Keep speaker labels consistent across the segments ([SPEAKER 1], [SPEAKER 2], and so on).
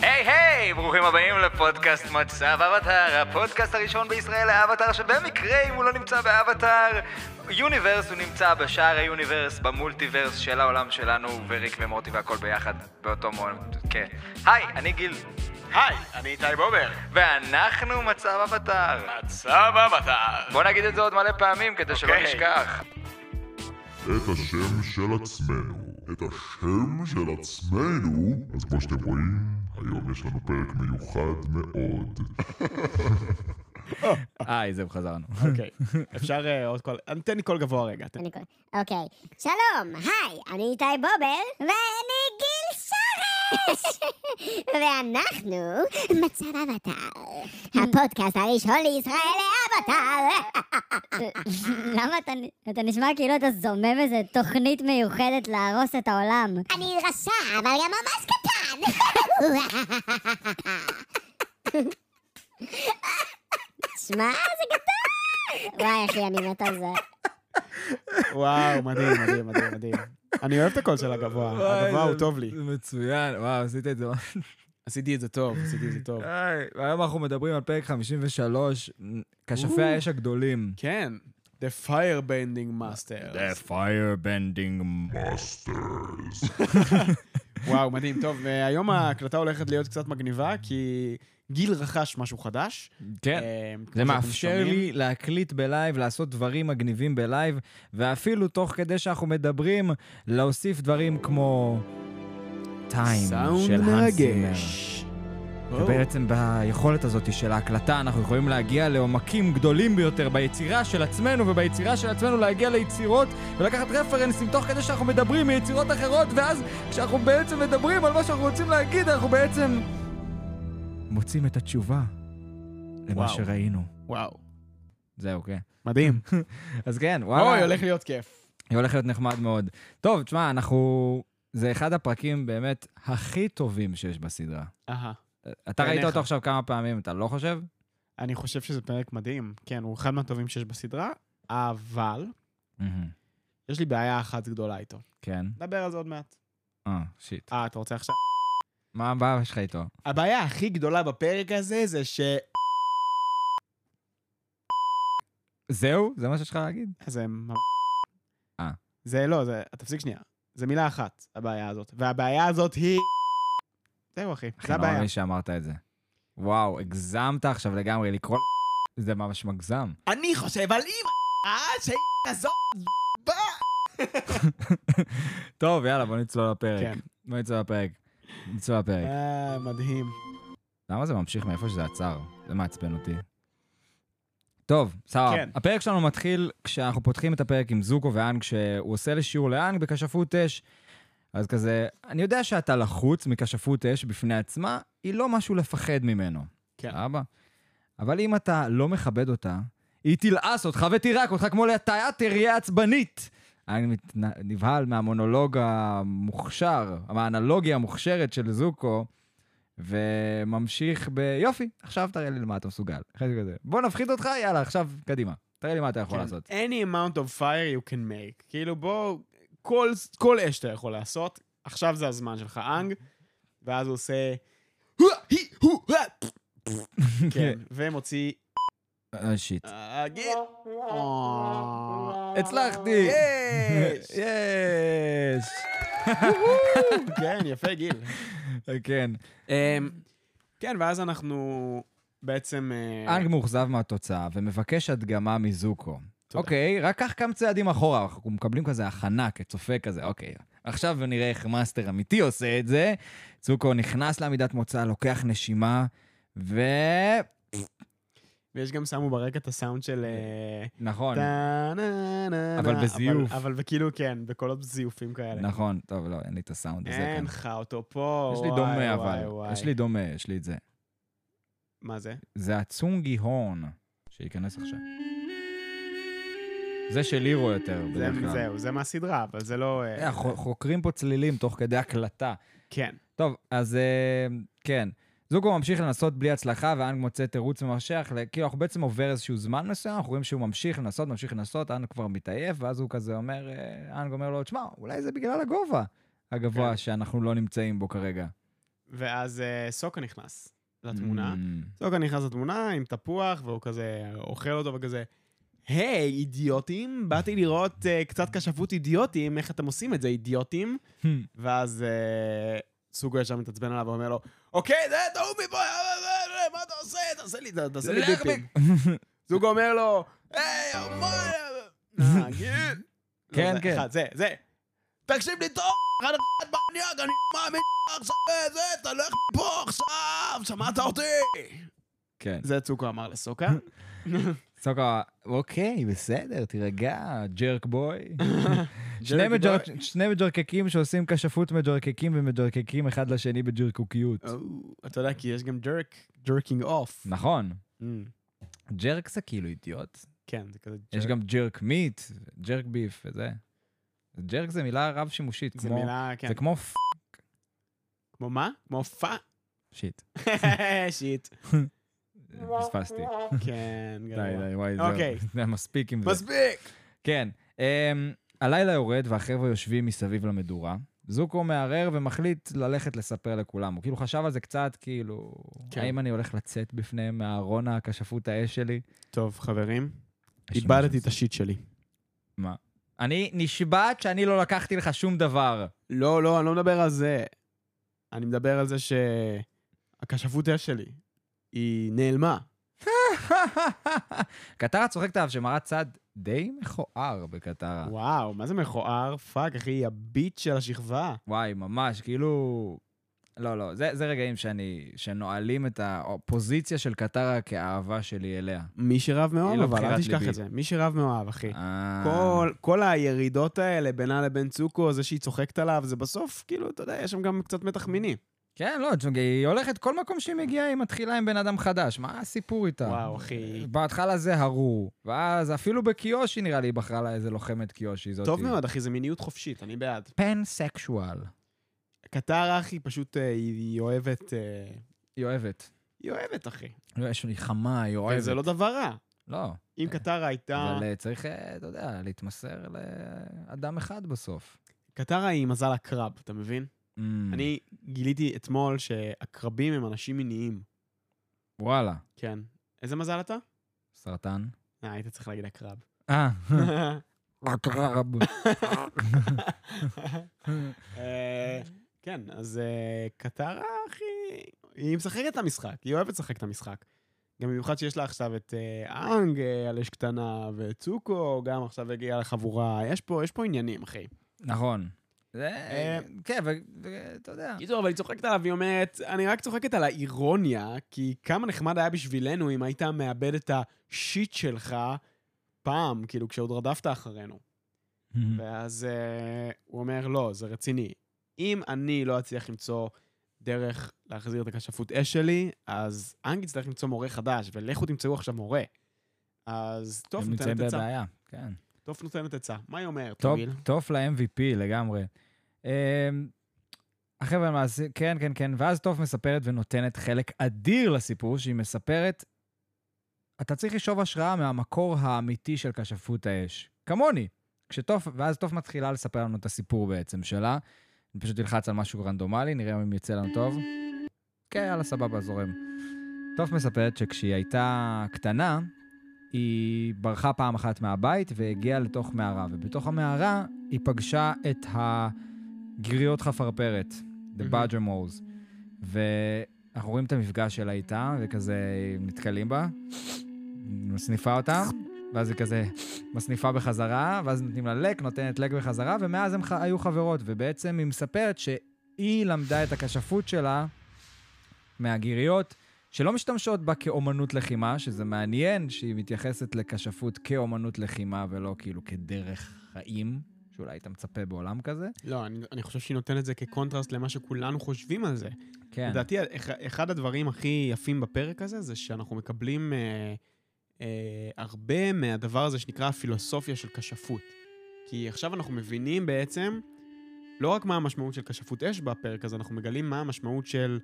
[SPEAKER 1] היי היי, ברוכים הבאים לפודקאסט מצב אבטאר, הפודקאסט הראשון בישראל לאבטאר, שבמקרה אם הוא לא נמצא באבטאר, יוניברס הוא נמצא בשער היוניברס, במולטיברס של העולם שלנו, וריק ומורטי והכל ביחד, באותו מועל, כן. היי, אני גיל,
[SPEAKER 2] היי, אני איתי בובר.
[SPEAKER 1] ואנחנו מצב אבטאר.
[SPEAKER 2] מצב המטר.
[SPEAKER 1] בוא נגיד את זה עוד מלא פעמים כדי שלא
[SPEAKER 2] אוקיי.
[SPEAKER 1] נשכח.
[SPEAKER 3] את השם של עצמנו. את השם של עצמנו? אז כמו שאתם רואים, היום יש לנו פרק מיוחד מאוד.
[SPEAKER 1] היי, זהו, חזרנו.
[SPEAKER 4] אוקיי, אפשר אה, עוד קול, אני- תן לי קול גבוה רגע. תן-
[SPEAKER 5] אני כל- אוקיי. שלום, היי, אני איתי בובל. ואני גיל שרש! ואנחנו מצב אבטאר. הפודקאסט הראשון לישראל לאבטאר.
[SPEAKER 6] למה אתה, אתה נשמע כאילו אתה זומם איזה תוכנית מיוחדת להרוס את העולם?
[SPEAKER 5] אני רשע, אבל גם ממש קטן. שמע, זה קטן.
[SPEAKER 6] וואי אחי, אני מת על זה.
[SPEAKER 4] וואו, מדהים, מדהים, מדהים, מדהים. אני אוהב את הקול של הגבוה, הגבוה הוא טוב לי.
[SPEAKER 7] זה מצוין, וואו, עשית את זה. ממש.
[SPEAKER 4] עשיתי את זה טוב, עשיתי את זה טוב.
[SPEAKER 7] די. והיום אנחנו מדברים על פרק 53, כשפי
[SPEAKER 4] או.
[SPEAKER 7] האש הגדולים.
[SPEAKER 4] כן, The Firebending Master.
[SPEAKER 7] Firebending.
[SPEAKER 3] מאסטרס.
[SPEAKER 4] וואו, מדהים. טוב, אה, היום ההקלטה הולכת להיות קצת מגניבה, כי גיל רכש משהו חדש.
[SPEAKER 7] כן.
[SPEAKER 4] אה, כמו
[SPEAKER 7] זה
[SPEAKER 4] שאתם
[SPEAKER 7] מאפשר
[SPEAKER 4] שומעים.
[SPEAKER 7] לי להקליט בלייב, לעשות דברים מגניבים בלייב, ואפילו תוך כדי שאנחנו מדברים, להוסיף דברים כמו... טיים של
[SPEAKER 4] סאונד
[SPEAKER 7] האנס זימר.
[SPEAKER 4] מרגש. וואו.
[SPEAKER 7] ובעצם ביכולת הזאת של ההקלטה אנחנו יכולים להגיע לעומקים גדולים ביותר ביצירה של עצמנו וביצירה של עצמנו להגיע ליצירות ולקחת רפרנסים תוך כדי שאנחנו מדברים מיצירות אחרות ואז כשאנחנו בעצם מדברים על מה שאנחנו רוצים להגיד אנחנו בעצם מוצאים את התשובה למה
[SPEAKER 4] וואו.
[SPEAKER 7] שראינו.
[SPEAKER 4] וואו,
[SPEAKER 7] זהו, כן.
[SPEAKER 4] מדהים.
[SPEAKER 7] אז כן, וואלה.
[SPEAKER 4] אוי, הולך להיות כיף.
[SPEAKER 7] היא הולכת להיות נחמד מאוד. טוב, תשמע, אנחנו... זה אחד הפרקים באמת הכי טובים שיש בסדרה.
[SPEAKER 4] אהה.
[SPEAKER 7] אתה ראית
[SPEAKER 4] בעיניך.
[SPEAKER 7] אותו עכשיו כמה פעמים, אתה לא חושב?
[SPEAKER 4] אני חושב שזה פרק מדהים. כן, הוא אחד מהטובים שיש בסדרה, אבל יש לי בעיה אחת גדולה איתו.
[SPEAKER 7] כן.
[SPEAKER 4] נדבר על זה עוד מעט.
[SPEAKER 7] אה, שיט.
[SPEAKER 4] אה, אתה רוצה עכשיו?
[SPEAKER 7] מה הבעיה שלך איתו?
[SPEAKER 4] הבעיה הכי גדולה בפרק הזה זה ש...
[SPEAKER 7] זהו? זה מה שיש לך להגיד?
[SPEAKER 4] זה... ממש-
[SPEAKER 7] אה.
[SPEAKER 4] זה לא, זה... תפסיק שנייה. זה מילה אחת, הבעיה הזאת. והבעיה הזאת היא... זהו, אחי.
[SPEAKER 7] אחי,
[SPEAKER 4] זה
[SPEAKER 7] נורא
[SPEAKER 4] הבעיה.
[SPEAKER 7] לי שאמרת את זה. וואו, הגזמת עכשיו לגמרי לקרוא... ל- זה ממש מגזם.
[SPEAKER 4] אני חושב על אימא אה, שהיא הזאת... בא!
[SPEAKER 7] טוב, יאללה, בוא נצלול לפרק.
[SPEAKER 4] כן.
[SPEAKER 7] בוא נצלול לפרק. נצלול לפרק.
[SPEAKER 4] אה, מדהים.
[SPEAKER 7] למה זה ממשיך מאיפה שזה עצר? זה מעצבן אותי. טוב, סבבה.
[SPEAKER 4] כן.
[SPEAKER 7] הפרק שלנו מתחיל כשאנחנו פותחים את הפרק עם זוקו ואנג, שהוא עושה לשיעור לאנג בכשפות אש. אז כזה, אני יודע שאתה לחוץ מכשפות אש בפני עצמה, היא לא משהו לפחד ממנו.
[SPEAKER 4] כן.
[SPEAKER 7] סבבה? אבל אם אתה לא מכבד אותה, היא תלעס אותך ותירק אותך כמו להטיית ירייה עצבנית. אני מת- נבהל מהמונולוג המוכשר, מהאנלוגיה המוכשרת של זוקו, וממשיך ב... יופי, עכשיו תראה לי למה אתה מסוגל. אחרי זה כזה, בוא נפחיד אותך, יאללה, עכשיו קדימה. תראה לי מה אתה יכול
[SPEAKER 4] כן.
[SPEAKER 7] לעשות.
[SPEAKER 4] Any amount of fire you can make. כאילו, בוא... כל, כל אש אתה יכול לעשות. עכשיו זה הזמן שלך, אנג. ואז הוא עושה... "הואה, היא, הואה", כן, ומוציא...
[SPEAKER 7] אה, שיט.
[SPEAKER 4] אה, גיל. אה,
[SPEAKER 7] הצלחתי!
[SPEAKER 4] יש!
[SPEAKER 7] יש!
[SPEAKER 4] כן, יפה, גיל.
[SPEAKER 7] כן.
[SPEAKER 4] אמ, כן, ואז אנחנו בעצם... אה,
[SPEAKER 7] אנג מאוכזב מהתוצאה ומבקש הדגמה מזוקו. אוקיי, רק קח כמה צעדים אחורה, אנחנו מקבלים כזה הכנה כצופה כזה, אוקיי. עכשיו נראה איך מאסטר אמיתי עושה את זה. זוקו נכנס לעמידת מוצא, לוקח נשימה, ו...
[SPEAKER 4] ויש גם שמו ברקע את הסאונד של... אה,
[SPEAKER 7] נכון,
[SPEAKER 4] טה-נה-נה-נה,
[SPEAKER 7] אבל בזיוף.
[SPEAKER 4] אבל וכאילו, כן, בקולות זיופים כאלה.
[SPEAKER 7] נכון. טוב, לא, אין לי את הסאונד הזה
[SPEAKER 4] אין
[SPEAKER 7] כאן.
[SPEAKER 4] לך אותו פה,
[SPEAKER 7] יש לי
[SPEAKER 4] וואי,
[SPEAKER 7] דומה,
[SPEAKER 4] וואי,
[SPEAKER 7] אבל.
[SPEAKER 4] וואי.
[SPEAKER 7] יש לי דומה, יש לי את זה.
[SPEAKER 4] מה זה?
[SPEAKER 7] זה הצונגי הורן, שייכנס עכשיו. זה של הירו יותר,
[SPEAKER 4] זה-
[SPEAKER 7] בדרך כלל.
[SPEAKER 4] זהו, זה מהסדרה, אבל זה לא... אה,
[SPEAKER 7] אה, חו- חוקרים פה צלילים תוך כדי הקלטה.
[SPEAKER 4] כן.
[SPEAKER 7] טוב, אז אה, כן. זוגו ממשיך לנסות בלי הצלחה, ואנג מוצא תירוץ ממשך, ל- כאילו אנחנו בעצם עובר איזשהו זמן מסוים, אנחנו רואים שהוא ממשיך לנסות, ממשיך לנסות, אנג כבר מתעייף, ואז הוא כזה אומר, אה, אנג אומר לו, תשמע, אולי זה בגלל הגובה הגבוה
[SPEAKER 4] כן.
[SPEAKER 7] שאנחנו לא נמצאים בו כרגע.
[SPEAKER 4] ואז אה, סוקה נכנס לתמונה.
[SPEAKER 7] Mm.
[SPEAKER 4] סוקה נכנס לתמונה עם תפוח, והוא כזה אוכל אותו וכזה, היי, אידיוטים, באתי לראות אה, קצת כשפות אידיוטים, איך אתם עושים את זה, אידיוטים?
[SPEAKER 7] Hmm.
[SPEAKER 4] ואז אה, סוגו ישר מתעצבן עליו ואומר לו, אוקיי, זה תעוף מפה, אה, אה, אה, מה אתה עושה? תעשה לי, תעשה לי
[SPEAKER 7] לך
[SPEAKER 4] ביפים. זוגו אומר לו, היי, אה, מה... אה, נגיד.
[SPEAKER 7] כן,
[SPEAKER 4] לא, זה
[SPEAKER 7] כן.
[SPEAKER 4] אחד, זה, זה. תקשיב לי טוב, אחד אחד בניאק, אני מאמין לך עכשיו אה, בזה, תלך לא מפה עכשיו, שמעת אותי?
[SPEAKER 7] כן.
[SPEAKER 4] זה צוקו אמר לסוקה.
[SPEAKER 7] סוקה, אוקיי, בסדר, תירגע, ג'רק בוי. שני
[SPEAKER 4] ג'רק
[SPEAKER 7] מג'ר-
[SPEAKER 4] בוי.
[SPEAKER 7] שני מג'רקקים שעושים כשפות מג'רקקים ומג'רקקים אחד לשני בג'רקוקיות.
[SPEAKER 4] אוקיי. אתה יודע, כי יש גם ג'רק, ג'רקינג אוף.
[SPEAKER 7] נכון.
[SPEAKER 4] Mm,
[SPEAKER 7] ג'רק זה כאילו אידיוט.
[SPEAKER 4] כן, זה כזה
[SPEAKER 7] יש גם ג'רק מיט, ג'רק ביף וזה. ג'רק זה מילה רב שימושית.
[SPEAKER 4] זה מילה, כן.
[SPEAKER 7] זה כמו פ...
[SPEAKER 4] כמו מה? כמו פא?
[SPEAKER 7] שיט.
[SPEAKER 4] שיט.
[SPEAKER 7] פספסתי.
[SPEAKER 4] כן, גרוע.
[SPEAKER 7] די, די, וואי,
[SPEAKER 4] אוקיי.
[SPEAKER 7] זהו. זה מספיק עם זה.
[SPEAKER 4] מספיק!
[SPEAKER 7] כן. אמ, הלילה יורד והחבר'ה יושבים מסביב למדורה. זוקו מערער ומחליט ללכת לספר לכולם. הוא כאילו חשב על זה קצת, כאילו,
[SPEAKER 4] כן.
[SPEAKER 7] האם אני הולך לצאת בפניהם מהארון הכשפות האש שלי?
[SPEAKER 4] טוב, חברים, איבדתי את השיט שלי.
[SPEAKER 7] מה? אני נשבעת שאני לא לקחתי לך שום דבר.
[SPEAKER 4] לא, לא, אני לא מדבר על זה. אני מדבר על זה שהכשפות האש שלי, היא נעלמה.
[SPEAKER 7] קטרה צוחקת עליו שמראה צד די מכוער בקטרה.
[SPEAKER 4] וואו, מה זה מכוער? פאק, אחי, היא הביט של השכבה.
[SPEAKER 7] וואי, ממש, כאילו... לא, לא, זה, זה רגעים שאני, שנועלים את הפוזיציה של קטרה כאהבה שלי אליה.
[SPEAKER 4] מי שרב מאוהב,
[SPEAKER 7] לא
[SPEAKER 4] אבל אל
[SPEAKER 7] בחירת
[SPEAKER 4] תשכח
[SPEAKER 7] ליבי.
[SPEAKER 4] את זה. מי שרב מאוהב, אחי.
[SPEAKER 7] אה,
[SPEAKER 4] אוקיי. כל, כל הירידות האלה בינה לבין צוקו, זה שהיא צוחקת עליו, זה בסוף, כאילו, אתה יודע, יש שם גם קצת מתח מיני.
[SPEAKER 7] כן, לא, תשמע, היא הולכת, כל מקום שהיא מגיעה, היא מתחילה עם בן אדם חדש. מה הסיפור איתה?
[SPEAKER 4] וואו, אחי.
[SPEAKER 7] בהתחלה זה הרו, ואז אפילו בקיושי נראה לי היא בחרה לה איזה לוחמת קיושי זאת.
[SPEAKER 4] טוב מאוד, אחי, זה מיניות חופשית, אני בעד.
[SPEAKER 7] פנסקשואל.
[SPEAKER 4] קטרה, אחי, פשוט אה, היא היא אוהבת... אה,
[SPEAKER 7] היא אוהבת.
[SPEAKER 4] היא אוהבת, אחי.
[SPEAKER 7] לא, יש לי חמה, היא אוהבת.
[SPEAKER 4] זה לא דבר רע.
[SPEAKER 7] לא.
[SPEAKER 4] אם קטרה הייתה...
[SPEAKER 7] אבל אה, צריך, אה, אתה יודע, להתמסר לאדם אחד בסוף.
[SPEAKER 4] קטרה היא מזל הקרב, אתה מבין?
[SPEAKER 7] Mm,
[SPEAKER 4] אני גיליתי אתמול שהקרבים הם אנשים מיניים.
[SPEAKER 7] אמ, וואלה,
[SPEAKER 4] כן. איזה מזל אתה?
[SPEAKER 7] סרטן.
[SPEAKER 4] אה, היית צריך להגיד הקרב.
[SPEAKER 7] אה, הקרב.
[SPEAKER 4] אה, כן, אז אה, קטרה, אחי, היא משחקת את המשחק, היא אוהבת לשחק את המשחק. גם במיוחד שיש לה עכשיו את אה, אנג אה, על אש קטנה, וצוקו, גם עכשיו הגיעה לחבורה, יש פה, יש פה עניינים, אחי.
[SPEAKER 7] נכון. זה,
[SPEAKER 4] אה,
[SPEAKER 7] כן, ואתה יודע.
[SPEAKER 4] קיצור, אבל היא צוחקת עליו, היא אומרת, אני רק צוחקת על האירוניה, כי כמה נחמד היה בשבילנו אם היית מאבד את השיט שלך פעם, כאילו, כשעוד רדפת אחרינו.
[SPEAKER 7] Mm.
[SPEAKER 4] כן. ואז uh, הוא אומר, לא, זה רציני. אם אני לא אצליח למצוא דרך להחזיר את הכשפות אש שלי, אז אנג יצטרך למצוא מורה חדש, ולכו תמצאו עכשיו מורה. אז טוף
[SPEAKER 7] הם
[SPEAKER 4] נותנת
[SPEAKER 7] נמצאים
[SPEAKER 4] עצה.
[SPEAKER 7] בבעיה, כן.
[SPEAKER 4] טוף נותנת עצה. מה היא אומרת,
[SPEAKER 7] טוב,
[SPEAKER 4] גיל?
[SPEAKER 7] טוב ל-MVP לגמרי. אמ, החבר'ה מעשי, כן, כן, כן, ואז טוב מספרת ונותנת חלק אדיר לסיפור שהיא מספרת, אתה צריך לשאוב השראה מהמקור האמיתי של כשפות האש. כמוני. כשטוף, ואז טוף מתחילה לספר לנו את הסיפור בעצם שלה. אני פשוט אלחץ על משהו רנדומלי, נראה אם יצא לנו טוב. כן, יאללה, סבבה, זורם. טוף מספרת שכשהיא הייתה קטנה, היא ברחה פעם אחת מהבית והגיעה לתוך מערה, ובתוך המערה היא פגשה את הגריעות חפרפרת, The
[SPEAKER 4] מהמם.
[SPEAKER 7] Badger Moles. ואנחנו רואים את המפגש שלה איתה, וכזה נתקלים בה, מסניפה אותה, ואז היא כזה מסניפה בחזרה, ואז נותנים לה לק, נותנת לק בחזרה, ומאז הן ח... היו חברות, ובעצם היא מספרת שהיא למדה את הכשפות שלה מהגיריות, שלא משתמשות בה כאומנות לחימה, שזה מעניין שהיא מתייחסת לכשפות כאומנות לחימה ולא כאילו כדרך חיים, שאולי היית מצפה בעולם כזה.
[SPEAKER 4] לא, אני, אני חושב שהיא נותנת את זה כקונטרסט למה שכולנו חושבים על זה.
[SPEAKER 7] כן.
[SPEAKER 4] לדעתי, אח- אחד הדברים הכי יפים בפרק הזה, זה שאנחנו מקבלים אה, אה, הרבה מהדבר הזה שנקרא הפילוסופיה של כשפות. כי עכשיו אנחנו מבינים בעצם לא רק מה המשמעות של כשפות אש בפרק הזה, אנחנו מגלים מה המשמעות של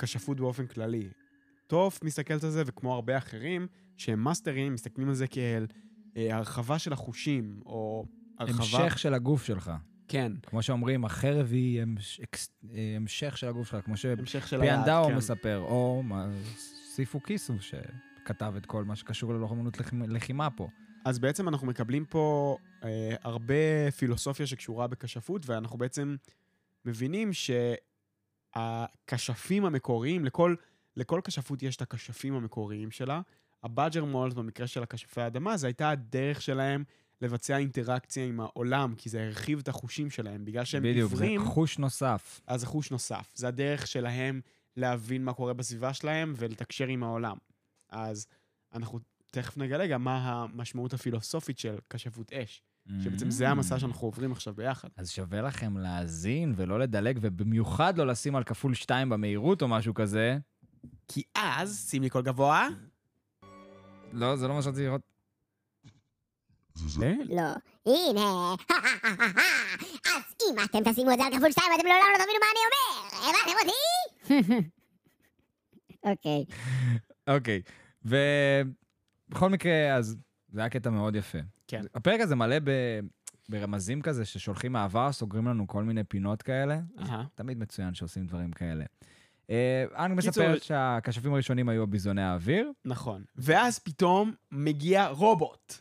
[SPEAKER 4] כשפות באופן כללי. טוף מסתכלת על זה, וכמו הרבה אחרים, שהם מאסטרים, מסתכלים על זה כאל אה, הרחבה של החושים, או הרחבה...
[SPEAKER 7] המשך של הגוף שלך.
[SPEAKER 4] כן.
[SPEAKER 7] כמו שאומרים, החרב היא המש- אקס- אה, המשך של הגוף שלך, כמו
[SPEAKER 4] המשך של היד,
[SPEAKER 7] שפיאנדאו
[SPEAKER 4] כן.
[SPEAKER 7] מספר, או מה- סיפו קיסו, שכתב את כל מה שקשור ללוחמנות לחימה- לחימה פה.
[SPEAKER 4] אז בעצם אנחנו מקבלים פה אה, הרבה פילוסופיה שקשורה בכשפות, ואנחנו בעצם מבינים שהכשפים המקוריים, לכל, לכל כשפות יש את הכשפים המקוריים שלה. הבאג'ר מולס, במקרה של הכשפי האדמה, זו הייתה הדרך שלהם לבצע אינטראקציה עם העולם, כי זה הרחיב את החושים שלהם. בגלל שהם
[SPEAKER 7] בדיוק, זה
[SPEAKER 4] עיוורים,
[SPEAKER 7] חוש נוסף.
[SPEAKER 4] אז זה חוש נוסף. זה הדרך שלהם להבין מה קורה בסביבה שלהם ולתקשר עם העולם. אז אנחנו תכף נגלה גם מה המשמעות הפילוסופית של כשפות אש,
[SPEAKER 7] Mm.
[SPEAKER 4] שבעצם זה המסע שאנחנו עוברים עכשיו ביחד.
[SPEAKER 7] אז שווה לכם להאזין ולא לדלג, ובמיוחד לא לשים על כפול שתיים במהירות או משהו כזה.
[SPEAKER 4] כי אז, שים לי קול גבוה.
[SPEAKER 7] לא, זה לא מה שרציתי לראות.
[SPEAKER 3] זה זה.
[SPEAKER 5] לא. הנה, אז אם אתם תשימו את זה על כפול שתיים, אתם לעולם לא תבינו מה אני אומר. הבנתם אותי?
[SPEAKER 6] אוקיי.
[SPEAKER 7] אוקיי, ובכל מקרה, אז זה היה קטע מאוד יפה.
[SPEAKER 4] כן.
[SPEAKER 7] הפרק הזה מלא ב... ברמזים כזה ששולחים מהעבר, סוגרים לנו כל מיני פינות כאלה.
[SPEAKER 4] אהה.
[SPEAKER 7] תמיד מצוין שעושים דברים כאלה. אה, אנג
[SPEAKER 4] קיצור-
[SPEAKER 7] מספרת שהכשפים הראשונים היו ביזוני האוויר.
[SPEAKER 4] נכון. ואז פתאום מגיע רובוט.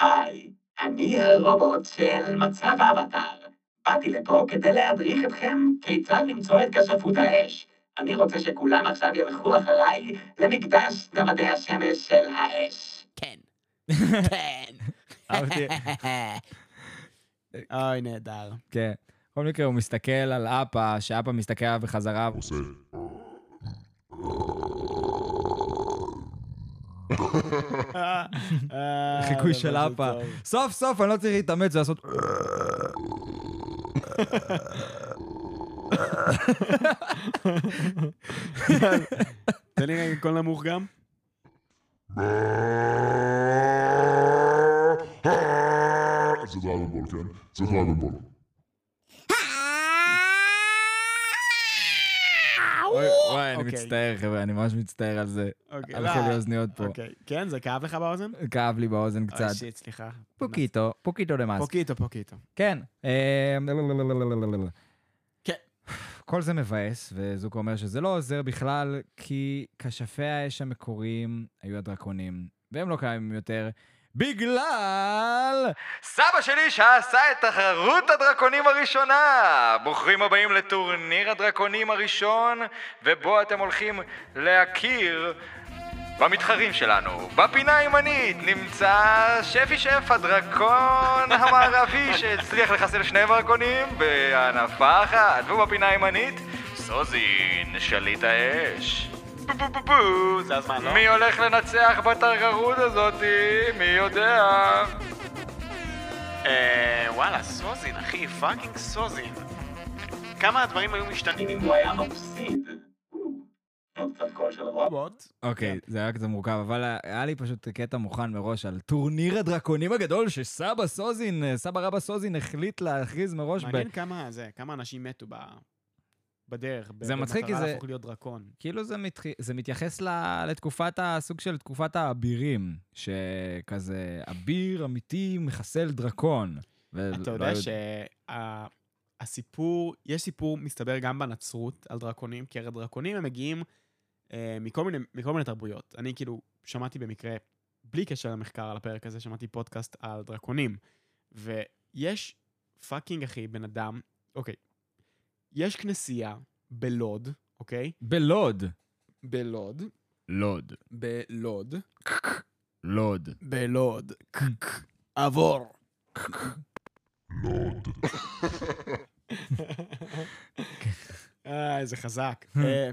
[SPEAKER 8] היי, אני הרובוט של מצב האבטר. באתי לפה כדי להדריך אתכם כיצד למצוא את כשפות האש. אני רוצה שכולם עכשיו ילכו אחריי למקדש דמדי השמש של האש.
[SPEAKER 4] כן.
[SPEAKER 7] אהבתי.
[SPEAKER 4] אוקיי. אוי, נהדר.
[SPEAKER 7] כן. בכל מקרה, הוא מסתכל על אפה, שאפה מסתכל עליו בחזרה.
[SPEAKER 3] עושה...
[SPEAKER 4] אה,
[SPEAKER 7] חיקוי
[SPEAKER 4] הדבר
[SPEAKER 7] של
[SPEAKER 4] הזה
[SPEAKER 7] אפה.
[SPEAKER 4] טוב.
[SPEAKER 7] סוף סוף אני לא צריך להתאמץ ולעשות...
[SPEAKER 4] תן לי רגע קול נמוך גם.
[SPEAKER 3] זה דרגנבול, כן? זה דרגנבול.
[SPEAKER 7] אוי, וואי, אני
[SPEAKER 4] אוקיי.
[SPEAKER 7] מצטער, חבר'ה, אני ממש מצטער על זה.
[SPEAKER 4] אוקיי,
[SPEAKER 7] הלכו
[SPEAKER 4] לא.
[SPEAKER 7] לי אוזניות פה.
[SPEAKER 4] אוקיי. כן, זה כאב לך באוזן?
[SPEAKER 7] כאב לי באוזן קצת.
[SPEAKER 4] אוי, שיט, סליחה.
[SPEAKER 7] פוקיטו, פוקיטו למאס.
[SPEAKER 4] פוקיטו, פוקיטו.
[SPEAKER 7] כן. אה, לא, לא, לא, לא, לא, לא, לא, לא.
[SPEAKER 4] כן.
[SPEAKER 7] כל זה מבאס, וזוקו אומר שזה לא עוזר בכלל, כי כשפי האש המקוריים היו הדרקונים, והם לא קיימים יותר, בגלל...
[SPEAKER 1] סבא שלי שעשה את תחרות הדרקונים הראשונה! ברוכים הבאים לטורניר הדרקונים הראשון, ובו אתם הולכים להכיר במתחרים שלנו. בפינה הימנית נמצא שפי שף הדרקון המערבי שהצליח לחסל שני דרקונים בענפה אחת, ובפינה הימנית סוזין שליט האש. בו בו בו בו
[SPEAKER 2] זה הזמן, לא?
[SPEAKER 1] מי הולך לנצח בתחרות הזאתי? מי יודע?
[SPEAKER 2] אה, וואלה, סוזין, אחי, פאקינג סוזין. כמה הדברים היו משתנים
[SPEAKER 8] אם הוא היה מפסיד. עוד קצת קול של רובוט.
[SPEAKER 4] רובוט.
[SPEAKER 2] כן.
[SPEAKER 7] אוקיי, זה היה קצת מורכב, אבל היה לי פשוט קטע מוכן מראש על טורניר הדרקונים הגדול שסבא סוזין, אה, סבא רבא סוזין החליט להכריז מראש ב...
[SPEAKER 4] מעניין כמה זה, כמה אנשים מתו ב... בדרך. ב-
[SPEAKER 7] זה מצחיק, כי
[SPEAKER 4] במטרה
[SPEAKER 7] זה-
[SPEAKER 4] להפוך להיות דרקון.
[SPEAKER 7] כאילו זה, מתח... זה מתייחס ל... לתקופת הסוג של תקופת האבירים, שכזה אביר אמיתי מחסל דרקון. ו...
[SPEAKER 4] אתה
[SPEAKER 7] לא
[SPEAKER 4] יודע
[SPEAKER 7] היו-
[SPEAKER 4] שהסיפור, יש סיפור מסתבר גם בנצרות על דרקונים, כי הרי דרקונים הם מגיעים אה, מכל מיני, מכל מיני תרבויות. אני כאילו שמעתי במקרה, בלי קשר למחקר על הפרק הזה, שמעתי פודקאסט על דרקונים. ויש פאקינג אחי, בן אדם, אוקיי, יש כנסייה בלוד, אוקיי?
[SPEAKER 7] בלוד.
[SPEAKER 4] בלוד.
[SPEAKER 7] לוד.
[SPEAKER 4] בלוד.
[SPEAKER 7] לוד.
[SPEAKER 4] בלוד. עבור.
[SPEAKER 3] לוד.
[SPEAKER 4] אה, איזה חזק. אה,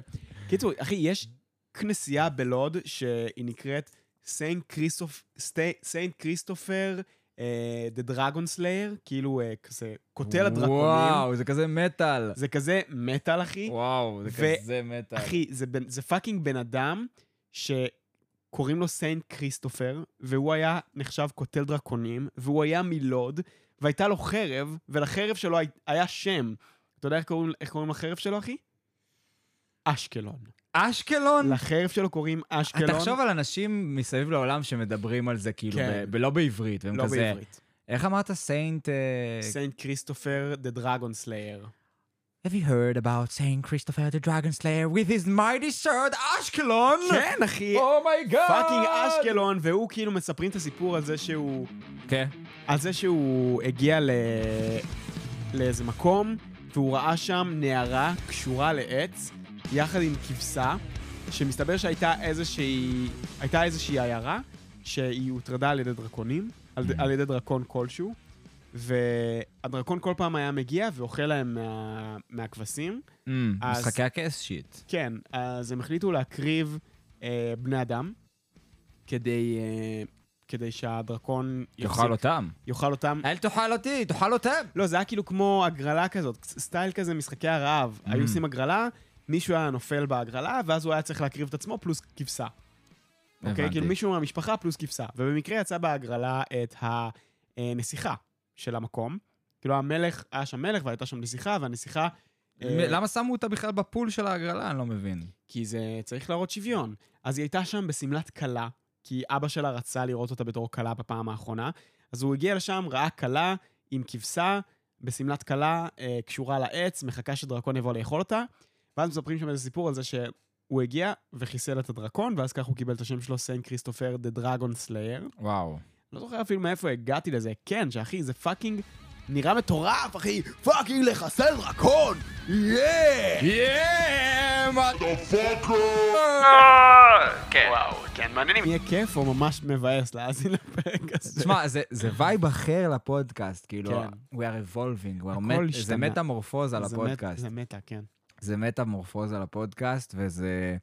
[SPEAKER 4] קיצור, אחי, יש כנסייה בלוד שהיא נקראת סיינט כריסטופ- סטי- סיינט כריסטופר, אה, The Dragon Slayer, כאילו אה, כזה קוטל הדרקונים.
[SPEAKER 7] וואו, זה כזה מטאל.
[SPEAKER 4] זה כזה מטאל, אחי.
[SPEAKER 7] וואו, זה
[SPEAKER 4] ו-
[SPEAKER 7] כזה מטאל.
[SPEAKER 4] אחי, זה בן- זה פאקינג בן אדם שקוראים לו סיינט כריסטופר, והוא היה נחשב קוטל דרקונים, והוא היה מלוד, והייתה לו חרב, ולחרב שלו הי- היה שם. אתה יודע איך קוראים, איך קוראים לחרב שלו, אחי? אשקלון. אה,
[SPEAKER 7] אשקלון?
[SPEAKER 4] לחרב שלו קוראים לא, אשקלון.
[SPEAKER 7] תחשוב על אנשים מסביב לעולם שמדברים על זה, כאילו,
[SPEAKER 4] כן.
[SPEAKER 7] ב... ב... לא בעברית, והם
[SPEAKER 4] לא
[SPEAKER 7] כזה...
[SPEAKER 4] בעברית.
[SPEAKER 7] איך אמרת? אה, סיינט...
[SPEAKER 4] סיינט כריסטופר, דה דרגון סלייר.
[SPEAKER 7] Have you heard about Saint Christopher the Dragon Slayer with his mighty sword אשקלון?
[SPEAKER 4] כן, אחי!
[SPEAKER 7] אומייגאד!
[SPEAKER 4] פאקינג אשקלון, והוא כאילו מספרים את הסיפור על זה שהוא...
[SPEAKER 7] כן.
[SPEAKER 4] על זה שהוא הגיע ל... לאיזה מקום, והוא ראה שם נערה קשורה לעץ, יחד עם כבשה, שמסתבר שהייתה איזושהי... הייתה איזושהי עיירה, שהיא הוטרדה על ידי דרקונים, על, על ידי דרקון כלשהו, והדרקון כל פעם היה מגיע ואוכל להם מה... מהכבשים.
[SPEAKER 7] אמ,
[SPEAKER 4] אז-
[SPEAKER 7] משחקי הכס שיט.
[SPEAKER 4] כן, אז הם החליטו להקריב אה, בני אדם, כדי, אה, כדי שהדרקון
[SPEAKER 7] יאכל אותם.
[SPEAKER 4] יאכל אותם.
[SPEAKER 7] אל תאכל אותי, תאכל אותם!
[SPEAKER 4] לא, זה היה כאילו כמו הגרלה כזאת, סטייל כזה משחקי הרעב. היו עושים הגרלה, מישהו היה נופל בהגרלה, ואז הוא היה צריך להקריב את עצמו פלוס כבשה. אוקיי?
[SPEAKER 7] הבנתי.
[SPEAKER 4] כאילו מישהו מהמשפחה פלוס כבשה. ובמקרה יצא בהגרלה את הנסיכה של המקום. כאילו המלך, היה שם מלך והייתה שם נסיכה, והנסיכה... אה,
[SPEAKER 7] מ- למה שמו אותה בכלל בפול של ההגרלה? אני לא מבין.
[SPEAKER 4] כי זה צריך להראות שוויון. אז היא הייתה שם בשמלת כלה, כי אבא שלה רצה לראות אותה בתור כלה בפעם האחרונה. אז הוא הגיע לשם, ראה כלה עם כבשה, בשמלת כלה, אה, קשורה לעץ, מחכה שדרקון יבוא לאכול אותה. ואז מספרים שם איזה סיפור על זה שהוא הגיע וחיסל את הדרקון, ואז ככה הוא קיבל את השם שלו, סיינט כריסטופר דה דרגון סלייר.
[SPEAKER 7] וואו.
[SPEAKER 4] לא זוכר אפילו מאיפה הגעתי לזה. כן, שאחי, זה פאקינג... נראה מטורף, אחי! פאקינג לחסל דרקון! יאה!
[SPEAKER 7] יאה! מה-
[SPEAKER 1] כן.
[SPEAKER 2] וואו, כן, מעניינים.
[SPEAKER 4] יהיה כיף או ממש מבאס להאזין לפרק הזה.
[SPEAKER 7] תשמע, זה- זה וייב אחר לפודקאסט, כאילו,
[SPEAKER 4] כן.
[SPEAKER 7] we are evolving, we are
[SPEAKER 4] הכל
[SPEAKER 7] met- זה
[SPEAKER 4] השתנה.
[SPEAKER 7] מטמורפוזה
[SPEAKER 4] זה מת-
[SPEAKER 7] לפודקאסט.
[SPEAKER 4] זה מטה, כן.
[SPEAKER 7] זה מטמורפוזה לפודקאסט, וזה...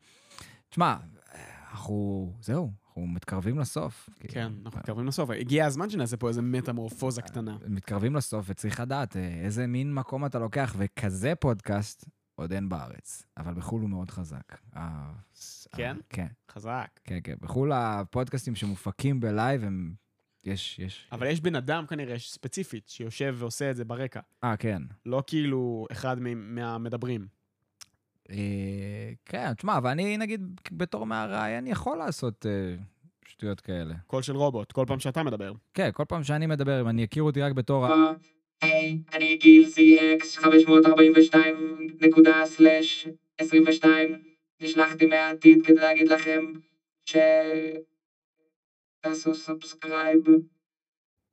[SPEAKER 7] תשמע, אה, אנחנו... זהו, אנחנו מתקרבים לסוף.
[SPEAKER 4] כן,
[SPEAKER 7] אה.
[SPEAKER 4] אנחנו מתקרבים לסוף. הגיע הזמן שנעשה פה איזה מטמורפוזה קטנה.
[SPEAKER 7] מתקרבים לסוף, וצריך לדעת אה, איזה מין מקום אתה לוקח, וכזה פודקאסט עוד אין בארץ, אבל בחו"ל הוא מאוד חזק. אה, ס- אה,
[SPEAKER 4] כן?
[SPEAKER 7] כן,
[SPEAKER 4] חזק.
[SPEAKER 7] כן, כן. בחו"ל הפודקאסטים שמופקים בלייב הם... יש, יש.
[SPEAKER 4] אבל יש בן אדם כנראה ספציפית שיושב ועושה את זה ברקע.
[SPEAKER 7] אה, כן.
[SPEAKER 4] לא כאילו אחד מ- מהמדברים.
[SPEAKER 7] אה, כן, תשמע, ואני נגיד בתור מהראיין יכול לעשות אה, שטויות כאלה.
[SPEAKER 4] קול של רובוט, כל פעם שאתה מדבר.
[SPEAKER 7] כן, כל פעם שאני מדבר, אם אני יכירו אותי רק בתור... ה-
[SPEAKER 8] היי, אני גיל CX 542./22 נשלחתי מהעתיד כדי להגיד לכם ש... תעשו סאבסקרייב.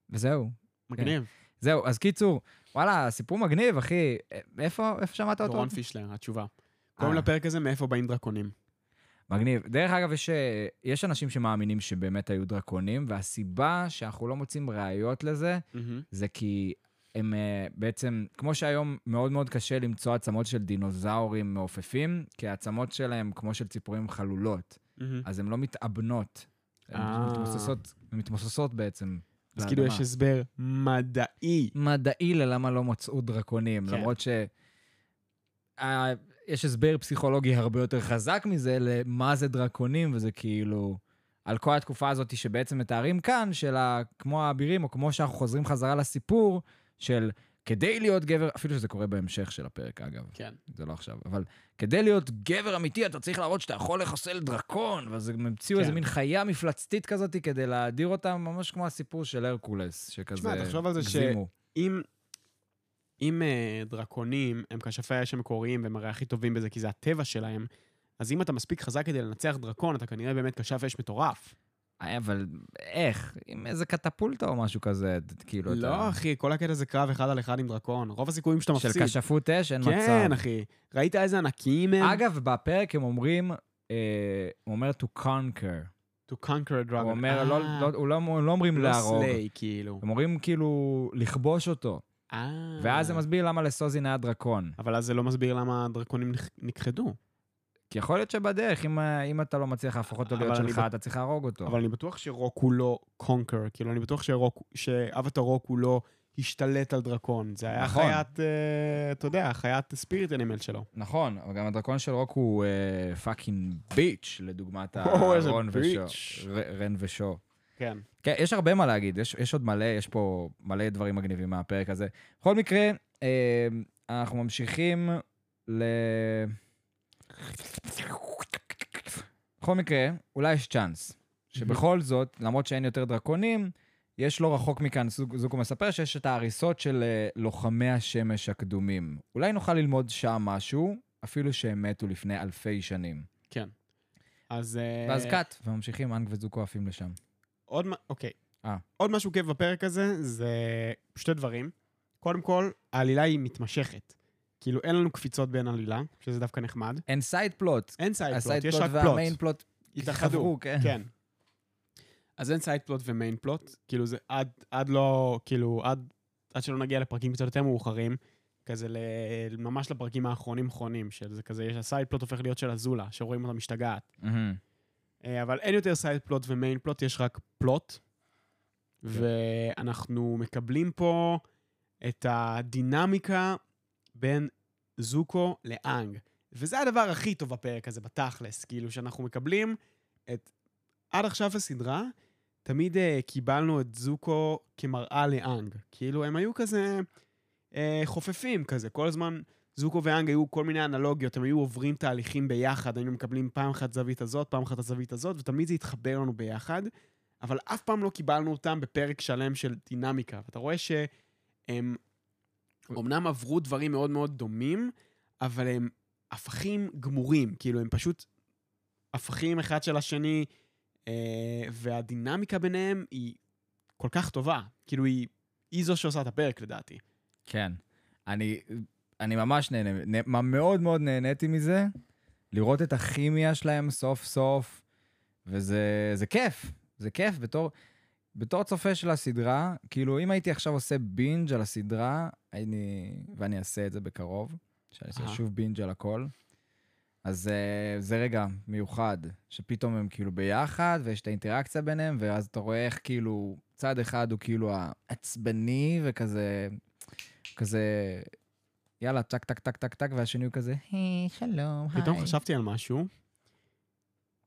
[SPEAKER 7] וזהו.
[SPEAKER 4] מגניב.
[SPEAKER 7] זהו, אז קיצור, וואלה, סיפור מגניב, אחי. אה, איפה, איפה שמעת אותו?
[SPEAKER 4] דורון פישלר,
[SPEAKER 7] אה.
[SPEAKER 4] התשובה. קוראים לפרק הזה מאיפה באים דרקונים.
[SPEAKER 7] מגניב. דרך אגב, יש, אה, יש אנשים שמאמינים שבאמת היו דרקונים, והסיבה שאנחנו לא מוצאים ראיות לזה,
[SPEAKER 4] מהמם.
[SPEAKER 7] זה כי הם אה, בעצם, כמו שהיום מאוד מאוד קשה למצוא עצמות של דינוזאורים מעופפים, כי העצמות שלהם כמו של ציפורים חלולות,
[SPEAKER 4] מהמם.
[SPEAKER 7] אז הן לא מתאבנות. הן
[SPEAKER 4] אה.
[SPEAKER 7] מתמוססות, הן מתמוססות בעצם.
[SPEAKER 4] אז כאילו יש
[SPEAKER 7] באדמה.
[SPEAKER 4] הסבר מדעי.
[SPEAKER 7] מדעי ללמה לא מצאו דרקונים,
[SPEAKER 4] כן.
[SPEAKER 7] למרות ש... אה, יש הסבר פסיכולוגי הרבה יותר חזק מזה למה זה דרקונים, וזה כאילו... על כל התקופה הזאת שבעצם מתארים כאן, של ה... כמו האבירים, או כמו שאנחנו חוזרים חזרה לסיפור של כדי להיות גבר, אפילו שזה קורה בהמשך של הפרק, אגב.
[SPEAKER 4] כן.
[SPEAKER 7] זה לא עכשיו, אבל כדי להיות גבר אמיתי, אתה צריך להראות שאתה יכול לחסל דרקון, ואז הם המציאו
[SPEAKER 4] כן.
[SPEAKER 7] איזה מין חיה מפלצתית כזאת כדי להדיר אותם, ממש כמו הסיפור של הרקולס, שכזה
[SPEAKER 4] תשמע, תחשוב על זה ש-
[SPEAKER 7] הגזימו.
[SPEAKER 4] אם, אם אה, דרקונים הם כשפי האש המקוריים והם הרי הכי טובים בזה כי זה הטבע שלהם, אז אם אתה מספיק חזק כדי לנצח דרקון, אתה כנראה באמת כשף אש מטורף.
[SPEAKER 7] אה, אבל איך? עם איזה קטפולטה או משהו כזה, ד- כאילו,
[SPEAKER 4] לא,
[SPEAKER 7] אתה...
[SPEAKER 4] אחי, כל הקטע זה קרב אחד על אחד עם דרקון. רוב הסיכויים שאתה מפסיד.
[SPEAKER 7] של כשפות אש, אין מצב.
[SPEAKER 4] כן, אחי. ראית איזה ענקים הם?
[SPEAKER 7] אגב, בפרק הם אומרים, אה, הוא אומר to conquer.
[SPEAKER 4] To conquer a dragon.
[SPEAKER 7] הוא אומר, לא,
[SPEAKER 4] אה,
[SPEAKER 7] לא, הוא לא, הם לא אומרים להרוג.
[SPEAKER 4] slay, כאילו.
[SPEAKER 7] הם אומרים כאילו לכבוש אותו.
[SPEAKER 4] אה.
[SPEAKER 7] ואז זה מסביר למה לסוזין היה דרקון.
[SPEAKER 4] אבל אז זה לא מסביר למה הדרקונים נכ- נכחדו.
[SPEAKER 7] כי יכול להיות שבדרך, אם, אה, אם אתה לא מצליח להפוך אותו
[SPEAKER 4] אבל
[SPEAKER 7] להיות
[SPEAKER 4] אני
[SPEAKER 7] שלך,
[SPEAKER 4] בט-
[SPEAKER 7] אתה צריך להרוג אותו.
[SPEAKER 4] אבל אני בטוח שרוק הוא לא קונקר, כאילו, אני בטוח שרוק, שאבטר רוק הוא לא השתלט על דרקון. זה היה
[SPEAKER 7] נכון.
[SPEAKER 4] חיית, אה, אתה יודע, חיית ספיריט אנימל שלו.
[SPEAKER 7] נכון, אבל גם הדרקון של רוק הוא פאקינג ביץ', לדוגמת
[SPEAKER 4] או, איזה
[SPEAKER 7] הרון
[SPEAKER 4] ביץ'.
[SPEAKER 7] ושו. ר- רן ושו.
[SPEAKER 4] כן.
[SPEAKER 7] כן, יש הרבה מה להגיד, יש, יש עוד מלא, יש פה מלא דברים מגניבים מהפרק הזה. בכל מקרה, אה, אנחנו ממשיכים ל... בכל מקרה, אולי יש צ'אנס, שבכל זאת, למרות שאין יותר דרקונים, יש לא רחוק מכאן, זוג- זוגו מספר שיש את ההריסות של אה, לוחמי השמש הקדומים. אולי נוכל ללמוד שם משהו, אפילו שהם מתו לפני אלפי שנים.
[SPEAKER 4] כן. אז... אה,
[SPEAKER 7] ואז קאט, וממשיכים, אנג וזוקו עפים לשם.
[SPEAKER 4] עוד מה, אוקיי.
[SPEAKER 7] אה.
[SPEAKER 4] עוד משהו כיף בפרק הזה, זה שתי דברים. קודם כל, העלילה היא מתמשכת. כאילו, אין לנו קפיצות בין עלילה, שזה דווקא נחמד.
[SPEAKER 7] אין סייד פלוט.
[SPEAKER 4] אין סייד פלוט,
[SPEAKER 7] הסייד
[SPEAKER 4] יש
[SPEAKER 7] פלוט
[SPEAKER 4] רק פלוט.
[SPEAKER 7] והמיין פלוט
[SPEAKER 4] התאחדו,
[SPEAKER 7] חברו, כן.
[SPEAKER 4] כן. אז אין סייד פלוט ומיין פלוט, כאילו זה עד, עד לא, כאילו, עד, עד שלא נגיע לפרקים קצת יותר מאוחרים, כזה ל, ממש לפרקים האחרונים אחרונים, שזה כזה, יש הסייד פלוט הופך להיות של אזולה, שרואים אותה משתגעת.
[SPEAKER 7] מהמם.
[SPEAKER 4] אה, אבל אין יותר סייד פלוט ומיין פלוט, יש רק פלוט. ואנחנו מקבלים פה את הדינמיקה בין זוקו לאנג. וזה הדבר הכי טוב בפרק הזה, בתכלס, כאילו, שאנחנו מקבלים את... עד עכשיו הסדרה, תמיד אה, קיבלנו את זוקו כמראה לאנג. כאילו, הם היו כזה אה, חופפים כזה, כל הזמן זוקו ואנג היו כל מיני אנלוגיות, הם היו עוברים תהליכים ביחד, היינו מקבלים פעם אחת זווית הזאת, פעם אחת הזווית הזאת, ותמיד זה התחבר לנו ביחד, אבל אף פעם לא קיבלנו אותם בפרק שלם של דינמיקה. ואתה רואה שהם אמנם עברו דברים מאוד מאוד דומים, אבל הם הפכים גמורים, כאילו הם פשוט הפכים אחד של השני, אה, והדינמיקה ביניהם היא כל כך טובה, כאילו היא, היא זו שעושה את הפרק לדעתי.
[SPEAKER 7] כן. אני, אני ממש נהנה, נה, מה- מאוד מאוד נהניתי מזה, לראות את הכימיה שלהם סוף סוף, וזה זה כיף, זה כיף בתור, בתור צופה של הסדרה, כאילו אם הייתי עכשיו עושה בינג' על הסדרה, אני, ואני אעשה את זה בקרוב, שאני אעשה
[SPEAKER 4] אהה.
[SPEAKER 7] שוב בינג' על הכל, אז אה, זה רגע מיוחד, שפתאום הם כאילו ביחד, ויש את האינטראקציה ביניהם, ואז אתה רואה איך כאילו, צד אחד הוא כאילו העצבני וכזה, כזה, יאללה, טק, טק, טק, טק, טק, והשני הוא כזה, היי, שלום, היי.
[SPEAKER 4] פתאום חשבתי על משהו.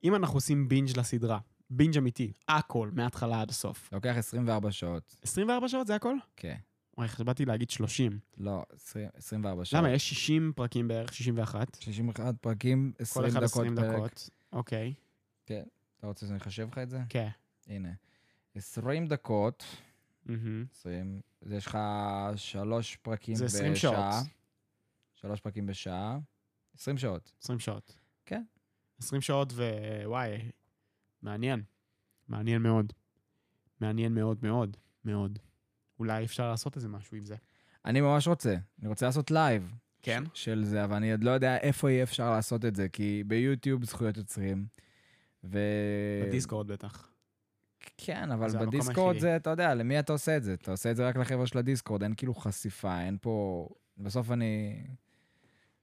[SPEAKER 4] אם אנחנו עושים בינג' לסדרה, בינג' אמיתי, הכל, מההתחלה עד הסוף.
[SPEAKER 7] לוקח 24 שעות.
[SPEAKER 4] 24 שעות זה הכל?
[SPEAKER 7] כן.
[SPEAKER 4] וואי, חשבתי להגיד 30.
[SPEAKER 7] לא, 20, 24 שעות.
[SPEAKER 4] למה? יש 60 פרקים בערך, 61.
[SPEAKER 7] 61 פרקים,
[SPEAKER 4] כל
[SPEAKER 7] 20
[SPEAKER 4] אחד
[SPEAKER 7] דקות
[SPEAKER 4] 20
[SPEAKER 7] פרק.
[SPEAKER 4] דקות. אוקיי.
[SPEAKER 7] אתה רוצה שאני אחשב לך את זה?
[SPEAKER 4] כן.
[SPEAKER 7] הנה. 20 דקות,
[SPEAKER 4] מהמם.
[SPEAKER 7] 20, אז יש לך שלוש פרקים
[SPEAKER 4] זה
[SPEAKER 7] בשעה.
[SPEAKER 4] 20 שעות.
[SPEAKER 7] שלוש פרקים בשעה. 20 שעות.
[SPEAKER 4] 20 שעות.
[SPEAKER 7] כן.
[SPEAKER 4] 20 שעות ווואי, מעניין. מעניין מאוד. מעניין מאוד מאוד מאוד. אולי אפשר לעשות איזה משהו עם זה.
[SPEAKER 7] אני ממש רוצה, אני רוצה לעשות לייב.
[SPEAKER 4] כן?
[SPEAKER 7] של זה, אבל אני עוד לא יודע איפה יהיה אפשר לעשות את זה, כי ביוטיוב זכויות יוצרים. ו...
[SPEAKER 4] בדיסקורד בטח.
[SPEAKER 7] כן, אבל
[SPEAKER 4] זה המקום
[SPEAKER 7] בדיסקורד
[SPEAKER 4] היחידי.
[SPEAKER 7] זה, אתה יודע, למי אתה עושה את זה? אתה עושה את זה רק לחבר'ה של הדיסקורד, אין כאילו חשיפה, אין פה... בסוף אני...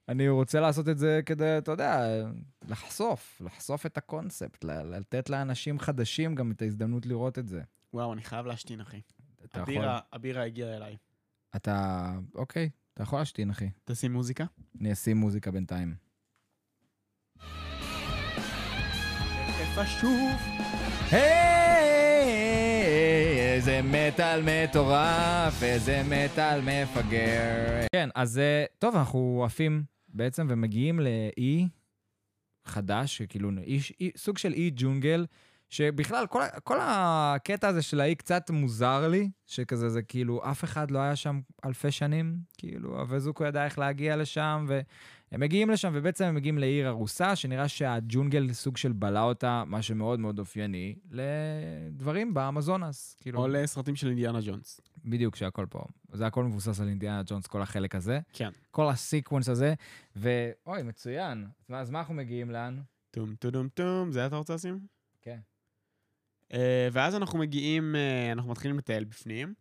[SPEAKER 7] אני רוצה לעשות את זה כדי, אתה יודע, לחשוף, לחשוף את הקונספט, ל- לתת לאנשים חדשים גם את ההזדמנות לראות את זה.
[SPEAKER 4] וואו, אני חייב להשתין, אחי.
[SPEAKER 7] אתה יכול...
[SPEAKER 4] הבירה, הבירה הגיעה אליי.
[SPEAKER 7] אתה... אוקיי, אתה יכול להשתין, אחי.
[SPEAKER 4] תשים מוזיקה?
[SPEAKER 7] אני אשים מוזיקה בינתיים.
[SPEAKER 4] איפה שוב?
[SPEAKER 7] היי, איזה מטאל מטורף, איזה מטאל מפגר. כן, אז אה, טוב, אנחנו עפים בעצם ומגיעים לאי חדש, שכאילו אי, אי, סוג של אי ג'ונגל, שבכלל כל, ה- כל הקטע הזה של האי קצת מוזר לי, שכזה זה כאילו אף אחד לא היה שם אלפי שנים, כאילו, וזוקו ידע איך להגיע לשם, ו... הם מגיעים לשם, ובעצם הם מגיעים לעיר הרוסה, שנראה שהג'ונגל סוג של בלע אותה, מה שמאוד מאוד אופייני לדברים באמזונס. כאילו,
[SPEAKER 4] או לסרטים של אינדיאנה ג'ונס.
[SPEAKER 7] בדיוק, שהכל פה. זה הכל מבוסס על אינדיאנה ג'ונס, כל החלק הזה.
[SPEAKER 4] כן.
[SPEAKER 7] כל הסיקוונס הזה, ו... אוי, מצוין. אז מה- אז מה אנחנו מגיעים לאן?
[SPEAKER 4] טום טו דום טום, זה אתה רוצה לשים?
[SPEAKER 7] כן.
[SPEAKER 4] אה, ואז אנחנו מגיעים, אה, אנחנו מתחילים לטייל בפנים,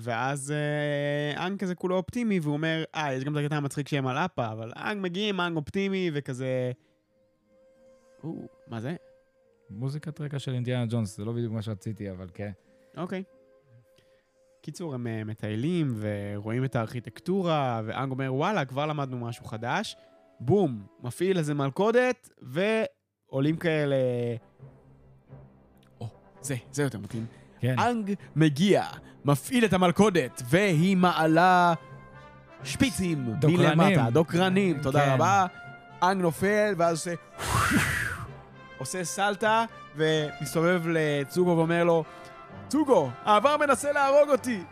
[SPEAKER 4] ואז אה, אנג כזה כולו אופטימי, והוא אומר, אה, יש גם את הקטע המצחיק שהם על אפה, אבל אנג מגיעים, אנג אופטימי, וכזה... או, מה זה?
[SPEAKER 7] מוזיקת רקע של אינדיאנה ג'ונס, זה לא בדיוק מה שרציתי, אבל כן.
[SPEAKER 4] אוקיי. קיצור, הם אה, מטיילים ורואים את הארכיטקטורה, ואנג אומר, וואלה, כבר למדנו משהו חדש. בום, מפעיל איזה מלכודת, ועולים כאלה... או, זה, זה יותר מתאים.
[SPEAKER 7] כן.
[SPEAKER 4] אנג מגיע, מפעיל את המלכודת, והיא מעלה שפיצים
[SPEAKER 7] דוקרנים.
[SPEAKER 4] מלמטה, דוקרנים, תודה
[SPEAKER 7] כן.
[SPEAKER 4] רבה. אנג נופל, ואז עושה... עושה סלטה, ומסתובב לצוגו ואומר לו, טוגו, העבר מנסה להרוג אותי!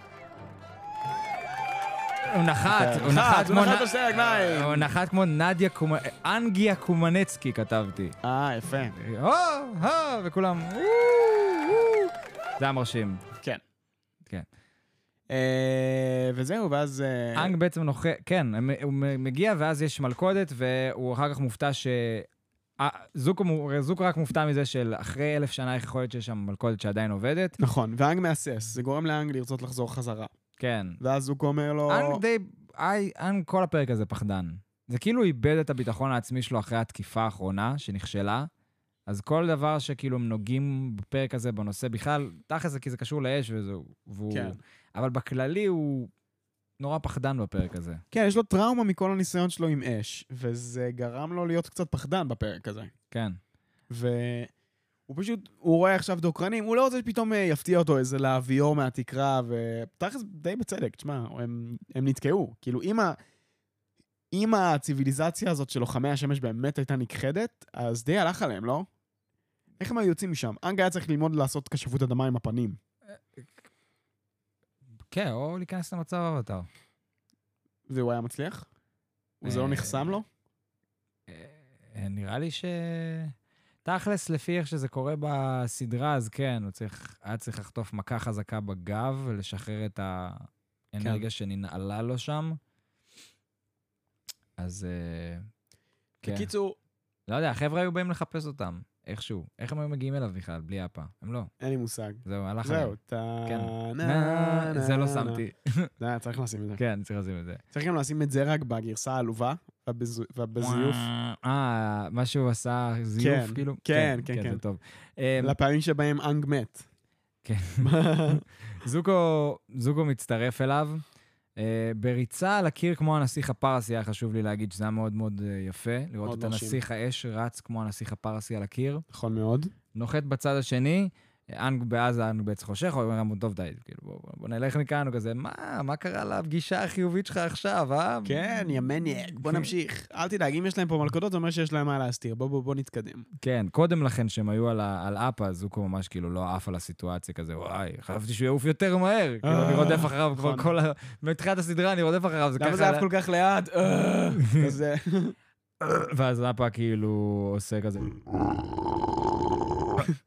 [SPEAKER 7] הוא נחת, כן. הוא נחת
[SPEAKER 4] אה,
[SPEAKER 7] אה,
[SPEAKER 4] נחת,
[SPEAKER 7] כמו...
[SPEAKER 4] הוא נחת
[SPEAKER 7] נ-
[SPEAKER 4] על שתי הרגליים.
[SPEAKER 7] הוא נחת כמו נדיה קומ... אנגיה קומנצקי כתבתי.
[SPEAKER 4] אה, יפה.
[SPEAKER 7] הו, הו, וכולם... "וואו, וואו". זה היה מרשים.
[SPEAKER 4] כן.
[SPEAKER 7] כן.
[SPEAKER 4] אה, וזהו, ואז... אה,
[SPEAKER 7] אנג בעצם נוחה, כן, הם- הוא מ- מגיע ואז יש מלכודת, והוא אחר כך מופתע ש... אה, זוקו, מו- הרי זוקו רק מופתע מזה של אחרי אלף שנה איך יכול להיות שיש שם מלכודת שעדיין עובדת.
[SPEAKER 4] נכון, ואנג מהסס, זה גורם לאנג לרצות לחזור חזרה.
[SPEAKER 7] כן.
[SPEAKER 4] ואז זוקו אומר לו...
[SPEAKER 7] אנג די... אי- אנג כל הפרק הזה פחדן. זה כאילו איבד את הביטחון העצמי שלו אחרי התקיפה האחרונה, שנכשלה. אז כל דבר שכאילו הם נוגעים בפרק הזה בנושא בכלל, תכל'ס זה כי זה קשור לאש וזהו. והוא...
[SPEAKER 4] כן.
[SPEAKER 7] אבל בכללי הוא נורא פחדן בפרק הזה.
[SPEAKER 4] כן, יש לו טראומה מכל הניסיון שלו עם אש, וזה גרם לו להיות קצת פחדן בפרק הזה.
[SPEAKER 7] כן.
[SPEAKER 4] והוא פשוט, הוא רואה עכשיו דוקרנים, הוא לא רוצה שפתאום אה, יפתיע אותו איזה להביאו מהתקרה, ותכלס די בצדק, תשמע, הם, הם נתקעו. כאילו, אם, ה... אם הציוויליזציה הזאת של לוחמי השמש באמת הייתה נכחדת, אז די הלך עליהם, לא? איך הם היו יוצאים משם? אנג היה צריך ללמוד לעשות כשפות אדמה עם הפנים.
[SPEAKER 7] כן, או להיכנס למצב אבטר.
[SPEAKER 4] והוא היה מצליח? וזה לא
[SPEAKER 7] אה,
[SPEAKER 4] נחסם לו?
[SPEAKER 7] אה, נראה לי ש... תכלס, לפי איך שזה קורה בסדרה, אז כן, הוא צריך, היה צריך לחטוף מכה חזקה בגב ולשחרר את האנרגיה כן. שננעלה לו שם. אז אה, כן.
[SPEAKER 4] בקיצור,
[SPEAKER 7] לא יודע, החבר'ה היו באים לחפש אותם, איכשהו. איך הם היו מגיעים אליו בכלל, בלי אפה? הם לא.
[SPEAKER 4] אין לי מושג.
[SPEAKER 7] זהו, הלך
[SPEAKER 4] זהו,
[SPEAKER 7] עליהם.
[SPEAKER 4] אתה...
[SPEAKER 7] כן.
[SPEAKER 4] נה,
[SPEAKER 7] נה, זה
[SPEAKER 4] נה,
[SPEAKER 7] לא
[SPEAKER 4] נה.
[SPEAKER 7] שמתי.
[SPEAKER 4] זה היה צריך לשים את זה.
[SPEAKER 7] כן, צריך לשים את זה.
[SPEAKER 4] צריך גם לשים את זה רק בגרסה העלובה ובז- ובזיוף.
[SPEAKER 7] אה, מה שהוא עשה, זיוף,
[SPEAKER 4] כן,
[SPEAKER 7] כאילו?
[SPEAKER 4] כן, כן,
[SPEAKER 7] כן,
[SPEAKER 4] כן.
[SPEAKER 7] זה טוב. אה,
[SPEAKER 4] לפעמים שבהם אנג מת.
[SPEAKER 7] כן. זוקו, זוקו מצטרף אליו. Uh, בריצה על הקיר כמו הנסיך הפרסי, היה חשוב לי להגיד שזה היה מאוד מאוד אה, יפה. לראות
[SPEAKER 4] מאוד
[SPEAKER 7] את
[SPEAKER 4] מרשים.
[SPEAKER 7] הנסיך האש רץ כמו הנסיך הפרסי על הקיר.
[SPEAKER 4] נכון מאוד.
[SPEAKER 7] נוחת בצד השני, אנג בעזה, אנג בעץ חושך, הוא אומר לנו, טוב, די, כאילו, בוא, בוא, בוא נלך מכאן, הוא כזה, מה, מה קרה לפגישה החיובית שלך עכשיו, אה?
[SPEAKER 4] כן, יא מניאק, בוא נמשיך. אל תדאג, אם יש להם פה מלכודות, זה אומר שיש להם מה להסתיר. בוא, בוא, בוא נתקדם.
[SPEAKER 7] כן, קודם לכן, שהם היו על, ה- על אפה, אז זוקו ממש כאילו לא עף על הסיטואציה כזה, וואי, חשבתי שהוא יעוף יותר מהר. כאילו, אני רודף אחריו כבר
[SPEAKER 4] אה, נכון.
[SPEAKER 7] כל ה... מתחילת הסדרה אני רודף אחריו, זה ככה...
[SPEAKER 4] למה זה
[SPEAKER 7] עלה-
[SPEAKER 4] היה כל כך לאט? אה, כזה.
[SPEAKER 7] ואז אפה כאילו עושה כזה.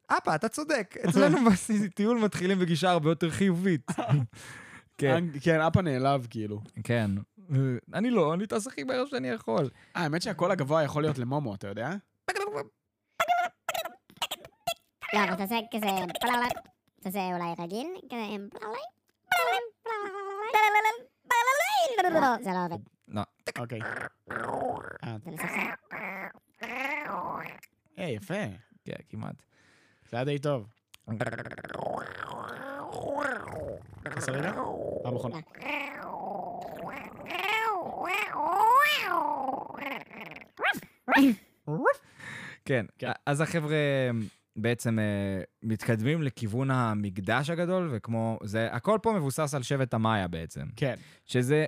[SPEAKER 7] אפה, אתה צודק. אצלנו בטיול מתחילים בגישה הרבה יותר חיובית. כן,
[SPEAKER 4] אנג- כן, אפה נעלב, כאילו.
[SPEAKER 7] כן. אני לא, אני תעשה הכי בערב שאני יכול.
[SPEAKER 4] אה, האמת שהקול הגבוה יכול להיות למומו, אתה יודע?
[SPEAKER 5] לא, אבל תעשה כזה... תעשה אולי רגיל, כזה... זה לא עובד.
[SPEAKER 7] לא.
[SPEAKER 4] אוקיי. אה,
[SPEAKER 5] זה מסכסך.
[SPEAKER 4] היי, יפה.
[SPEAKER 7] כן, כמעט.
[SPEAKER 4] זה היה די טוב. תעשה רגע. אה, פעם אחרונה.
[SPEAKER 7] כן. אז החבר'ה בעצם אה, מתקדמים לכיוון המקדש הגדול, וכמו... זה, הכל פה מבוסס על שבט המאיה בעצם.
[SPEAKER 4] כן.
[SPEAKER 7] שזה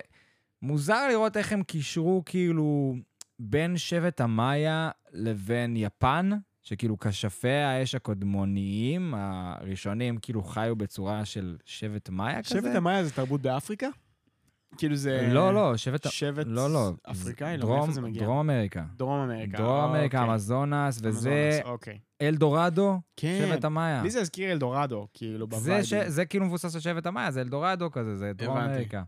[SPEAKER 7] מוזר לראות איך הם קישרו כאילו בין שבט המאיה לבין יפן, שכאילו כשפי האש הקודמוניים הראשונים כאילו חיו בצורה של שבט מאיה כזה.
[SPEAKER 4] שבט המאיה זה תרבות באפריקה? כאילו זה...
[SPEAKER 7] לא, לא, שבט... ה-
[SPEAKER 4] שבט
[SPEAKER 7] לא, לא.
[SPEAKER 4] אפריקאי? לא,
[SPEAKER 7] דרום-
[SPEAKER 4] מאיפה זה מגיע?
[SPEAKER 7] דרום אמריקה.
[SPEAKER 4] דרום אמריקה.
[SPEAKER 7] דרום אמריקה,
[SPEAKER 4] אוקיי.
[SPEAKER 7] אמזונס, וזה
[SPEAKER 4] אמזונס, אוקיי.
[SPEAKER 7] אל דורדו,
[SPEAKER 4] כן.
[SPEAKER 7] שבט המאיה.
[SPEAKER 4] לי זה הזכיר אלדורדו,
[SPEAKER 7] זה,
[SPEAKER 4] כאילו, בווייבים.
[SPEAKER 7] ש... זה כאילו מבוסס על שבט המאיה, זה אלדורדו כזה, זה דרום
[SPEAKER 4] הבנתי.
[SPEAKER 7] אמריקה.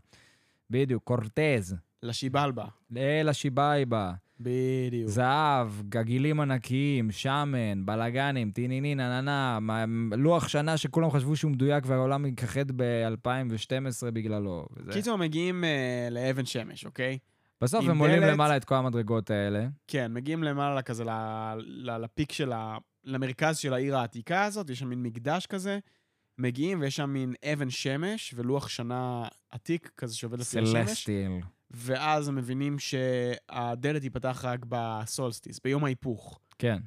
[SPEAKER 7] בדיוק, קורטז,
[SPEAKER 4] לשיבלבה.
[SPEAKER 7] אל השיבייבה.
[SPEAKER 4] בדיוק.
[SPEAKER 7] זהב, גגילים ענקיים, שמן, בלאגנים, טינינין, עננה, מ- לוח שנה שכולם חשבו שהוא מדויק והעולם יכחד ב-2012 בגללו. וזה-
[SPEAKER 4] קיצור, הם מגיעים אה, לאבן שמש, אוקיי?
[SPEAKER 7] בסוף
[SPEAKER 4] עם
[SPEAKER 7] הם עולים
[SPEAKER 4] דלת.
[SPEAKER 7] למעלה את כל המדרגות האלה.
[SPEAKER 4] כן, מגיעים למעלה כזה ל- ל- לפיק של ה... למרכז של העיר העתיקה הזאת, יש שם מין מקדש כזה. מגיעים ויש שם מין אבן שמש ולוח שנה עתיק כזה שעובד לפי השמש.
[SPEAKER 7] סלסטיאל.
[SPEAKER 4] ואז הם מבינים שהדלת תיפתח רק בסולסטיס, ביום ההיפוך.
[SPEAKER 7] כן.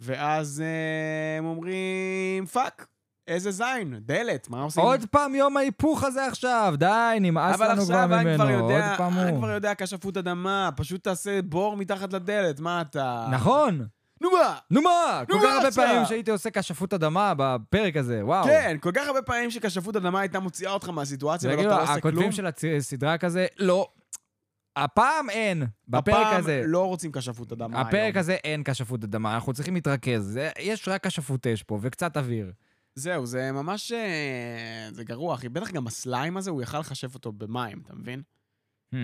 [SPEAKER 4] ואז אה, הם אומרים, פאק, איזה זין, דלת, מה עושים?
[SPEAKER 7] עוד פעם יום ההיפוך הזה עכשיו, די, נמאס
[SPEAKER 4] אבל
[SPEAKER 7] לנו כבר
[SPEAKER 4] עכשיו האן כבר
[SPEAKER 7] ממנו. עוד
[SPEAKER 4] יודע,
[SPEAKER 7] פעם
[SPEAKER 4] האן
[SPEAKER 7] הוא.
[SPEAKER 4] כבר יודע כשפות אדמה, פשוט תעשה בור מתחת לדלת, מה אתה...
[SPEAKER 7] נכון,
[SPEAKER 4] נו מה?
[SPEAKER 7] נו מה? כל
[SPEAKER 4] נו
[SPEAKER 7] כך
[SPEAKER 4] מה
[SPEAKER 7] הרבה
[SPEAKER 4] עכשיו?
[SPEAKER 7] פעמים שהייתי עושה כשפות אדמה בפרק הזה, וואו.
[SPEAKER 4] כן, כל כך הרבה פעמים שכשפות אדמה הייתה מוציאה אותך מהסיטואציה
[SPEAKER 7] זה
[SPEAKER 4] ולא
[SPEAKER 7] כאילו,
[SPEAKER 4] אתה לא עושה
[SPEAKER 7] הכותבים
[SPEAKER 4] כלום.
[SPEAKER 7] של הסדרה כזה, לא. הפעם אין. בפרק
[SPEAKER 4] הפעם
[SPEAKER 7] הזה.
[SPEAKER 4] לא רוצים כשפות אדמה היום.
[SPEAKER 7] הפרק הזה אין כשפות אדמה, אנחנו צריכים להתרכז. זה- יש רק כשפות אש פה, וקצת אוויר.
[SPEAKER 4] זהו, זה ממש... אה, זה גרוע, אחי. בטח גם הסליים הזה, הוא יכל לחשב אותו במים, אתה מבין?
[SPEAKER 7] Hmm,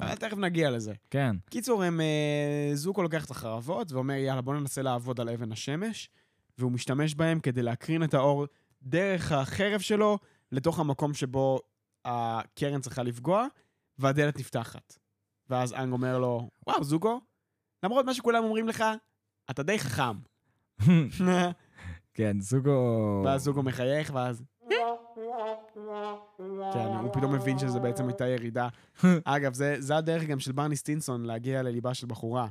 [SPEAKER 4] אבל אה, תכף נגיע לזה.
[SPEAKER 7] כן.
[SPEAKER 4] קיצור, הם... אה, זוקו לוקח את החרבות ואומר, יאללה, בוא ננסה לעבוד על אבן השמש, והוא משתמש בהם כדי להקרין את האור דרך החרב שלו לתוך המקום שבו הקרן צריכה לפגוע, והדלת נפתחת. ואז אנג אומר לו, וואו, זוקו, למרות מה שכולם אומרים לך, אתה די חכם.
[SPEAKER 7] כן, זוגו...
[SPEAKER 4] ואז זוגו מחייך, ואז... כן, הוא פתאום מבין שזה בעצם הייתה ירידה. אגב, זה, זה הדרך גם של ברני סטינסון להגיע לליבה של בחורה.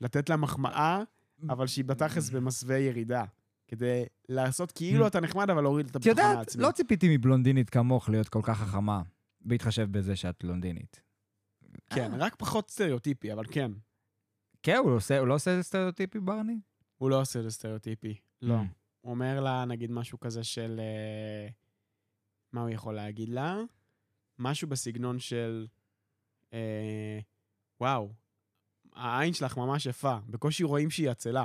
[SPEAKER 4] לתת לה מחמאה, אבל שהיא בתכלס במסווה ירידה. כדי לעשות כאילו אתה נחמד, אבל להוריד את
[SPEAKER 7] Mm. את
[SPEAKER 4] הביטחון
[SPEAKER 7] יודעת,
[SPEAKER 4] העצמי.
[SPEAKER 7] לא ציפיתי מבלונדינית כמוך להיות כל כך חכמה, בהתחשב בזה שאת בלונדינית. אה.
[SPEAKER 4] כן, רק פחות סטריאוטיפי, אבל כן.
[SPEAKER 7] כן, הוא עושה- הוא לא עושה סטריאוטיפי, ברני?
[SPEAKER 4] הוא לא עושה את זה סטריאוטיפי. לא.
[SPEAKER 7] Mm.
[SPEAKER 4] הוא אומר לה, נגיד, משהו כזה של... אה, מה הוא יכול להגיד לה? משהו בסגנון של... אה, וואו, העין שלך ממש יפה, בקושי רואים שהיא עצלה.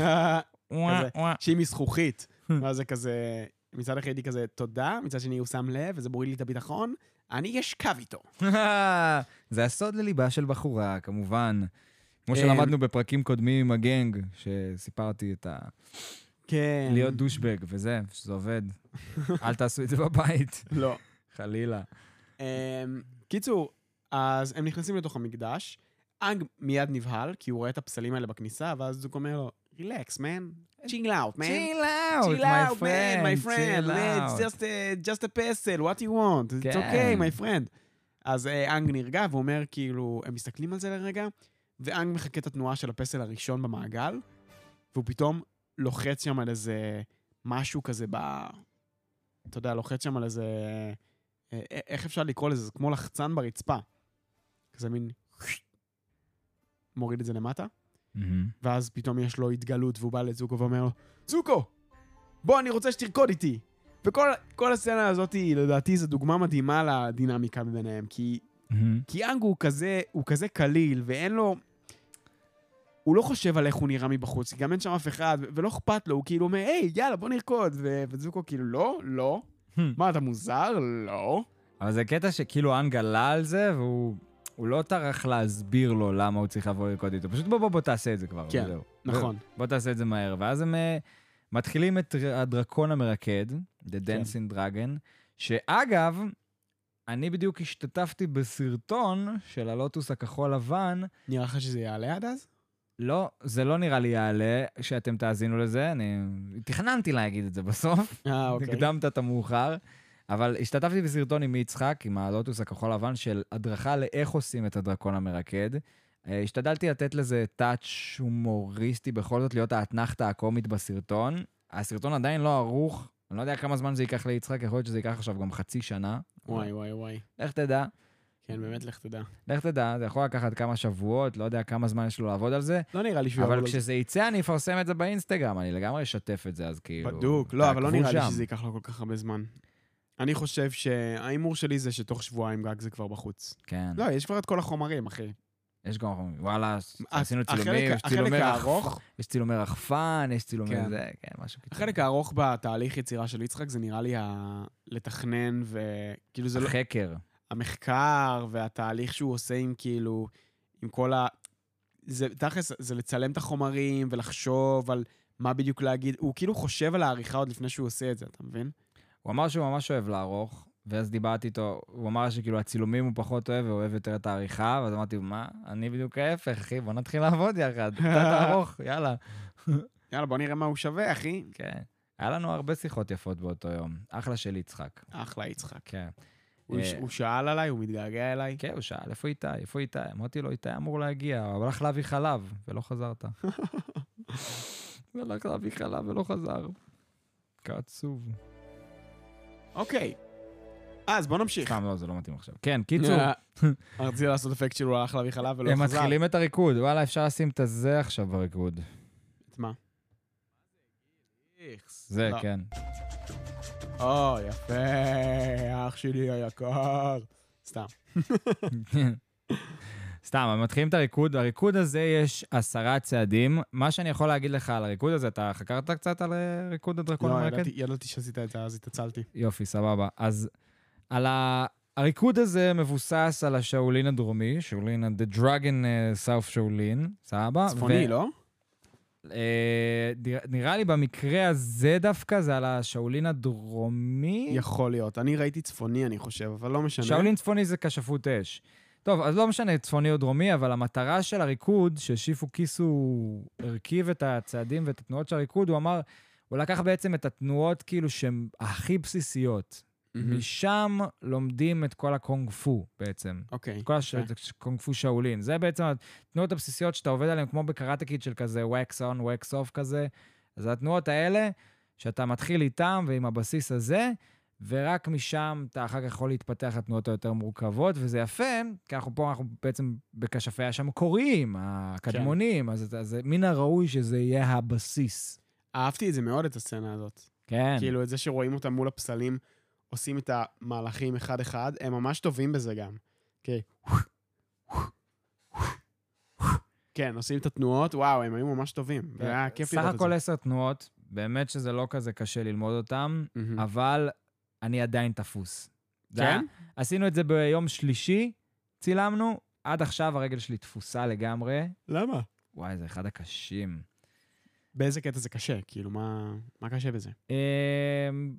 [SPEAKER 7] וואה, וואה.
[SPEAKER 4] שהיא מזכוכית. ואז זה כזה... מצד אחד היא כזה, תודה, מצד שני הוא שם לב, וזה מוריד לי את הביטחון. אני אשכב איתו.
[SPEAKER 7] זה הסוד לליבה של בחורה, כמובן. כמו
[SPEAKER 4] כן.
[SPEAKER 7] שלמדנו בפרקים קודמים עם הגנג, שסיפרתי את ה...
[SPEAKER 4] כן.
[SPEAKER 7] להיות דושבג וזה, שזה עובד. אל תעשו את זה בבית,
[SPEAKER 4] לא.
[SPEAKER 7] חלילה.
[SPEAKER 4] אמ, קיצור, אז הם נכנסים לתוך המקדש, אנג מיד נבהל, כי הוא רואה את הפסלים האלה בכניסה, ואז זוק אומר לו, רילקס, מן, צ'ינג לאוט, מן.
[SPEAKER 7] Chill out,
[SPEAKER 4] Chill
[SPEAKER 7] my
[SPEAKER 4] out, man,
[SPEAKER 7] friend,
[SPEAKER 4] my friend,
[SPEAKER 7] chill
[SPEAKER 4] it's
[SPEAKER 7] out.
[SPEAKER 4] just a, just a pestle, what you want, it's
[SPEAKER 7] כן.
[SPEAKER 4] okay, my friend. אז אה, אנג נרגע ואומר, כאילו, הם מסתכלים על זה לרגע, ואנג מחכה את התנועה של הפסל הראשון במעגל, והוא פתאום לוחץ שם על איזה משהו כזה ב... אתה יודע, לוחץ שם על איזה... אה, א- איך אפשר לקרוא לזה? זה כמו לחצן ברצפה. כזה מין... מוריד את זה למטה.
[SPEAKER 7] מהמם.
[SPEAKER 4] ואז פתאום יש לו התגלות, והוא בא לזוקו ואומר לו, זוקו, בוא, אני רוצה שתרקוד איתי. וכל כל הסצנה הזאת, היא, לדעתי, זו דוגמה מדהימה לדינמיקה ביניהם, כי,
[SPEAKER 7] מהמם.
[SPEAKER 4] כי אנג הוא כזה, הוא כזה קליל, ואין לו... הוא לא חושב על איך הוא נראה מבחוץ, כי גם אין שם אף אחד, ו- ולא אכפת לו, הוא כאילו אומר, היי, יאללה, בוא נרקוד. ו- וזוקו כאילו, לא, לא. מה, אתה מוזר? לא.
[SPEAKER 7] אבל זה קטע שכאילו אנג עלה על זה, והוא הוא לא טרח להסביר לו למה הוא צריך לבוא לרקוד איתו. פשוט בוא, בוא, בוא תעשה את זה כבר.
[SPEAKER 4] כן,
[SPEAKER 7] וזהו.
[SPEAKER 4] נכון.
[SPEAKER 7] בוא, בוא תעשה את זה מהר. ואז הם אה, מתחילים את ר- הדרקון המרקד, The Dancing Dragon, שאגב, אני בדיוק השתתפתי בסרטון של הלוטוס הכחול לבן,
[SPEAKER 4] נראה לך שזה יעלה עד אז?
[SPEAKER 7] לא, זה לא נראה לי יעלה שאתם תאזינו לזה, אני תכננתי להגיד את זה בסוף.
[SPEAKER 4] אה, אוקיי.
[SPEAKER 7] הקדמת את המאוחר. אבל השתתפתי בסרטון עם יצחק, עם הלוטוס הכחול לבן, של הדרכה לאיך עושים את הדרקון המרקד. אה, השתדלתי לתת לזה טאץ' הומוריסטי, בכל זאת להיות האתנחתא הקומית בסרטון. הסרטון עדיין לא ערוך, אני לא יודע כמה זמן זה ייקח ליצחק, יכול להיות שזה ייקח עכשיו גם חצי שנה.
[SPEAKER 4] וואי, וואי, וואי.
[SPEAKER 7] לך תדע.
[SPEAKER 4] כן, באמת, לך תדע.
[SPEAKER 7] לך תדע, זה יכול לקחת כמה שבועות, לא יודע כמה זמן יש לו לעבוד על זה.
[SPEAKER 4] לא נראה לי שהוא יעבור
[SPEAKER 7] אבל
[SPEAKER 4] לזה.
[SPEAKER 7] כשזה יצא, אני אפרסם את זה באינסטגרם, אני לגמרי אשתף את זה, אז כאילו...
[SPEAKER 4] בדוק, לא, אבל לא
[SPEAKER 7] תעקבו
[SPEAKER 4] נראה לי
[SPEAKER 7] שם.
[SPEAKER 4] שזה ייקח לו כל כך הרבה זמן. אני חושב שההימור שלי זה שתוך שבועיים גג זה כבר בחוץ.
[SPEAKER 7] כן,
[SPEAKER 4] לא, יש כבר את כל החומרים, אחי.
[SPEAKER 7] יש גם... וואלה, עשינו
[SPEAKER 4] החלק-
[SPEAKER 7] צילומים, יש
[SPEAKER 4] החלק
[SPEAKER 7] צילומי
[SPEAKER 4] הארוך-
[SPEAKER 7] רחפן, יש צילומי רחפן, יש צילומי
[SPEAKER 4] כן.
[SPEAKER 7] זה, כן, משהו קיצוני.
[SPEAKER 4] החלק הארוך בתהליך יצירה של יצחק זה נראה לי ה... לתכנן וכאילו זה לא...
[SPEAKER 7] החקר.
[SPEAKER 4] המחקר והתהליך שהוא עושה עם כאילו, עם כל ה... זה תכלס, זה לצלם את החומרים ולחשוב על מה בדיוק להגיד. הוא כאילו חושב על העריכה עוד לפני שהוא עושה את זה, אתה מבין?
[SPEAKER 7] הוא אמר שהוא ממש אוהב לערוך, ואז דיברתי איתו, הוא אמר שכאילו הצילומים הוא פחות אוהב, והוא אוהב יותר את העריכה, ואז אמרתי, מה? אני בדיוק ההפך, אחי, בוא נתחיל לעבוד יחד, אתה תערוך, יאללה.
[SPEAKER 4] יאללה, בוא נראה מה הוא שווה, אחי.
[SPEAKER 7] כן. היה לנו הרבה שיחות יפות באותו יום. אחלה של יצחק.
[SPEAKER 4] אחלה יצחק.
[SPEAKER 7] כן.
[SPEAKER 4] הוא
[SPEAKER 7] אה,
[SPEAKER 4] ש- הוא שאל עליי, הוא מתגעגע אליי.
[SPEAKER 7] כן, הוא שאל, איפה איתי? איפה איתי? אמרתי לו, איתי אמור להגיע, הוא הלך להביא חלב, ולא חזרת. הוא הלך להביא חלב ולא חזר. כעצוב.
[SPEAKER 4] אוקיי. אה, אז בוא נמשיך.
[SPEAKER 7] סתם, לא, זה לא מתאים עכשיו. כן, קיצור,
[SPEAKER 4] אה, רציתי לעשות אפקט כאילו הוא הלך להביא חלב ולא
[SPEAKER 7] הם
[SPEAKER 4] חזר.
[SPEAKER 7] מתחילים את הריקוד. וואלה, אפשר לשים את הזה עכשיו בריקוד.
[SPEAKER 4] את מה?
[SPEAKER 7] זה,
[SPEAKER 4] לא.
[SPEAKER 7] כן.
[SPEAKER 4] או, יפה, אח שלי היקר. סתם.
[SPEAKER 7] סתם, הם מתחילים את הריקוד, בריקוד הזה יש עשרה צעדים. מה שאני יכול להגיד לך על הריקוד הזה, אתה חקרת קצת על אה, ריקוד הדרקון
[SPEAKER 4] לא,
[SPEAKER 7] המרקד?
[SPEAKER 4] ידעתי- ידעתי שעשית את זה, אז התעצלתי.
[SPEAKER 7] יופי, סבבה. אז על ה... הריקוד הזה מבוסס על השאולין הדרומי, שאולין, ה- The Dragon אה, South שאולין, סבבה?
[SPEAKER 4] צפוני, לא?
[SPEAKER 7] אה, נרא- נראה לי במקרה הזה דווקא זה על השאולין הדרומי.
[SPEAKER 4] יכול להיות. אני ראיתי צפוני, אני חושב, אבל לא משנה.
[SPEAKER 7] שאולין צפוני זה כשפות אש. טוב, אז לא משנה צפוני או דרומי, אבל המטרה של הריקוד, ששיפו כיסו הרכיב את הצעדים ואת התנועות של הריקוד, הוא אמר, הוא לקח בעצם את התנועות כאילו שהן הכי בסיסיות.
[SPEAKER 4] מהמם.
[SPEAKER 7] משם לומדים את כל הקונג פו בעצם.
[SPEAKER 4] אוקיי.
[SPEAKER 7] את כל הש-
[SPEAKER 4] אוקיי.
[SPEAKER 7] את הקונג פו שאולין. זה בעצם התנועות הבסיסיות שאתה עובד עליהן, כמו בקראטה קיד של כזה wax on, wax off כזה. אז התנועות האלה, שאתה מתחיל איתן ועם הבסיס הזה, ורק משם אתה אחר כך יכול להתפתח לתנועות היותר מורכבות, וזה יפה, כי אנחנו פה, אנחנו בעצם בכשפי אש המקוריים, הקדמונים, אז, אתה- אז מן הראוי שזה יהיה הבסיס.
[SPEAKER 4] אהבתי את זה מאוד, את הסצנה הזאת.
[SPEAKER 7] כן.
[SPEAKER 4] כאילו, את זה שרואים אותם מול הפסלים, עושים את המהלכים אחד-אחד, הם ממש טובים בזה גם. אוקיי. כן, עושים את התנועות, וואו, הם היו ממש טובים. זה היה כיף לראות
[SPEAKER 7] כן. סך
[SPEAKER 4] את זה.
[SPEAKER 7] הכל עשר תנועות, באמת שזה לא כזה קשה ללמוד אותן,
[SPEAKER 4] מהמם.
[SPEAKER 7] אבל אני עדיין תפוס. זה
[SPEAKER 4] Mm. כן?
[SPEAKER 7] היה- עשינו את זה ביום שלישי, צילמנו, עד עכשיו הרגל שלי תפוסה לגמרי.
[SPEAKER 4] למה?
[SPEAKER 7] וואי, זה אחד הקשים.
[SPEAKER 4] באיזה קטע זה קשה? כאילו, מה מה קשה בזה?
[SPEAKER 7] אמ,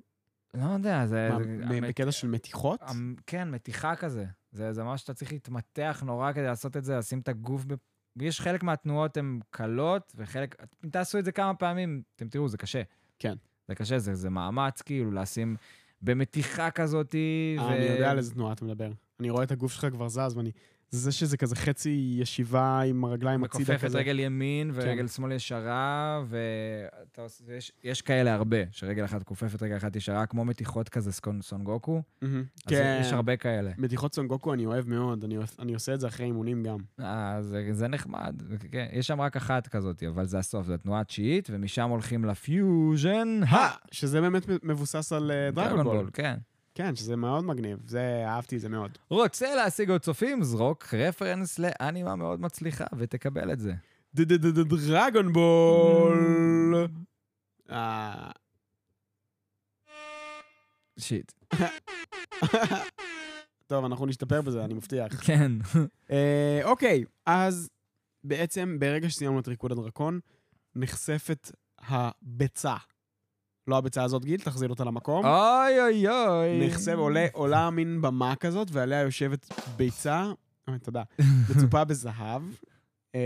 [SPEAKER 7] לא יודע, זה...
[SPEAKER 4] מה,
[SPEAKER 7] זה-
[SPEAKER 4] ב-
[SPEAKER 7] המת-
[SPEAKER 4] בקטע של מתיחות?
[SPEAKER 7] המ- כן, מתיחה כזה. זה זה ממש שאתה צריך להתמתח נורא כדי לעשות את זה, לשים את הגוף ב... יש חלק מהתנועות הן קלות, וחלק... אם תעשו את זה כמה פעמים, אתם תראו, זה קשה.
[SPEAKER 4] כן.
[SPEAKER 7] זה קשה, זה, זה מאמץ כאילו לשים במתיחה כזאת,
[SPEAKER 4] אה, אני יודע על איזה תנועה אתה מדבר. אני רואה את הגוף שלך כבר זז, ואני... זה שזה כזה חצי ישיבה עם הרגליים הצידה
[SPEAKER 7] מכופף את
[SPEAKER 4] כזה.
[SPEAKER 7] רגל ימין ורגל
[SPEAKER 4] כן.
[SPEAKER 7] שמאל ישרה, ואתה עוש- יש, יש כאלה הרבה, שרגל אחת כופפת, רגל אחת ישרה, כמו מתיחות כזה סקון- סון גוקו.
[SPEAKER 4] מהמם.
[SPEAKER 7] כן.
[SPEAKER 4] כן.
[SPEAKER 7] אז יש הרבה כאלה.
[SPEAKER 4] מתיחות סון גוקו אני אוהב מאוד, אני עוש- אני עושה את זה אחרי אימונים גם.
[SPEAKER 7] אה, זה, זה נחמד. כן, יש שם רק אחת כזאת, אבל זה הסוף, זו התנועה התשיעית, ומשם הולכים לפיוז'ן.
[SPEAKER 4] אה, שזה באמת מבוסס על אה, דרגון בול.
[SPEAKER 7] כן.
[SPEAKER 4] כן, שזה מאוד מגניב. זה, אהבתי את זה מאוד.
[SPEAKER 7] רוצה להשיג עוד צופים? זרוק רפרנס לאנימה מאוד מצליחה, ותקבל את זה.
[SPEAKER 4] דרגון בול! אה,
[SPEAKER 7] שיט.
[SPEAKER 4] טוב, אנחנו נשתפר בזה, אני מבטיח.
[SPEAKER 7] כן.
[SPEAKER 4] אה, אוקיי, אז בעצם ברגע שסיימנו את ריקוד הדרקון, נחשפת הביצה. לא הביצה הזאת, גיל, תחזיר אותה
[SPEAKER 7] אה,
[SPEAKER 4] למקום.
[SPEAKER 7] אוי אוי אוי.
[SPEAKER 4] נחשף, עולה, עולה מין במה כזאת, ועליה יושבת ביצה, אוי, תודה, מצופה בזהב, אמ,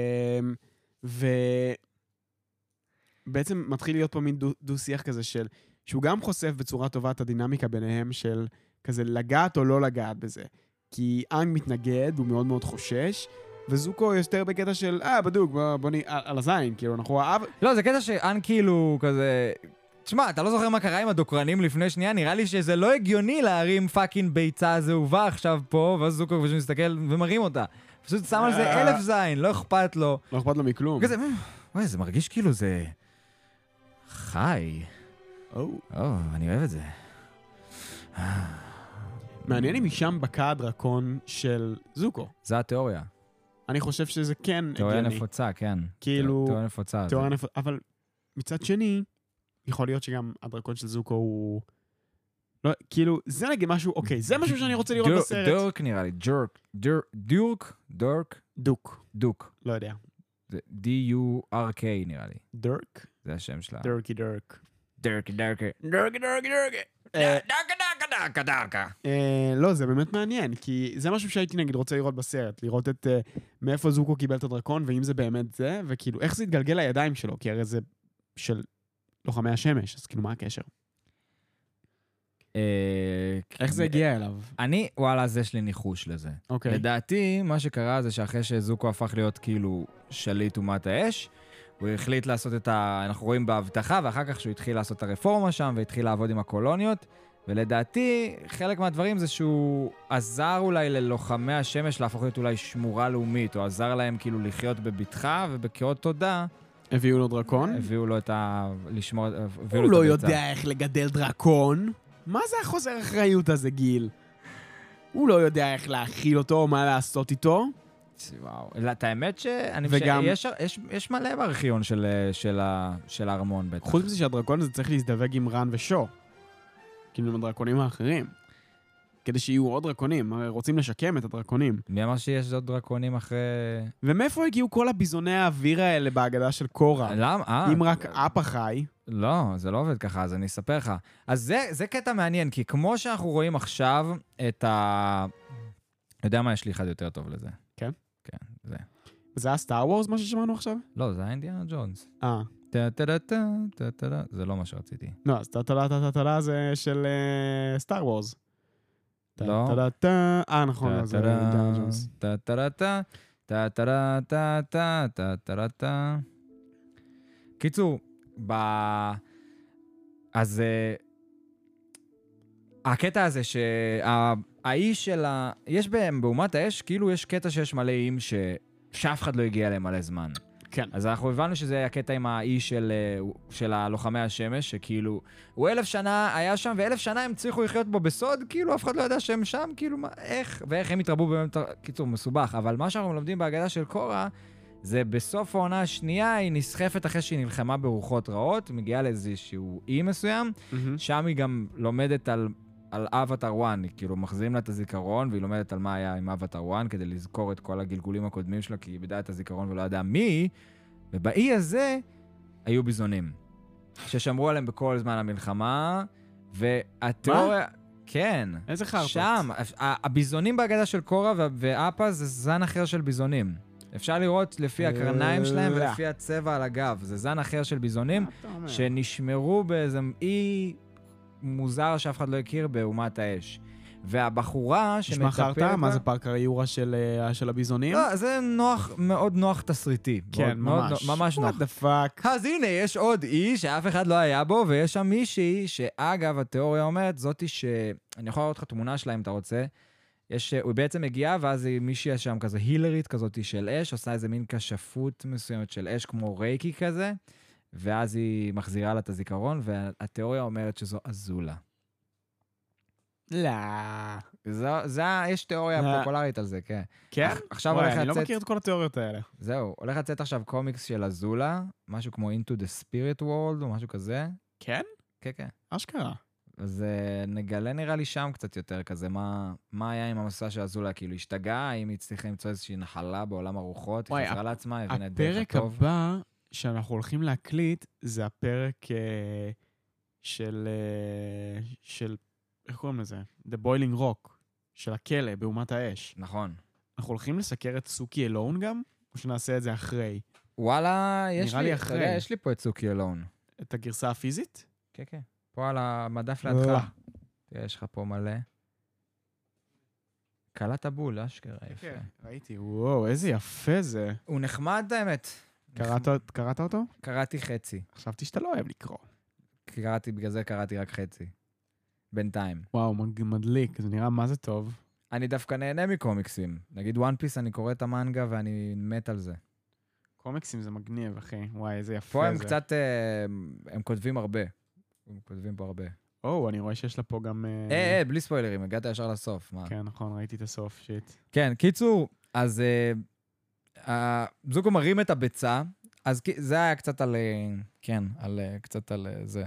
[SPEAKER 4] ובעצם מתחיל להיות פה מין דו- דו-שיח כזה של, שהוא גם חושף בצורה טובה את הדינמיקה ביניהם של כזה לגעת או לא לגעת בזה. כי אנג מתנגד, הוא מאוד מאוד חושש, וזוקו יותר בקטע של, אה, בדוק, בוא, בוא נ... על, על הזין, כאילו, אנחנו אהב...
[SPEAKER 7] לא, זה קטע שאן כאילו כזה... תשמע, אתה לא זוכר מה קרה עם הדוקרנים לפני שנייה? נראה לי שזה לא הגיוני להרים פאקינג ביצה זהובה עכשיו פה, ואז זוקו פשוט מסתכל ומרים אותה. פשוט שם על זה
[SPEAKER 4] אה.
[SPEAKER 7] אלף זין, לא אכפת לו.
[SPEAKER 4] לא אכפת לו מכלום.
[SPEAKER 7] כזה, "מ, וואי, זה מרגיש כאילו זה... חי.
[SPEAKER 4] או.
[SPEAKER 7] או, אני אוהב את זה.
[SPEAKER 4] מעניין אם משם בקע הדרקון של זוקו.
[SPEAKER 7] זה התיאוריה.
[SPEAKER 4] אני חושב שזה כן הגיוני.
[SPEAKER 7] תיאוריה נפוצה, כן.
[SPEAKER 4] כאילו-
[SPEAKER 7] תיאוריה נפוצה. זה-
[SPEAKER 4] תיאוריה נפוצה. אבל מצד שני, יכול להיות שגם הדרקון של זוקו הוא... לא, כאילו, זה נגיד משהו, אוקיי, זה משהו שאני רוצה לראות
[SPEAKER 7] דור-
[SPEAKER 4] בסרט.
[SPEAKER 7] דורק נראה לי, ג'ורק. דור- דורק? דורק?
[SPEAKER 4] דוק.
[SPEAKER 7] דוק.
[SPEAKER 4] לא יודע.
[SPEAKER 7] זה D-U-R-K נראה לי.
[SPEAKER 4] דרק?
[SPEAKER 7] זה השם שלה.
[SPEAKER 4] דרקי דרק.
[SPEAKER 7] דרק, דרק.
[SPEAKER 4] דרקי דרקי דרקי. אה,
[SPEAKER 7] דרקה, דרקה, דרקה, דרקה.
[SPEAKER 4] אה, לא, זה באמת מעניין, כי זה משהו שהייתי נגיד רוצה לראות בסרט, לראות את אה, מאיפה זוקו קיבל את הדרקון, ואם זה באמת זה, וכאילו, איך זה התגלגל לידיים שלו, כי הרי זה של לוחמי השמש, אז כאילו, מה הקשר?
[SPEAKER 7] אה,
[SPEAKER 4] איך זה הגיע אליו?
[SPEAKER 7] אני, וואלה, אז יש לי ניחוש לזה.
[SPEAKER 4] אוקיי.
[SPEAKER 7] לדעתי, מה שקרה זה שאחרי שזוקו הפך להיות כאילו שליט אומת האש, הוא החליט לעשות את ה... אנחנו רואים באבטחה, ואחר כך שהוא התחיל לעשות את הרפורמה שם, והתחיל לעבוד עם הקולוניות, ולדעתי, חלק מהדברים זה שהוא עזר אולי ללוחמי השמש להפוך להיות אולי שמורה לאומית, או עזר להם כאילו לחיות בבטחה, ובכאות תודה
[SPEAKER 4] הביאו לו דרקון?
[SPEAKER 7] הביאו לו את ה... לשמור... הביאו
[SPEAKER 4] הוא
[SPEAKER 7] לו
[SPEAKER 4] לא
[SPEAKER 7] את הביצה.
[SPEAKER 4] יודע איך לגדל דרקון. מה זה החוסר אחריות הזה, גיל? הוא לא יודע איך להאכיל אותו, או מה לעשות איתו.
[SPEAKER 7] וואו. לא, את האמת שאני
[SPEAKER 4] וגם-
[SPEAKER 7] וגם... שיש, יש, יש מלא בארכיון של, אה, של, ה- של הארמון בטח.
[SPEAKER 4] חוץ מזה שהדרקון הזה צריך להזדווג עם רן ושו. כאילו עם הדרקונים האחרים. כדי שיהיו עוד דרקונים, הרי רוצים לשקם את הדרקונים.
[SPEAKER 7] מי אמר שיש עוד דרקונים אחרי...
[SPEAKER 4] ומאיפה הגיעו כל הביזוני האוויר האלה בהגדה של קורה?
[SPEAKER 7] למה? אה,
[SPEAKER 4] אם רק אפה חי,
[SPEAKER 7] לא, זה לא עובד ככה, אז אני אספר לך. אז זה, זה קטע מעניין, כי כמו שאנחנו רואים עכשיו את ה... יודע מה, יש לי אחד יותר טוב לזה.
[SPEAKER 4] זה היה סטאר וורס מה ששמענו עכשיו?
[SPEAKER 7] לא, זה היה אינדיאנה ג'ונס.
[SPEAKER 4] אה,
[SPEAKER 7] טה טה טה טה טה טה טה. זה לא מה שרציתי.
[SPEAKER 4] לא, אז טה-טה-טה טה-טה-טה זה של אה, סטאר וורס.
[SPEAKER 7] לא.
[SPEAKER 4] טה-טה-טה, אה, נכון, לא, זה אינדיאנה ג'ונס.
[SPEAKER 7] טה טה טה טה טה טה טה טה טה טה קיצור, ב... אז אה, הקטע הזה שהאיש של ה... יש בהם, באומת האש, כאילו יש קטע שיש מלא איים ש... שאף אחד לא הגיע אליהם מלא זמן.
[SPEAKER 4] כן.
[SPEAKER 7] אז אנחנו הבנו שזה הקטע עם האיש של, אה, של הלוחמי השמש, שכאילו, הוא אלף שנה היה שם, ואלף שנה הם הצליחו לחיות בו בסוד, כאילו אף אחד לא ידע שהם שם, כאילו, מה, איך, ואיך הם התרבו באמת, קיצור, מסובך. אבל מה שאנחנו לומדים בהגדה של קורה, זה בסוף העונה השנייה, היא נסחפת אחרי שהיא נלחמה ברוחות רעות, מגיעה לאיזשהו אי מסוים,
[SPEAKER 4] מהמם.
[SPEAKER 7] שם היא גם לומדת על... על אבטר 1, כאילו מחזירים לה את הזיכרון, והיא לומדת על מה היה עם אבטר 1 כדי לזכור את כל הגלגולים הקודמים שלה, כי היא איבדה את הזיכרון ולא ידעה מי היא, ובאי הזה היו ביזונים, ששמרו עליהם בכל זמן המלחמה, והתיאוריה... כן.
[SPEAKER 4] איזה חרפות.
[SPEAKER 7] שם, ה- הביזונים בהגדה של קורה וה- ואפה זה זן אחר של ביזונים. אפשר לראות לפי הקרניים שלהם
[SPEAKER 4] לא.
[SPEAKER 7] ולפי הצבע על הגב. זה זן אחר של ביזונים,
[SPEAKER 4] מה אתה אומר?
[SPEAKER 7] שנשמרו באיזה אי מוזר שאף אחד לא הכיר באומת האש. והבחורה שמטפלת...
[SPEAKER 4] נשמע חרטא?
[SPEAKER 7] בה-
[SPEAKER 4] מה זה פארק הריורה של, אה, של הביזונים?
[SPEAKER 7] לא, זה נוח, מאוד נוח תסריטי.
[SPEAKER 4] כן,
[SPEAKER 7] מאוד-
[SPEAKER 4] ממש.
[SPEAKER 7] מאוד- ממש נוח.
[SPEAKER 4] what the fuck.
[SPEAKER 7] אז הנה, יש עוד אי שאף אחד לא היה בו, ויש שם מישהי, שאגב, התיאוריה אומרת, זאתי ש... אני יכול להראות לך תמונה שלה אם אתה רוצה. יש, היא בעצם מגיעה, ואז היא מישהי שם כזה הילרית כזאת של אש, עושה איזה מין כשפות מסוימת של אש, כמו רייקי כזה, ואז היא מחזירה לה את הזיכרון, והתיאוריה אומרת שזו אזולה.
[SPEAKER 4] לא.
[SPEAKER 7] זו, זה, יש תיאוריה
[SPEAKER 4] אה.
[SPEAKER 7] פופולרית על זה, כן.
[SPEAKER 4] כן?
[SPEAKER 7] אך- עכשיו
[SPEAKER 4] וואי,
[SPEAKER 7] הולך
[SPEAKER 4] אני לא
[SPEAKER 7] לצאת-
[SPEAKER 4] מכיר את כל התיאוריות האלה.
[SPEAKER 7] זהו, הולך לצאת עכשיו קומיקס של אזולה, משהו כמו Into the Spirit World או משהו כזה.
[SPEAKER 4] כן?
[SPEAKER 7] כן, כן.
[SPEAKER 4] אשכרה.
[SPEAKER 7] אז אה, נגלה נראה לי שם קצת יותר כזה, מה, מה היה עם המסע של אזולה, כאילו השתגעה, האם היא הצליחה למצוא איזושהי נחלה בעולם הרוחות, היא
[SPEAKER 4] וואי,
[SPEAKER 7] חזרה לעצמה, הבינה את דרך
[SPEAKER 4] הפרק
[SPEAKER 7] הטוב.
[SPEAKER 4] הבא שאנחנו הולכים להקליט זה הפרק אה, של... אה, של... איך קוראים לזה? The Boiling Rock. של הכלא, באומת האש.
[SPEAKER 7] נכון.
[SPEAKER 4] אנחנו הולכים לסקר את סוכי אלון גם? או שנעשה את זה אחרי?
[SPEAKER 7] וואלה, יש
[SPEAKER 4] נראה
[SPEAKER 7] לי,
[SPEAKER 4] לי
[SPEAKER 7] אתה
[SPEAKER 4] אחרי.
[SPEAKER 7] יודע, יש לי פה את סוכי אלון.
[SPEAKER 4] את הגרסה הפיזית?
[SPEAKER 7] כן, כן. פה על המדף
[SPEAKER 4] לא.
[SPEAKER 7] לידך. תראה, יש לך פה מלא. קלעת בול, אשכרה,
[SPEAKER 4] כן,
[SPEAKER 7] יפה.
[SPEAKER 4] ראיתי, וואו, איזה יפה זה.
[SPEAKER 7] הוא נחמד, האמת.
[SPEAKER 4] קראת- קראת אותו?
[SPEAKER 7] קראתי חצי.
[SPEAKER 4] חשבתי שאתה לא אוהב לקרוא.
[SPEAKER 7] קראתי, בגלל זה קראתי רק חצי. בינתיים.
[SPEAKER 4] וואו, מג- מדליק, זה נראה מה זה טוב.
[SPEAKER 7] אני דווקא נהנה מקומיקסים. נגיד וואן פיס, אני קורא את המנגה ואני מת על זה.
[SPEAKER 4] קומיקסים זה מגניב, אחי. וואי, איזה יפה זה.
[SPEAKER 7] פה הם קצת, אה, הם כותבים הרבה. הם כותבים פה
[SPEAKER 4] אה,
[SPEAKER 7] הרבה.
[SPEAKER 4] או, אני רואה שיש לה פה גם...
[SPEAKER 7] אה, אה, בלי ספוילרים, הגעת ישר לסוף, מה?
[SPEAKER 4] כן, נכון, ראיתי את הסוף, שיט.
[SPEAKER 7] כן, קיצור, אז אה, אה, זוגו מרים את הביצה, אז כי- זה היה קצת על, אה, כן, על, אה, קצת על אה, זה.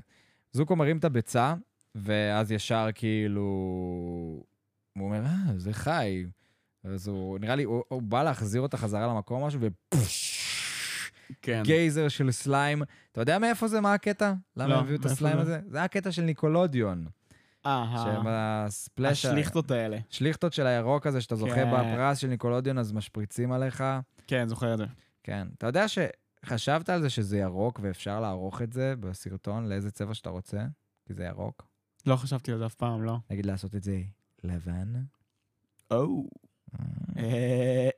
[SPEAKER 7] זוקו מרים את הביצה, ואז ישר כאילו... הוא אומר, אה, זה חי. אז הוא, נראה לי, הוא, הוא בא להחזיר אותה חזרה למקום או משהו, ופשש,
[SPEAKER 4] כן.
[SPEAKER 7] גייזר של סליים. אתה יודע מאיפה זה, מה הקטע? למה
[SPEAKER 4] לא,
[SPEAKER 7] הם הביאו את
[SPEAKER 4] מאיפה
[SPEAKER 7] הסליים
[SPEAKER 4] זה?
[SPEAKER 7] הזה? זה היה הקטע של ניקולודיון. שהם
[SPEAKER 4] אה,
[SPEAKER 7] הספלאש... ה-
[SPEAKER 4] השליכטות האלה.
[SPEAKER 7] שליכטות של הירוק הזה, שאתה זוכה
[SPEAKER 4] כן.
[SPEAKER 7] בפרס של ניקולודיון, אז משפריצים עליך.
[SPEAKER 4] כן, זוכר את זה.
[SPEAKER 7] כן. אתה יודע שחשבת על זה שזה ירוק ואפשר לערוך את זה בסרטון לאיזה צבע שאתה רוצה? כי זה ירוק.
[SPEAKER 4] לא חשבתי על זה אף פעם, לא.
[SPEAKER 7] נגיד לעשות את זה לבן.
[SPEAKER 4] או. אה,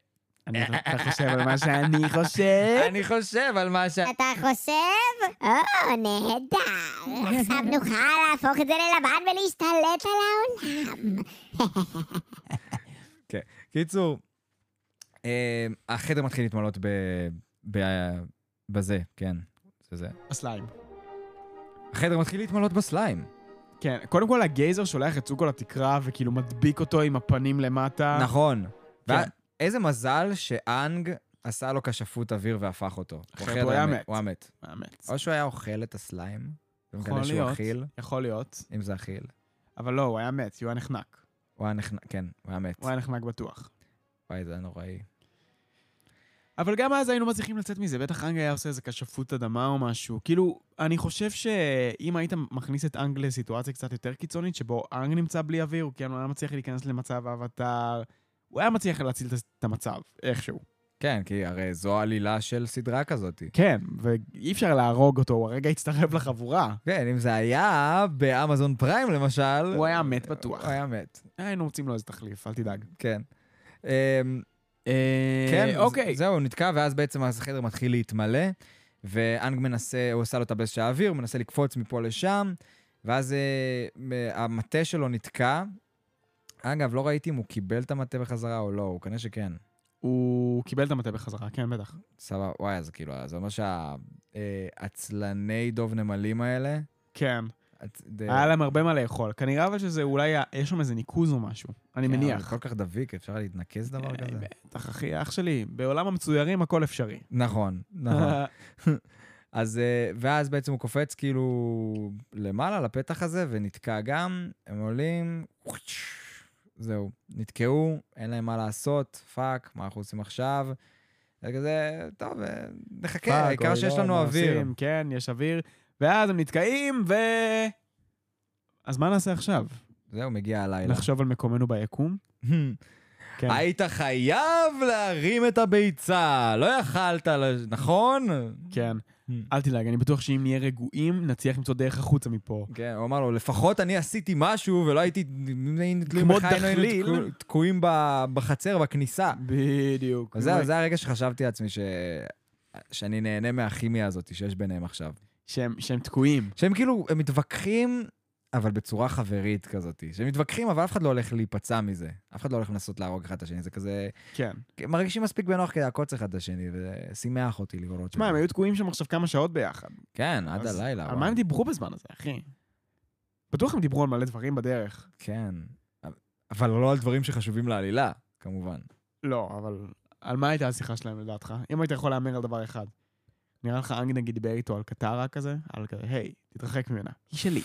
[SPEAKER 4] אני חושב- אתה חושב על מה שאני חושב?
[SPEAKER 7] אני חושב על מה ש...
[SPEAKER 5] אתה חושב? או, נהדר. עכשיו נוכל להפוך את זה ללבן ולהשתלט על העולם.
[SPEAKER 7] כן. קיצור, אה, החדר מתחיל להתמלות ב... ב... בזה, כן. זה זה.
[SPEAKER 4] הסליים.
[SPEAKER 7] החדר מתחיל להתמלות בסליים.
[SPEAKER 4] כן, קודם כל הגייזר שולח את סוגו לתקרה וכאילו מדביק אותו עם הפנים למטה.
[SPEAKER 7] נכון.
[SPEAKER 4] כן.
[SPEAKER 7] ואז- איזה מזל שאנג עשה לו כשפות אוויר והפך אותו. הוא
[SPEAKER 4] אחרת
[SPEAKER 7] אוכל
[SPEAKER 4] הוא היה
[SPEAKER 7] המ-
[SPEAKER 4] מת.
[SPEAKER 7] הוא היה מת.
[SPEAKER 4] אה, מאמץ.
[SPEAKER 7] או שהוא היה אוכל את הסליים, ומגלה
[SPEAKER 4] יכול
[SPEAKER 7] שהוא
[SPEAKER 4] להיות,
[SPEAKER 7] אכיל,
[SPEAKER 4] יכול להיות,
[SPEAKER 7] אם זה אכיל.
[SPEAKER 4] אבל לא, הוא היה מת, הוא היה נחנק.
[SPEAKER 7] הוא היה נחנק, כן, הוא היה מת.
[SPEAKER 4] הוא היה נחנק בטוח.
[SPEAKER 7] וואי, זה היה נוראי.
[SPEAKER 4] אבל גם אז היינו מצליחים לצאת מזה, בטח אנג היה עושה איזה כשפות אדמה או משהו. כאילו, אני חושב שאם היית מכניס את אנג לסיטואציה קצת יותר קיצונית, שבו אנג נמצא בלי אוויר, הוא כאילו היה מצליח להיכנס למצב האבטאר, הוא היה מצליח להציל את- את המצב, איכשהו.
[SPEAKER 7] כן, כי הרי זו העלילה של סדרה כזאת.
[SPEAKER 4] כן, ואי אפשר להרוג אותו, הוא הרגע הצטרף לחבורה.
[SPEAKER 7] כן, אם זה היה באמזון פריים למשל...
[SPEAKER 4] הוא היה מת בטוח.
[SPEAKER 7] הוא היה מת,
[SPEAKER 4] היינו מוצאים לו איזה תחליף, אל תדאג.
[SPEAKER 7] כן. אמ, כן,
[SPEAKER 4] כן, אוקיי.
[SPEAKER 7] ז- זהו, הוא נתקע, ואז בעצם אז החדר מתחיל להתמלא, ואנג מנסה, הוא עשה לו את הבסט של האוויר, הוא מנסה לקפוץ מפה לשם, ואז אה, מ- המטה שלו נתקע. אגב, לא ראיתי אם הוא קיבל את המטה בחזרה או לא, הוא כנראה שכן.
[SPEAKER 4] הוא קיבל את המטה בחזרה, כן, בטח.
[SPEAKER 7] סבבה, וואי, אז כאילו, זה אומר שהעצלני דוב נמלים האלה,
[SPEAKER 4] כן.
[SPEAKER 7] את- די-
[SPEAKER 4] היה להם הרבה מה לאכול. כנראה אבל שזה אולי, ה- יש שם איזה ניקוז או משהו, אני
[SPEAKER 7] כן, אבל
[SPEAKER 4] מניח.
[SPEAKER 7] זה כל כך דביק, אפשר להתנקז דבר
[SPEAKER 4] אה,
[SPEAKER 7] כזה?
[SPEAKER 4] בטח, אחי, אח שלי, בעולם המצוירים הכל אפשרי.
[SPEAKER 7] נכון, נכון. אז, אה, ואז בעצם הוא קופץ כאילו למעלה, לפתח הזה, ונתקע גם, הם עולים, זהו, נתקעו, אין להם מה לעשות, פאק, מה אנחנו עושים עכשיו? זה כזה, טוב, אה, נחכה,
[SPEAKER 4] פאק,
[SPEAKER 7] העיקר
[SPEAKER 4] אוי,
[SPEAKER 7] שיש
[SPEAKER 4] לא,
[SPEAKER 7] לנו
[SPEAKER 4] מה
[SPEAKER 7] אוויר.
[SPEAKER 4] עושים? כן, יש אוויר. ואז הם נתקעים, ו... אז מה נעשה עכשיו?
[SPEAKER 7] זהו, מגיע הלילה.
[SPEAKER 4] נחשוב על מקומנו ביקום? כן.
[SPEAKER 7] היית חייב להרים את הביצה, לא יכלת, לש- נכון?
[SPEAKER 4] כן. אל תדאג, אני בטוח שאם נהיה רגועים, נצליח למצוא דרך החוצה מפה.
[SPEAKER 7] כן, הוא אמר לו, לפחות אני עשיתי משהו ולא הייתי, אם היינו תלויים
[SPEAKER 4] כמו
[SPEAKER 7] בך, לא היינו
[SPEAKER 4] דחליל.
[SPEAKER 7] תקוע- תקועים ב- בחצר, בכניסה.
[SPEAKER 4] בדיוק.
[SPEAKER 7] אז זה, זה הרגע שחשבתי לעצמי ש... שאני נהנה מהכימיה הזאת שיש ביניהם עכשיו.
[SPEAKER 4] שהם שהם תקועים.
[SPEAKER 7] שהם כאילו, הם מתווכחים, אבל בצורה חברית כזאת. שהם מתווכחים, אבל אף אחד לא הולך להיפצע מזה. אף אחד לא הולך לנסות להרוג אחד את השני. זה כזה...
[SPEAKER 4] כן.
[SPEAKER 7] הם מרגישים מספיק בנוח כדי לעקוץ אחד את השני, ושימח אותי לראות
[SPEAKER 4] תשמע, הם היו תקועים שם עכשיו כמה שעות ביחד.
[SPEAKER 7] כן, עד
[SPEAKER 4] אז
[SPEAKER 7] הלילה.
[SPEAKER 4] על
[SPEAKER 7] וואו.
[SPEAKER 4] מה הם דיברו בזמן הזה, אחי? בטוח הם דיברו על מלא דברים בדרך.
[SPEAKER 7] כן. אבל לא על דברים שחשובים לעלילה, כמובן.
[SPEAKER 4] לא, אבל על מה הייתה השיחה שלהם לדעתך? אם היית יכול להמר על דבר אחד. נראה לך אנג נגיד דיבר איתו על קטרה כזה? על כזה, היי, תתרחק ממנה. היא שלי.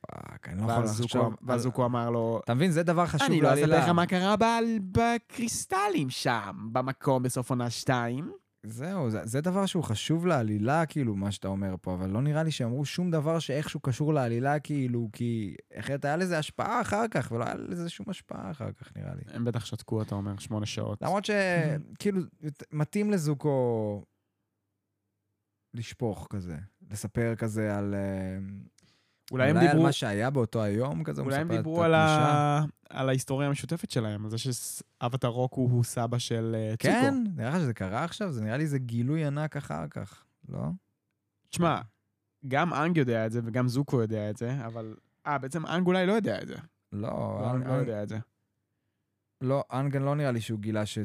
[SPEAKER 7] פאק, אני לא יכול
[SPEAKER 4] ואז
[SPEAKER 7] לחשוב.
[SPEAKER 4] זוקו- ואז זוקו אמר לו,
[SPEAKER 7] אתה מבין, זה דבר חשוב
[SPEAKER 4] אני
[SPEAKER 7] לעלילה.
[SPEAKER 4] לא אספר לך מה קרה ב- בקריסטלים שם, במקום בסוף עונה 2.
[SPEAKER 7] זהו, זה, זה דבר שהוא חשוב לעלילה, כאילו, מה שאתה אומר פה, אבל לא נראה לי שאמרו שום דבר שאיכשהו קשור לעלילה, כאילו, כי אחרת היה לזה השפעה אחר כך, ולא היה לזה שום השפעה אחר כך, נראה לי.
[SPEAKER 4] הם בטח שתקו, אתה אומר, שמונה שעות.
[SPEAKER 7] למרות
[SPEAKER 4] Mm-hmm.
[SPEAKER 7] שכאילו, מתאים לזוקו לשפוך כזה, לספר כזה על... אה,
[SPEAKER 4] אולי הם
[SPEAKER 7] על
[SPEAKER 4] דיברו...
[SPEAKER 7] מה שהיה באותו היום כזה, הוא
[SPEAKER 4] אולי הם
[SPEAKER 7] מספר את
[SPEAKER 4] דיברו על,
[SPEAKER 7] הפלישה.
[SPEAKER 4] ה... על ההיסטוריה המשותפת שלהם, על זה שאבטר רוקו הוא סבא של אה, צוקו.
[SPEAKER 7] כן, נראה לך שזה קרה עכשיו? זה נראה לי זה גילוי ענק אחר כך, לא?
[SPEAKER 4] תשמע, גם אנג יודע את זה וגם זוקו יודע את זה, אבל... אה, בעצם אנג אולי לא יודע את זה.
[SPEAKER 7] לא,
[SPEAKER 4] לא,
[SPEAKER 7] אנ-
[SPEAKER 4] אנג לא
[SPEAKER 7] אנ-
[SPEAKER 4] יודע את זה.
[SPEAKER 7] לא, אנגן לא נראה לי שהוא גילה ש...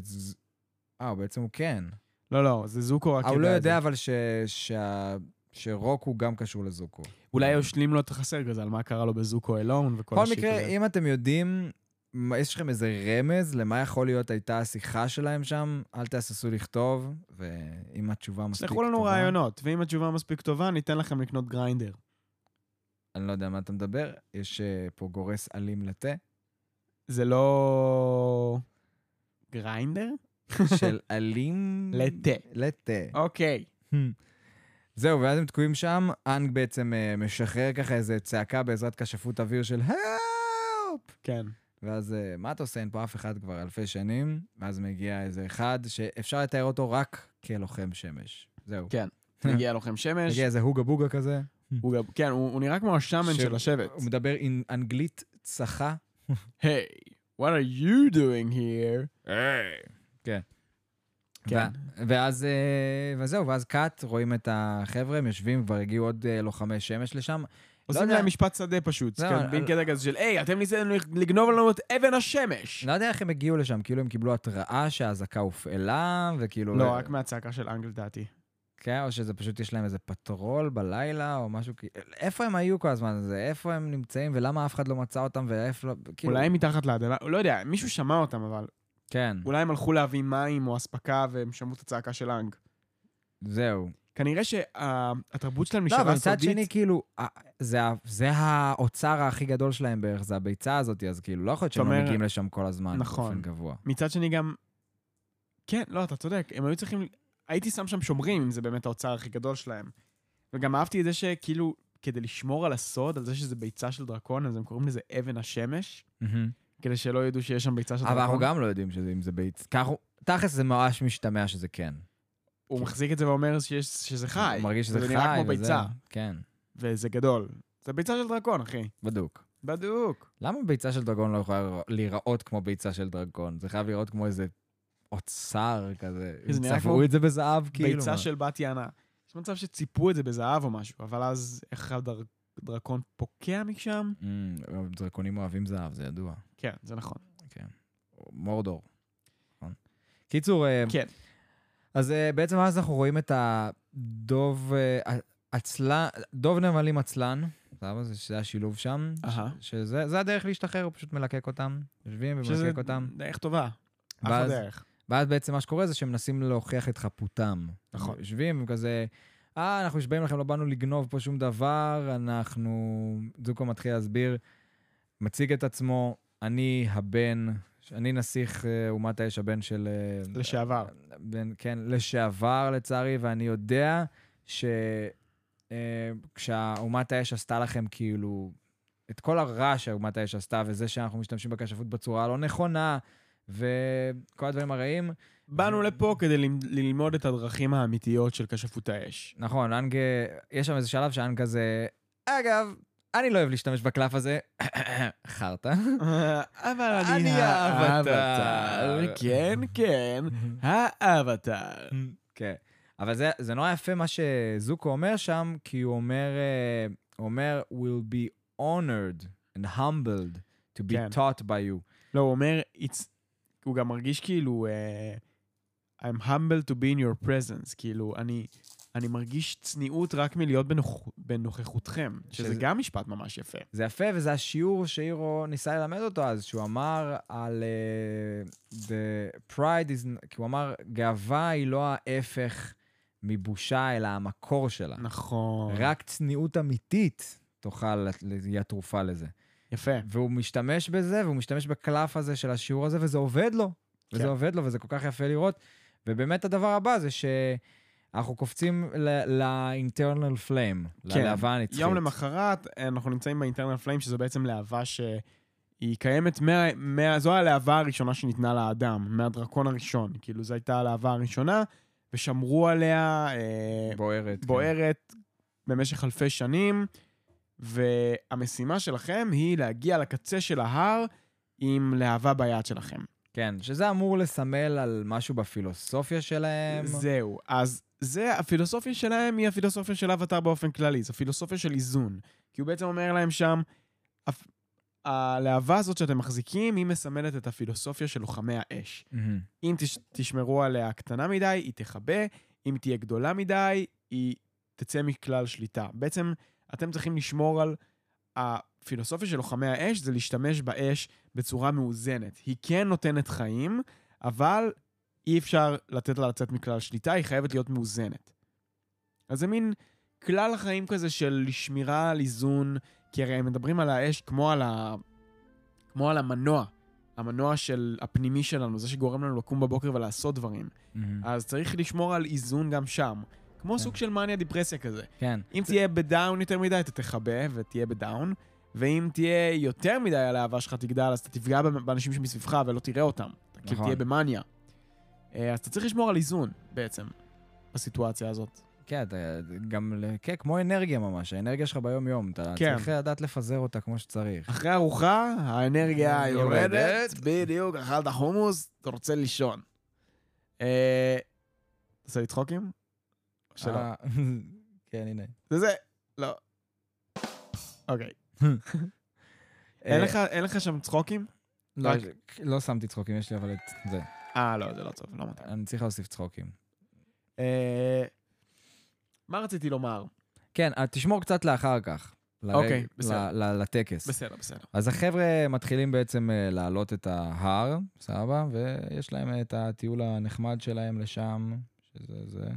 [SPEAKER 7] אה, בעצם הוא כן.
[SPEAKER 4] לא, לא, זה זוקו רק
[SPEAKER 7] אה, הוא לא
[SPEAKER 4] יודע את זה.
[SPEAKER 7] יודע אבל ש... שה- שרוקו גם קשור לזוקו.
[SPEAKER 4] אולי יושלים לו את החסר כזה על מה קרה לו בזוקו אלון וכל
[SPEAKER 7] בכל
[SPEAKER 4] השיט
[SPEAKER 7] מקרה,
[SPEAKER 4] הזה.
[SPEAKER 7] אם אתם יודעים, מה- יש לכם איזה רמז למה יכול להיות הייתה השיחה שלהם שם, אל תהססו לכתוב, ואם התשובה מספיק טובה...
[SPEAKER 4] שלחו לנו רעיונות, ואם התשובה מספיק טובה, ניתן לכם לקנות גריינדר.
[SPEAKER 7] אני לא יודע מה אתה מדבר, יש אה, פה גורס אלים לתה,
[SPEAKER 4] זה לא... גריינדר?
[SPEAKER 7] של אלים...
[SPEAKER 4] לתה.
[SPEAKER 7] לתה.
[SPEAKER 4] אוקיי.
[SPEAKER 7] זהו, ואז הם תקועים שם, אנג בעצם אה, משחרר ככה איזה צעקה בעזרת כשפות אוויר של הלפ!
[SPEAKER 4] כן.
[SPEAKER 7] ואז אה, מה אתה עושה? אין פה אף אחד כבר אלפי שנים, ואז מגיע איזה אחד שאפשר לתאר אותו רק כלוחם שמש. זהו.
[SPEAKER 4] כן. מגיע לוחם שמש.
[SPEAKER 7] מגיע איזה הוגה בוגה כזה.
[SPEAKER 4] הוא גם, כן, הוא, הוא נראה כמו השמן
[SPEAKER 7] ש-
[SPEAKER 4] של השבט.
[SPEAKER 7] הוא מדבר עם אנגלית צחה.
[SPEAKER 4] היי, what are you doing here?
[SPEAKER 7] כן.
[SPEAKER 4] כן.
[SPEAKER 7] ו- ואז, אה, וזהו, ואז קאט, רואים את החבר'ה, הם יושבים, כבר הגיעו עוד אה, לוחמי שמש לשם.
[SPEAKER 4] עושים
[SPEAKER 7] לא יודע.
[SPEAKER 4] להם משפט שדה פשוט.
[SPEAKER 7] לא,
[SPEAKER 4] כן,
[SPEAKER 7] אני-
[SPEAKER 4] מין קטע כזה של, היי, אתם ניסיתם לגנוב לנו את אבן השמש.
[SPEAKER 7] לא יודע איך הם הגיעו לשם, כאילו הם קיבלו התראה שהאזעקה הופעלה, וכאילו...
[SPEAKER 4] לא, רק מהצעקה של אנגל דעתי.
[SPEAKER 7] כן, או שזה פשוט יש להם איזה פטרול בלילה, או משהו כאילו... איפה הם היו כל הזמן הזה? איפה הם נמצאים, ולמה אף אחד לא מצא אותם, ואיפה לא... כאילו...
[SPEAKER 4] אולי הם מתחת לאדלה, לא יודע, מישהו שמע אותם אבל.
[SPEAKER 7] כן,
[SPEAKER 4] אולי הם הלכו להביא מים או אספקה והם שמעו את הצעקה של האנג.
[SPEAKER 7] זהו.
[SPEAKER 4] כנראה שהתרבות שלהם
[SPEAKER 7] לא, אבל
[SPEAKER 4] נשארה
[SPEAKER 7] מצד שני,
[SPEAKER 4] סודית.
[SPEAKER 7] כאילו, אה, זה ה- זה האוצר הכי גדול שלהם בערך, זה הביצה הזאת, אז כאילו, לא יכול להיות שהם
[SPEAKER 4] אתה
[SPEAKER 7] לא
[SPEAKER 4] אומר-
[SPEAKER 7] מגיעים לשם כל הזמן
[SPEAKER 4] נכון.
[SPEAKER 7] באופן גבוה.
[SPEAKER 4] מצד שני גם... כן, לא, אתה צודק, הם היו צריכים... הייתי שם שם שומרים, אם זה באמת האוצר הכי גדול שלהם. וגם אהבתי את זה שכאילו, כדי לשמור על הסוד, על זה שזה ביצה של דרקון, אז הם קוראים לזה אבן השמש,
[SPEAKER 7] מהמם.
[SPEAKER 4] כדי שלא ידעו שיש שם ביצה של
[SPEAKER 7] אבל
[SPEAKER 4] דרקון.
[SPEAKER 7] אנחנו גם לא יודעים שזה- אם זה ביצ... כך הוא- תכלס זה ממש משתמע שזה כן.
[SPEAKER 4] הוא מחזיק את זה ואומר שיש, שזה חי.
[SPEAKER 7] הוא מרגיש שזה חי.
[SPEAKER 4] וזה נראה כמו
[SPEAKER 7] וזה-
[SPEAKER 4] ביצה,
[SPEAKER 7] כן,
[SPEAKER 4] וזה גדול. זה ביצה של דרקון, אחי.
[SPEAKER 7] בדוק.
[SPEAKER 4] בדוק.
[SPEAKER 7] למה ביצה של דרגון לא יכולה להיראות כמו ביצה של דרגון? זה חייב להיראות כמו איזה אוצר כזה.
[SPEAKER 4] זה נראה
[SPEAKER 7] צבעו
[SPEAKER 4] כמו
[SPEAKER 7] את זה בזהב, כאילו.
[SPEAKER 4] ביצה
[SPEAKER 7] מה?
[SPEAKER 4] של בת יענה. יש מצב שציפו את זה בזהב או משהו, אבל אז איך הדר- דרקון פוקע משם?
[SPEAKER 7] אמ, דרקונים אוהבים זהב, זה ידוע.
[SPEAKER 4] כן, זה נכון.
[SPEAKER 7] מורדור. נכון? קיצור, אה,
[SPEAKER 4] כן.
[SPEAKER 7] אז אה, בעצם אז אנחנו רואים את הדוב אה, עצלן, דוב נמלים עצלן, סבבה? זה- שזה השילוב שם.
[SPEAKER 4] אהה.
[SPEAKER 7] שזה זה הדרך להשתחרר, הוא פשוט מלקק אותם, יושבים ומלקק אותם.
[SPEAKER 4] דרך טובה. אחלה
[SPEAKER 7] ואז-
[SPEAKER 4] דרך.
[SPEAKER 7] ואז בעצם מה שקורה זה שהם מנסים להוכיח את חפותם.
[SPEAKER 4] נכון.
[SPEAKER 7] הם יושבים, הם כזה, אה, אנחנו נשבעים לכם, לא באנו לגנוב פה שום דבר, אנחנו... זוקו מתחיל להסביר, מציג את עצמו, אני הבן, אני נסיך אה, אומת האש, הבן של... אה,
[SPEAKER 4] לשעבר.
[SPEAKER 7] בן, כן, לשעבר לצערי, ואני יודע ש... אה, כשהאומת האש עשתה לכם כאילו את כל הרע שאומת האש עשתה, וזה שאנחנו משתמשים בכשפות בצורה הלא נכונה, וכל הדברים הרעים. אה.
[SPEAKER 4] באנו לפה כדי ל- ללמוד את הדרכים האמיתיות של כשפות האש.
[SPEAKER 7] נכון, אנג, יש שם איזה שלב שאנג כזה, אגב, אני לא אוהב להשתמש בקלף הזה, חרטא.
[SPEAKER 4] אבל
[SPEAKER 7] אני
[SPEAKER 4] אני
[SPEAKER 7] האבטאר.
[SPEAKER 4] האבטאר. כן, כן, האבטאר.
[SPEAKER 7] כן. אבל זה, זה נורא יפה מה שזוקו אומר שם, כי הוא אומר, אה, הוא אומר, will be honored and humbled to be
[SPEAKER 4] כן.
[SPEAKER 7] taught by you.
[SPEAKER 4] לא, הוא אומר, "It's-" הוא גם מרגיש כאילו, אה, I'm humble to be in your presence, כאילו, אני, אני מרגיש צניעות רק מלהיות בנוכ... בנוכחותכם, שזה
[SPEAKER 7] שזה-
[SPEAKER 4] גם משפט ממש יפה.
[SPEAKER 7] זה יפה, וזה השיעור שאירו ניסה ללמד אותו אז, שהוא אמר על... Uh, the pride is... n- כי הוא אמר, גאווה היא לא ההפך מבושה, אלא המקור שלה.
[SPEAKER 4] נכון.
[SPEAKER 7] רק צניעות אמיתית תוכל, לת- היא התרופה לזה.
[SPEAKER 4] יפה.
[SPEAKER 7] והוא משתמש בזה, והוא משתמש בקלף הזה של השיעור הזה, וזה עובד לו. וזה
[SPEAKER 4] כן.
[SPEAKER 7] עובד לו, וזה כל כך יפה לראות. ובאמת הדבר הבא זה שאנחנו קופצים ל-internal flame, ללהבה הנצחית.
[SPEAKER 4] כן. יום למחרת אה, אנחנו נמצאים באינטרנל פליים, שזו בעצם להבה שהיא קיימת, מה, מה, זו הלהבה הראשונה שניתנה לאדם, מהדרקון הראשון. כאילו, זו הייתה הלהבה הראשונה, ושמרו עליה... אה,
[SPEAKER 7] בוערת. כן.
[SPEAKER 4] בוערת במשך אלפי שנים, והמשימה שלכם היא להגיע לקצה של ההר עם להבה ביד שלכם.
[SPEAKER 7] כן, שזה אמור לסמל על משהו בפילוסופיה שלהם.
[SPEAKER 4] זהו. אז זה, הפילוסופיה שלהם היא הפילוסופיה של אבטאר באופן כללי, זו פילוסופיה של איזון. כי הוא בעצם אומר להם שם, "הפ- הלהבה הזאת שאתם מחזיקים, היא מסמלת את הפילוסופיה של לוחמי האש.
[SPEAKER 7] מהמם.
[SPEAKER 4] אם תש, תשמרו עליה קטנה מדי, היא תכבה, אם תהיה גדולה מדי, היא תצא מכלל שליטה. בעצם, אתם צריכים לשמור על... הפילוסופיה של לוחמי האש זה להשתמש באש בצורה מאוזנת. היא כן נותנת חיים, אבל אי אפשר לתת לה לצאת מכלל שליטה, היא חייבת להיות מאוזנת. אז זה מין כלל החיים כזה של שמירה על איזון, כי הרי הם מדברים על האש כמו על, ה... כמו על המנוע. המנוע של הפנימי שלנו, זה שגורם לנו לקום בבוקר ולעשות דברים.
[SPEAKER 7] מהמם.
[SPEAKER 4] אז צריך לשמור על איזון גם שם. כמו סוג של מניה דיפרסיה כזה.
[SPEAKER 7] כן.
[SPEAKER 4] אם תהיה בדאון יותר מדי, אתה תכבה ותהיה בדאון, ואם תהיה יותר מדי הלהבה שלך תגדל, אז אתה תפגע במ- באנשים שמסביבך ולא תראה אותם. אתה כאילו
[SPEAKER 7] נכון.
[SPEAKER 4] תהיה במאניה. אה, אז אתה צריך לשמור על איזון, בעצם, בסיטואציה הזאת.
[SPEAKER 7] כן, אתה גם, ל- כן, כמו אנרגיה ממש, האנרגיה שלך ביום-יום, אתה
[SPEAKER 4] כן.
[SPEAKER 7] צריך לדעת לפזר אותה כמו שצריך.
[SPEAKER 4] אחרי ארוחה, האנרגיה
[SPEAKER 7] יורדת.
[SPEAKER 4] יורדת, בדיוק, אכלת חומוס, אתה רוצה לישון. אה, עושה לי צחוקים? שלא.
[SPEAKER 7] אה, כן, הנה.
[SPEAKER 4] זה זה. לא. אוקיי. אין
[SPEAKER 7] אה,
[SPEAKER 4] לך- אין לך שם צחוקים?
[SPEAKER 7] לא,
[SPEAKER 4] רק-
[SPEAKER 7] לא שמתי צחוקים, יש לי אבל את זה.
[SPEAKER 4] אה, לא, זה לא טוב, לא מתאים.
[SPEAKER 7] אני צריך להוסיף צחוקים.
[SPEAKER 4] אה, מה רציתי לומר?
[SPEAKER 7] כן, אה, תשמור קצת לאחר כך. לרג-
[SPEAKER 4] אוקיי,
[SPEAKER 7] ל-
[SPEAKER 4] בסדר.
[SPEAKER 7] ל- לטקס.
[SPEAKER 4] בסדר, בסדר.
[SPEAKER 7] אז החבר'ה מתחילים בעצם אה, לעלות את ההר, סבבה? ויש להם את הטיול הנחמד שלהם לשם, שזה זה.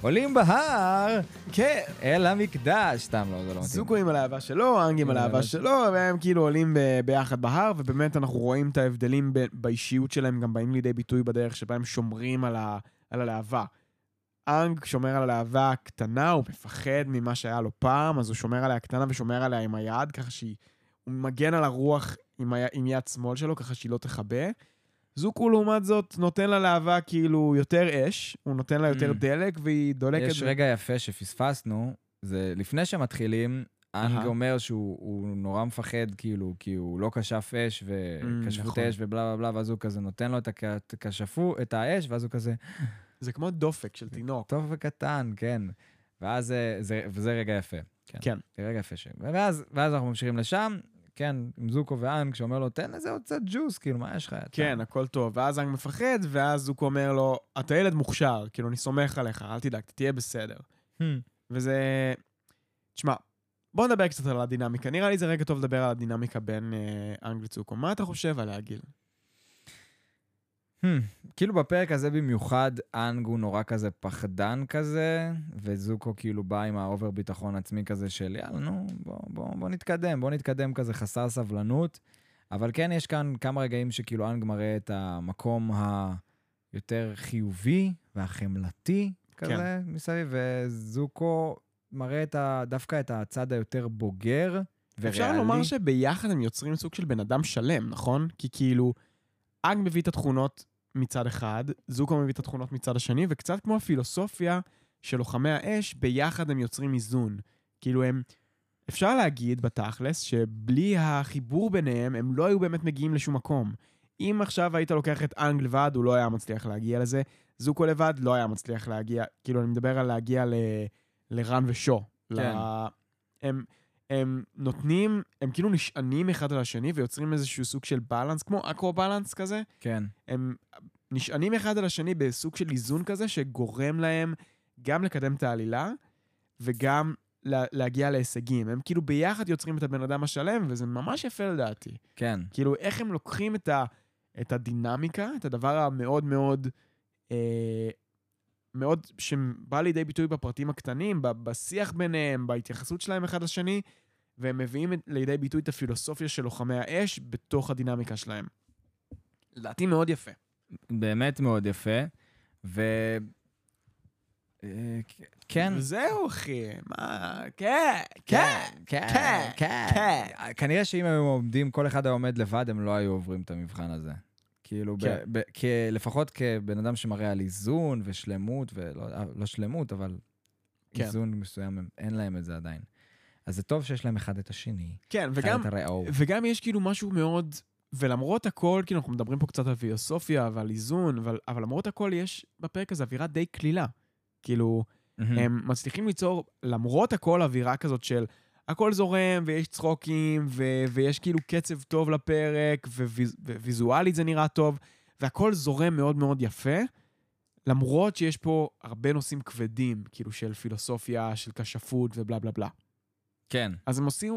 [SPEAKER 7] עולים בהר
[SPEAKER 4] כן,
[SPEAKER 7] אל המקדש, סתם לא, זה לא מתאים.
[SPEAKER 4] זוקו עם הלהבה שלו, האנגים
[SPEAKER 7] עם
[SPEAKER 4] על
[SPEAKER 7] הלהבה
[SPEAKER 4] האהבה שלו, והם כאילו עולים ב- ביחד בהר, ובאמת אנחנו רואים את ההבדלים ב- באישיות שלהם, גם באים לידי ביטוי בדרך שבה הם שומרים על, ה- על הלהבה. אנג שומר על הלהבה הקטנה, הוא מפחד ממה שהיה לו פעם, אז הוא שומר עליה קטנה ושומר עליה עם היד, ככה שהיא... הוא מגן על הרוח עם, היה, עם יד שמאל שלו, ככה שהיא לא תכבה. זוקו, לעומת זאת, נותן ללהבה כאילו יותר אש, הוא נותן לה יותר
[SPEAKER 7] Mm.
[SPEAKER 4] דלק, והיא דולקת...
[SPEAKER 7] יש רגע יפה שפספסנו, זה לפני שמתחילים, אנג
[SPEAKER 4] אהה.
[SPEAKER 7] אומר שהוא הוא נורא מפחד, כאילו, כי הוא לא כשף אש,
[SPEAKER 4] Mm,
[SPEAKER 7] וכשפות
[SPEAKER 4] נכון.
[SPEAKER 7] אש ובלה בלה בלה, ואז הוא כזה נותן לו את הכשפו, את האש, ואז הוא כזה,
[SPEAKER 4] זה כמו דופק של תינוק.
[SPEAKER 7] טוב וקטן, כן. ואז אה, זה, וזה רגע יפה. כן.
[SPEAKER 4] כן.
[SPEAKER 7] זה רגע יפה. ש... ואז, ואז אנחנו ממשיכים לשם, כן, עם זוקו ואנג, שאומר לו, תן לזה עוד קצת ג'וס, כאילו, מה יש לך? אתה-"
[SPEAKER 4] כן, הכל טוב. ואז האנג מפחד, ואז זוקו אומר לו, אתה ילד מוכשר, כאילו, אני סומך עליך, אל תדאג, אתה תהיה בסדר.
[SPEAKER 7] Hmm.
[SPEAKER 4] וזה... תשמע, בוא נדבר קצת על הדינמיקה. נראה לי זה רגע טוב לדבר על הדינמיקה בין אה, אנג לצוקו. מה אתה חושב עליה, גיל?
[SPEAKER 7] Hmm. כאילו בפרק הזה במיוחד, אנג הוא נורא כזה פחדן כזה, וזוקו כאילו בא עם האובר ביטחון עצמי כזה של יאללה, נו, בוא, בוא, בוא נתקדם, בוא נתקדם כזה חסר סבלנות. אבל כן, יש כאן כמה רגעים שכאילו אנג מראה את המקום היותר חיובי והחמלתי כזה כן. מסביב, וזוקו מראה את ה, דווקא את הצד היותר בוגר וריאלי.
[SPEAKER 4] אפשר לומר שביחד הם יוצרים סוג של בן אדם שלם, נכון? כי כאילו, אנג מביא את התכונות מצד אחד, זוקו מביא את התכונות מצד השני, וקצת כמו הפילוסופיה של לוחמי האש, ביחד הם יוצרים איזון. כאילו הם, אפשר להגיד בתכלס, שבלי החיבור ביניהם, הם לא היו באמת מגיעים לשום מקום. אם עכשיו היית לוקח את אנג לבד, הוא לא היה מצליח להגיע לזה. זוקו לבד לא היה מצליח להגיע, כאילו, אני מדבר על להגיע ל... לרן ושו.
[SPEAKER 7] כן.
[SPEAKER 4] ל... הם, הם נותנים, הם כאילו נשענים אחד על השני ויוצרים איזשהו סוג של בלנס, כמו אקרו בלנס כזה.
[SPEAKER 7] כן.
[SPEAKER 4] הם נשענים אחד על השני בסוג של איזון כזה שגורם להם גם לקדם את העלילה וגם לה, להגיע להישגים. הם כאילו ביחד יוצרים את הבן אדם השלם, וזה ממש יפה לדעתי.
[SPEAKER 7] כן.
[SPEAKER 4] כאילו, איך הם לוקחים את, ה, את הדינמיקה, את הדבר המאוד מאוד, אה, מאוד, שבא לידי ביטוי בפרטים הקטנים, ב, בשיח ביניהם, בהתייחסות שלהם אחד לשני, והם מביאים את- לידי ביטוי את הפילוסופיה של לוחמי האש בתוך הדינמיקה שלהם. לדעתי מאוד יפה.
[SPEAKER 7] באמת מאוד יפה, ו... אה, כן.
[SPEAKER 4] וזהו, אחי. מה... כן,
[SPEAKER 7] כן,
[SPEAKER 4] כן.
[SPEAKER 7] כן,
[SPEAKER 4] כן,
[SPEAKER 7] כן. כנראה שאם הם עומדים, כל אחד היה עומד לבד, הם לא היו עוברים את המבחן הזה. כאילו, ב-
[SPEAKER 4] כן.
[SPEAKER 7] ב- כ- לפחות כבן אדם שמראה על איזון ושלמות, ולא אה, לא שלמות, אבל
[SPEAKER 4] כן.
[SPEAKER 7] איזון מסוים, הם- אין להם את זה עדיין. אז זה טוב שיש להם אחד את השני,
[SPEAKER 4] כן,
[SPEAKER 7] אחד
[SPEAKER 4] וגם...
[SPEAKER 7] את הרעהו.
[SPEAKER 4] וגם יש כאילו משהו מאוד, ולמרות הכל, כאילו אנחנו מדברים פה קצת על פילוסופיה ועל איזון, אבל, אבל למרות הכל יש בפרק הזה אווירה די קלילה. כאילו,
[SPEAKER 7] מהמם.
[SPEAKER 4] הם מצליחים ליצור, למרות הכל, אווירה כזאת של הכל זורם ויש צחוקים ו- ויש כאילו קצב טוב לפרק, וויז- וויזואלית זה נראה טוב, והכל זורם מאוד מאוד יפה. למרות שיש פה הרבה נושאים כבדים, כאילו של פילוסופיה, של כשפות ובלה בלה בלה.
[SPEAKER 7] כן.
[SPEAKER 4] אז הם עושים,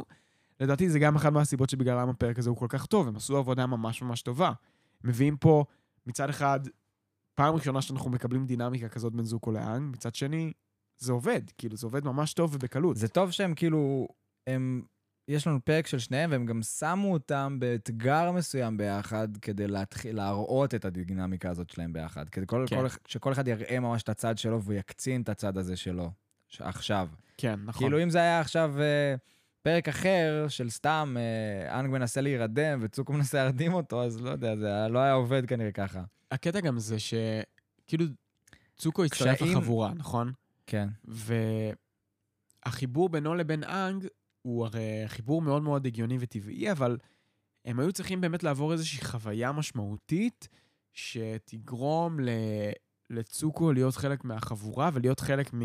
[SPEAKER 4] לדעתי זה גם אחת מהסיבות שבגללם הפרק הזה הוא כל כך טוב, הם עשו עבודה ממש ממש טובה. מביאים פה, מצד אחד, פעם ראשונה שאנחנו מקבלים דינמיקה כזאת בין זוקו לאנג, מצד שני, זה עובד, כאילו, זה עובד ממש טוב ובקלות.
[SPEAKER 7] זה טוב שהם כאילו, הם, יש לנו פרק של שניהם, והם גם שמו אותם באתגר מסוים ביחד, כדי להתחיל, להראות את הדינמיקה הזאת שלהם ביחד. כדי כל, כן.
[SPEAKER 4] כן.
[SPEAKER 7] כל, שכל אחד יראה ממש את הצד שלו, והוא יקצין את הצד הזה שלו, ש- עכשיו.
[SPEAKER 4] כן,
[SPEAKER 7] נכון.
[SPEAKER 4] נכון.
[SPEAKER 7] כאילו, אם זה היה עכשיו אה, פרק אחר, של סתם, אה, אנג מנסה להירדם, וצוקו מנסה להרדים אותו, אז לא יודע, זה היה- לא היה עובד כנראה ככה.
[SPEAKER 4] הקטע גם זה ש... כאילו, צוקו הצטרף
[SPEAKER 7] קשיים-
[SPEAKER 4] לחבורה, נכון?
[SPEAKER 7] כן.
[SPEAKER 4] והחיבור בינו לבין אנג הוא הרי חיבור מאוד מאוד הגיוני וטבעי, אבל הם היו צריכים באמת לעבור איזושהי חוויה משמעותית שתגרום ל... לצוקו להיות חלק מהחבורה ולהיות חלק מ...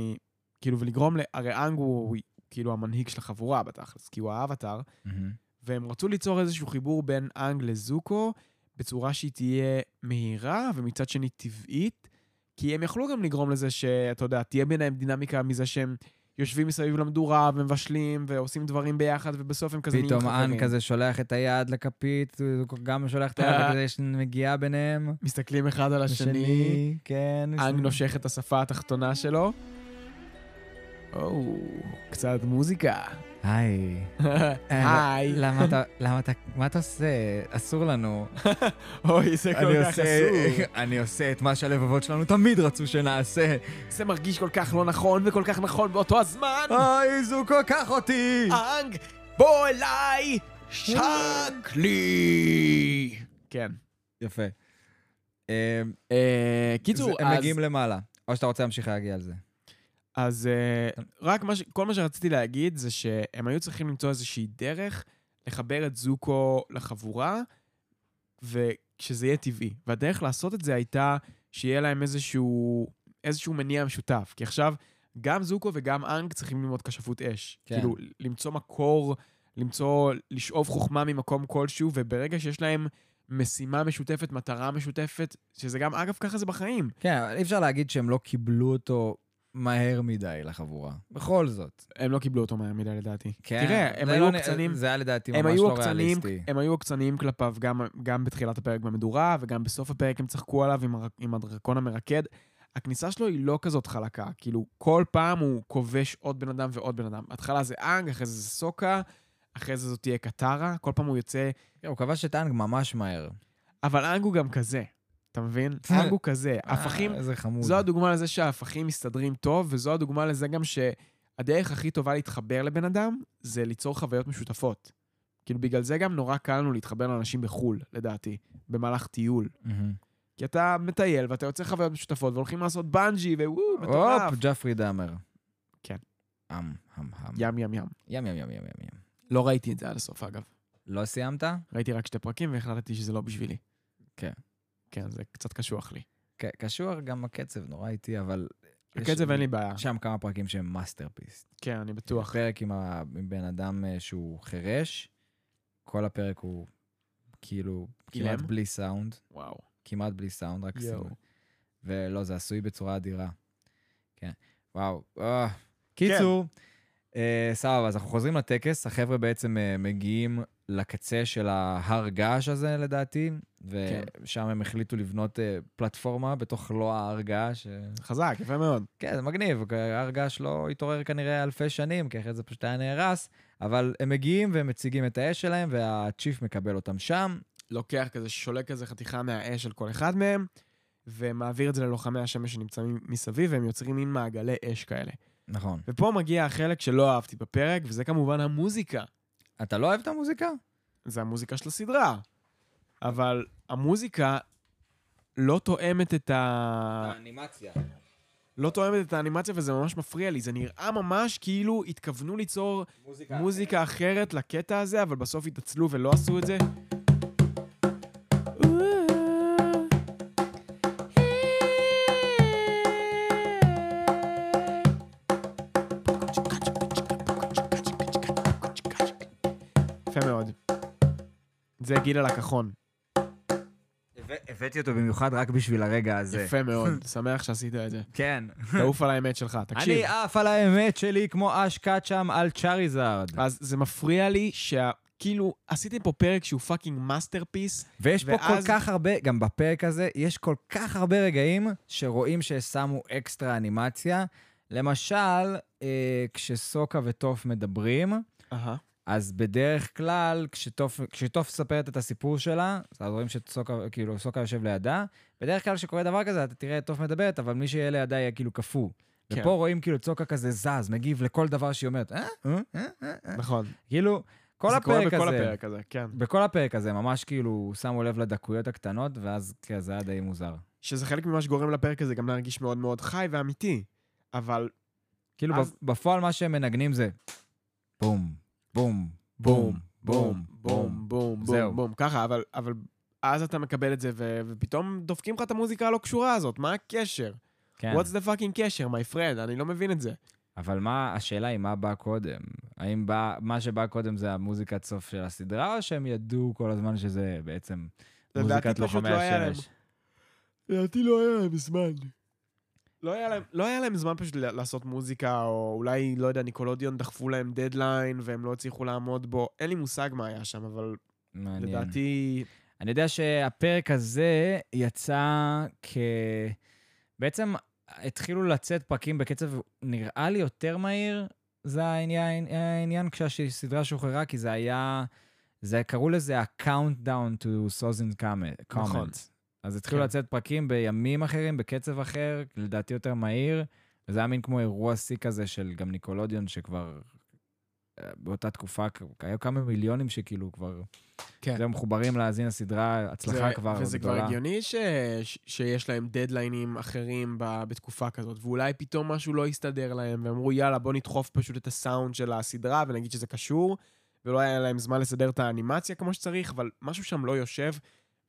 [SPEAKER 4] כאילו, ולגרום ל... הרי אנג הוא הוא כאילו המנהיג של החבורה בתכלס, כי הוא האבטאר,
[SPEAKER 7] מהמם.
[SPEAKER 4] והם רצו ליצור איזשהו חיבור בין אנג לזוקו בצורה שהיא תהיה מהירה ומצד שני טבעית, כי הם יכלו גם לגרום לזה שאתה יודע, תהיה ביניהם דינמיקה מזה שהם יושבים מסביב למדורה ומבשלים ועושים דברים ביחד, ובסוף הם כזה נהיים
[SPEAKER 7] פתאום
[SPEAKER 4] חברים.
[SPEAKER 7] אן כזה שולח את היד לכפית, הוא גם שולח את היד, וכזה יש נגיעה ביניהם.
[SPEAKER 4] מסתכלים אחד על השני.
[SPEAKER 7] השני, כן.
[SPEAKER 4] אנג נושך את השפה התחתונה שלו. או, קצת מוזיקה.
[SPEAKER 7] היי. אה,
[SPEAKER 4] היי.
[SPEAKER 7] למה אתה, למה אתה, מה אתה עושה? אסור לנו.
[SPEAKER 4] אוי, זה כל כך אסור.
[SPEAKER 7] אני עושה את מה שהלבבות שלנו תמיד רצו שנעשה.
[SPEAKER 4] זה מרגיש כל כך לא נכון וכל כך נכון באותו הזמן.
[SPEAKER 7] אוי, זוקו, קח אותי!
[SPEAKER 4] אנג, בוא אליי, שק לי. כן.
[SPEAKER 7] יפה. אה,
[SPEAKER 4] אה, קיצור,
[SPEAKER 7] זה- הם
[SPEAKER 4] אז-
[SPEAKER 7] מגיעים למעלה. או שאתה רוצה להמשיך להגיע על זה.
[SPEAKER 4] אז אה, רק מה ש... כל מה שרציתי להגיד זה שהם היו צריכים למצוא איזושהי דרך לחבר את זוקו לחבורה, וכשזה יהיה טבעי. והדרך לעשות את זה הייתה שיהיה להם איזשהו, איזשהו מניע משותף. כי עכשיו, גם זוקו וגם אנג צריכים ללמוד כשפות אש.
[SPEAKER 7] כן.
[SPEAKER 4] כן. כאילו, למצוא מקור, למצוא, לשאוב חוכמה ממקום כלשהו, וברגע שיש להם משימה משותפת, מטרה משותפת, שזה גם, אגב, ככה זה בחיים.
[SPEAKER 7] כן, אבל אי אפשר להגיד שהם לא קיבלו אותו מהר מדי לחבורה. בכל זאת.
[SPEAKER 4] הם לא קיבלו אותו מהר מדי לדעתי.
[SPEAKER 7] כן.
[SPEAKER 4] תראה, הם
[SPEAKER 7] זה
[SPEAKER 4] היו
[SPEAKER 7] לא נ-
[SPEAKER 4] עוקצנים,
[SPEAKER 7] זה היה לדעתי
[SPEAKER 4] הם
[SPEAKER 7] ממש
[SPEAKER 4] היו
[SPEAKER 7] לא
[SPEAKER 4] עוקצנים,
[SPEAKER 7] ריאליסטי.
[SPEAKER 4] הם היו עוקצניים כלפיו גם, גם בתחילת הפרק במדורה, וגם בסוף הפרק הם צחקו עליו עם, הר- עם הדרקון המרקד. הכניסה שלו היא לא כזאת חלקה, כאילו כל פעם הוא כובש עוד בן אדם ועוד בן אדם. בהתחלה זה אנג, אחרי זה זה סוקה, אחרי זה זאת תהיה קטרה, כל פעם הוא יוצא,
[SPEAKER 7] כן, הוא כבש את האנג ממש מהר.
[SPEAKER 4] אבל אנג הוא גם כזה, אתה מבין? אנג הוא כזה, הפכים,
[SPEAKER 7] אה, איזה חמוד.
[SPEAKER 4] זו הדוגמה לזה שההפכים מסתדרים טוב, וזו הדוגמה לזה גם שהדרך הכי טובה להתחבר לבן אדם זה ליצור חוויות משותפות. כאילו, בגלל זה גם נורא קל לנו להתחבר לאנשים בחו"ל, לדעתי, במהלך טיול.
[SPEAKER 7] מהמם.
[SPEAKER 4] כי אתה מטייל ואתה יוצא חוויות משותפות והולכים לעשות בנג'י, ווואו, מטורף.
[SPEAKER 7] הופ, ג'פרי דאמר.
[SPEAKER 4] כן.
[SPEAKER 7] אמ, אמ, אמ.
[SPEAKER 4] ים, ים, ים.
[SPEAKER 7] ים, ים, ים, ים, ים. ים.
[SPEAKER 4] לא ראיתי את זה עד הסוף, אגב.
[SPEAKER 7] לא סיימת?
[SPEAKER 4] ראיתי רק שתי פרקים והחלטתי שזה לא בשבילי.
[SPEAKER 7] כן.
[SPEAKER 4] כן, זה קצת קשוח לי.
[SPEAKER 7] כן, קשור גם הקצב נורא איטי, אבל... יש-
[SPEAKER 4] הקצב אין לי בעיה.
[SPEAKER 7] שם כמה פרקים שהם מאסטרפיסט.
[SPEAKER 4] כן, אני בטוח.
[SPEAKER 7] פרק עם, ה... עם בן אדם אה, שהוא חירש, כל הפרק הוא כאילו
[SPEAKER 4] אילם?
[SPEAKER 7] כמעט בלי סאונד,
[SPEAKER 4] וואו.
[SPEAKER 7] כמעט בלי סאונד, רק
[SPEAKER 4] יואו.
[SPEAKER 7] סיום. ולא, זה עשוי בצורה אדירה. כן, וואו. אה. קיצור, אה, סבבה, אז אנחנו חוזרים לטקס, החבר'ה בעצם אה, מגיעים לקצה של ההר געש הזה, לדעתי, ושם הם החליטו לבנות אה, פלטפורמה בתוך לא ההר געש. אה,
[SPEAKER 4] חזק, יפה מאוד.
[SPEAKER 7] כן, זה מגניב, הר געש לא התעורר כנראה אלפי שנים, כי אחרי זה פשוט היה נהרס, אבל הם מגיעים והם מציגים את האש שלהם, והצ'יף מקבל אותם שם.
[SPEAKER 4] לוקח כזה, שולק כזה חתיכה מהאש של כל אחד מהם, ומעביר את זה ללוחמי השמש שנמצאים מסביב, והם יוצרים מין מעגלי אש כאלה.
[SPEAKER 7] נכון.
[SPEAKER 4] ופה מגיע החלק שלא אהבתי בפרק, וזה כמובן המוזיקה.
[SPEAKER 7] אתה לא אוהב את המוזיקה?
[SPEAKER 4] זה המוזיקה של הסדרה. אבל המוזיקה לא תואמת את ה...
[SPEAKER 7] האנימציה.
[SPEAKER 4] לא תואמת את האנימציה, וזה ממש מפריע לי. זה נראה ממש כאילו התכוונו ליצור מוזיקה אחרת לקטע הזה, אבל בסוף התעצלו ולא עשו את זה. יפה מאוד. זה גיל על הכחון.
[SPEAKER 7] הבאתי אותו במיוחד רק בשביל הרגע הזה.
[SPEAKER 4] יפה מאוד, שמח שעשית את זה.
[SPEAKER 7] כן.
[SPEAKER 4] תעוף על האמת שלך, תקשיב.
[SPEAKER 7] אני עף על האמת שלי כמו אש קאט שם על צ'אריזארד.
[SPEAKER 4] אז זה מפריע לי שה... כאילו, עשיתם פה פרק שהוא פאקינג מאסטרפיס.
[SPEAKER 7] ויש פה כל
[SPEAKER 4] ואז-
[SPEAKER 7] כך הרבה, גם בפרק הזה, יש כל כך הרבה רגעים שרואים ששמו אקסטרה אנימציה. למשל, אה, כשסוקה וטוף מדברים,
[SPEAKER 4] אהה.
[SPEAKER 7] אז בדרך כלל, כשטוף, כשטוף מספרת את הסיפור שלה, אז רואים שסוקה, כאילו, סוקה יושב לידה, בדרך כלל כשקורה דבר כזה, אתה תראה את טוף מדברת, אבל מי שיהיה לידה יהיה כאילו קפוא.
[SPEAKER 4] כן.
[SPEAKER 7] ופה רואים כאילו צוקה כזה זז, מגיב לכל דבר שהיא אומרת, אה? אה? אה?
[SPEAKER 4] נכון.
[SPEAKER 7] כאילו, כל הפרק הזה...
[SPEAKER 4] זה קורה בכל הפרק הזה, כן.
[SPEAKER 7] בכל הפרק הזה, ממש כאילו שמו לב לדקויות הקטנות, ואז כן, זה היה די מוזר.
[SPEAKER 4] שזה חלק ממה שגורם לפרק הזה גם להרגיש מאוד מאוד חי ואמיתי. אבל
[SPEAKER 7] כאילו,
[SPEAKER 4] אז-
[SPEAKER 7] בפ- בפועל מה שהם מנגנים זה בום, בום, בום,
[SPEAKER 4] בום, בום, בום, בום,
[SPEAKER 7] זהו.
[SPEAKER 4] בום, ככה, אבל, אבל אז אתה מקבל את זה, ו- ופתאום דופקים לך את המוזיקה הלא קשורה הזאת. מה הקשר?
[SPEAKER 7] כן.
[SPEAKER 4] What's the fucking קשר, my friend? אני לא מבין את זה.
[SPEAKER 7] אבל מה, השאלה היא מה בא קודם? האם בא, מה שבא קודם זה המוזיקת סוף של הסדרה, או שהם ידעו כל הזמן שזה בעצם
[SPEAKER 4] לדעתי
[SPEAKER 7] מוזיקת
[SPEAKER 4] פשוט
[SPEAKER 7] לוחמי
[SPEAKER 4] לא היה להם.
[SPEAKER 7] השמש?
[SPEAKER 4] לדעתי לא היה להם זמן. לא היה להם, לא היה להם זמן פשוט ל- לעשות מוזיקה, או אולי, לא יודע, ניקולודיון דחפו להם דדליין, והם לא הצליחו לעמוד בו. אין לי מושג מה היה שם, אבל
[SPEAKER 7] מעניין.
[SPEAKER 4] לדעתי...
[SPEAKER 7] אני יודע שהפרק הזה יצא כ... בעצם התחילו לצאת פרקים בקצב נראה לי יותר מהיר, זה העניין, העניין כשהסדרה שוחררה, כי זה היה... זה קראו לזה ה-countdown to Sozin's comment.
[SPEAKER 4] נכון.
[SPEAKER 7] comment. אז התחילו
[SPEAKER 4] כן.
[SPEAKER 7] לצאת פרקים בימים אחרים, בקצב אחר, לדעתי יותר מהיר, וזה היה מין כמו אירוע שיא כזה של גם ניקולודיון, שכבר אה, באותה תקופה, היו כמה מיליונים שכאילו כבר
[SPEAKER 4] כן.
[SPEAKER 7] זהו, מחוברים להאזין לסדרה, הצלחה
[SPEAKER 4] זה-
[SPEAKER 7] כבר
[SPEAKER 4] וזה כבר
[SPEAKER 7] גדולה.
[SPEAKER 4] הגיוני ש, ש, שיש להם דדליינים אחרים ב, בתקופה כזאת, ואולי פתאום משהו לא הסתדר להם, והם אמרו, יאללה, בוא נדחוף פשוט את הסאונד של הסדרה ונגיד שזה קשור, ולא היה להם זמן לסדר את האנימציה כמו שצריך, אבל משהו שם לא יושב,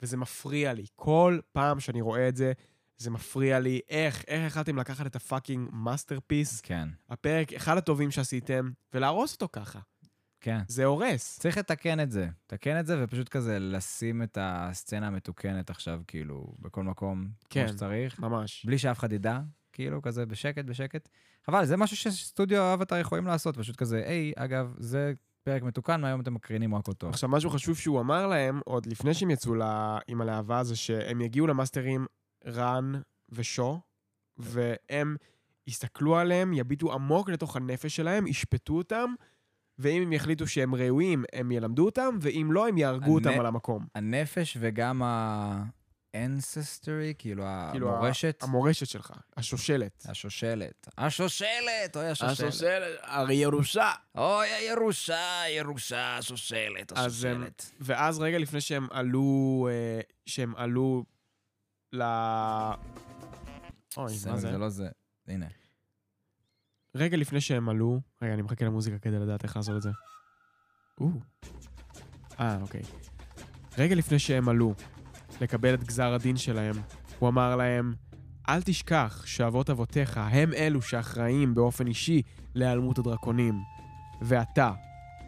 [SPEAKER 4] וזה מפריע לי. כל פעם שאני רואה את זה, זה מפריע לי. איך, איך החלטתם לקחת את הפאקינג מאסטרפיס,
[SPEAKER 7] כן,
[SPEAKER 4] הפרק, אחד הטובים שעשיתם, ולהרוס אותו ככה?
[SPEAKER 7] כן.
[SPEAKER 4] זה הורס.
[SPEAKER 7] צריך לתקן את זה. לתקן את זה ופשוט כזה לשים את הסצנה המתוקנת עכשיו, כאילו, בכל מקום,
[SPEAKER 4] כן.
[SPEAKER 7] כמו שצריך.
[SPEAKER 4] ממש.
[SPEAKER 7] בלי שאף אחד ידע, כאילו, כזה בשקט, בשקט. חבל, זה משהו שסטודיו אבטר יכולים לעשות, פשוט כזה, היי, אגב, זה פרק מתוקן, מהיום אתם מקרינים רק אותו.
[SPEAKER 4] עכשיו, משהו חשוב שהוא אמר להם, עוד לפני שהם יצאו לה, עם הלהבה, זה שהם יגיעו למאסטרים רן ושו, והם יסתכלו עליהם, יביטו עמוק לתוך הנפש שלהם, ישפטו אותם, ואם הם יחליטו שהם ראויים, הם ילמדו אותם, ואם לא, הם יהרגו
[SPEAKER 7] הנ-
[SPEAKER 4] אותם על המקום.
[SPEAKER 7] הנפש וגם ה-ancestry, כאילו,
[SPEAKER 4] כאילו, ה-
[SPEAKER 7] המורשת,
[SPEAKER 4] המורשת שלך, השושלת.
[SPEAKER 7] השושלת. השושלת! אוי, השושלת.
[SPEAKER 4] הרי ירושה.
[SPEAKER 7] אוי, הירושה, הירושה, השושלת,
[SPEAKER 4] אז אה, הם- ואז רגע לפני שהם עלו, אה, שהם עלו ל... אוי, מה
[SPEAKER 7] סמל,
[SPEAKER 4] זה?
[SPEAKER 7] זה לא זה. הנה.
[SPEAKER 4] רגע לפני שהם עלו, רגע, אני מחכה למוזיקה כדי לדעת איך לעשות את זה. או. אה, אוקיי. רגע לפני שהם עלו לקבל את גזר הדין שלהם, הוא אמר להם, אל תשכח שאבות אבותיך הם אלו שאחראים באופן אישי להיעלמות הדרקונים. ואתה,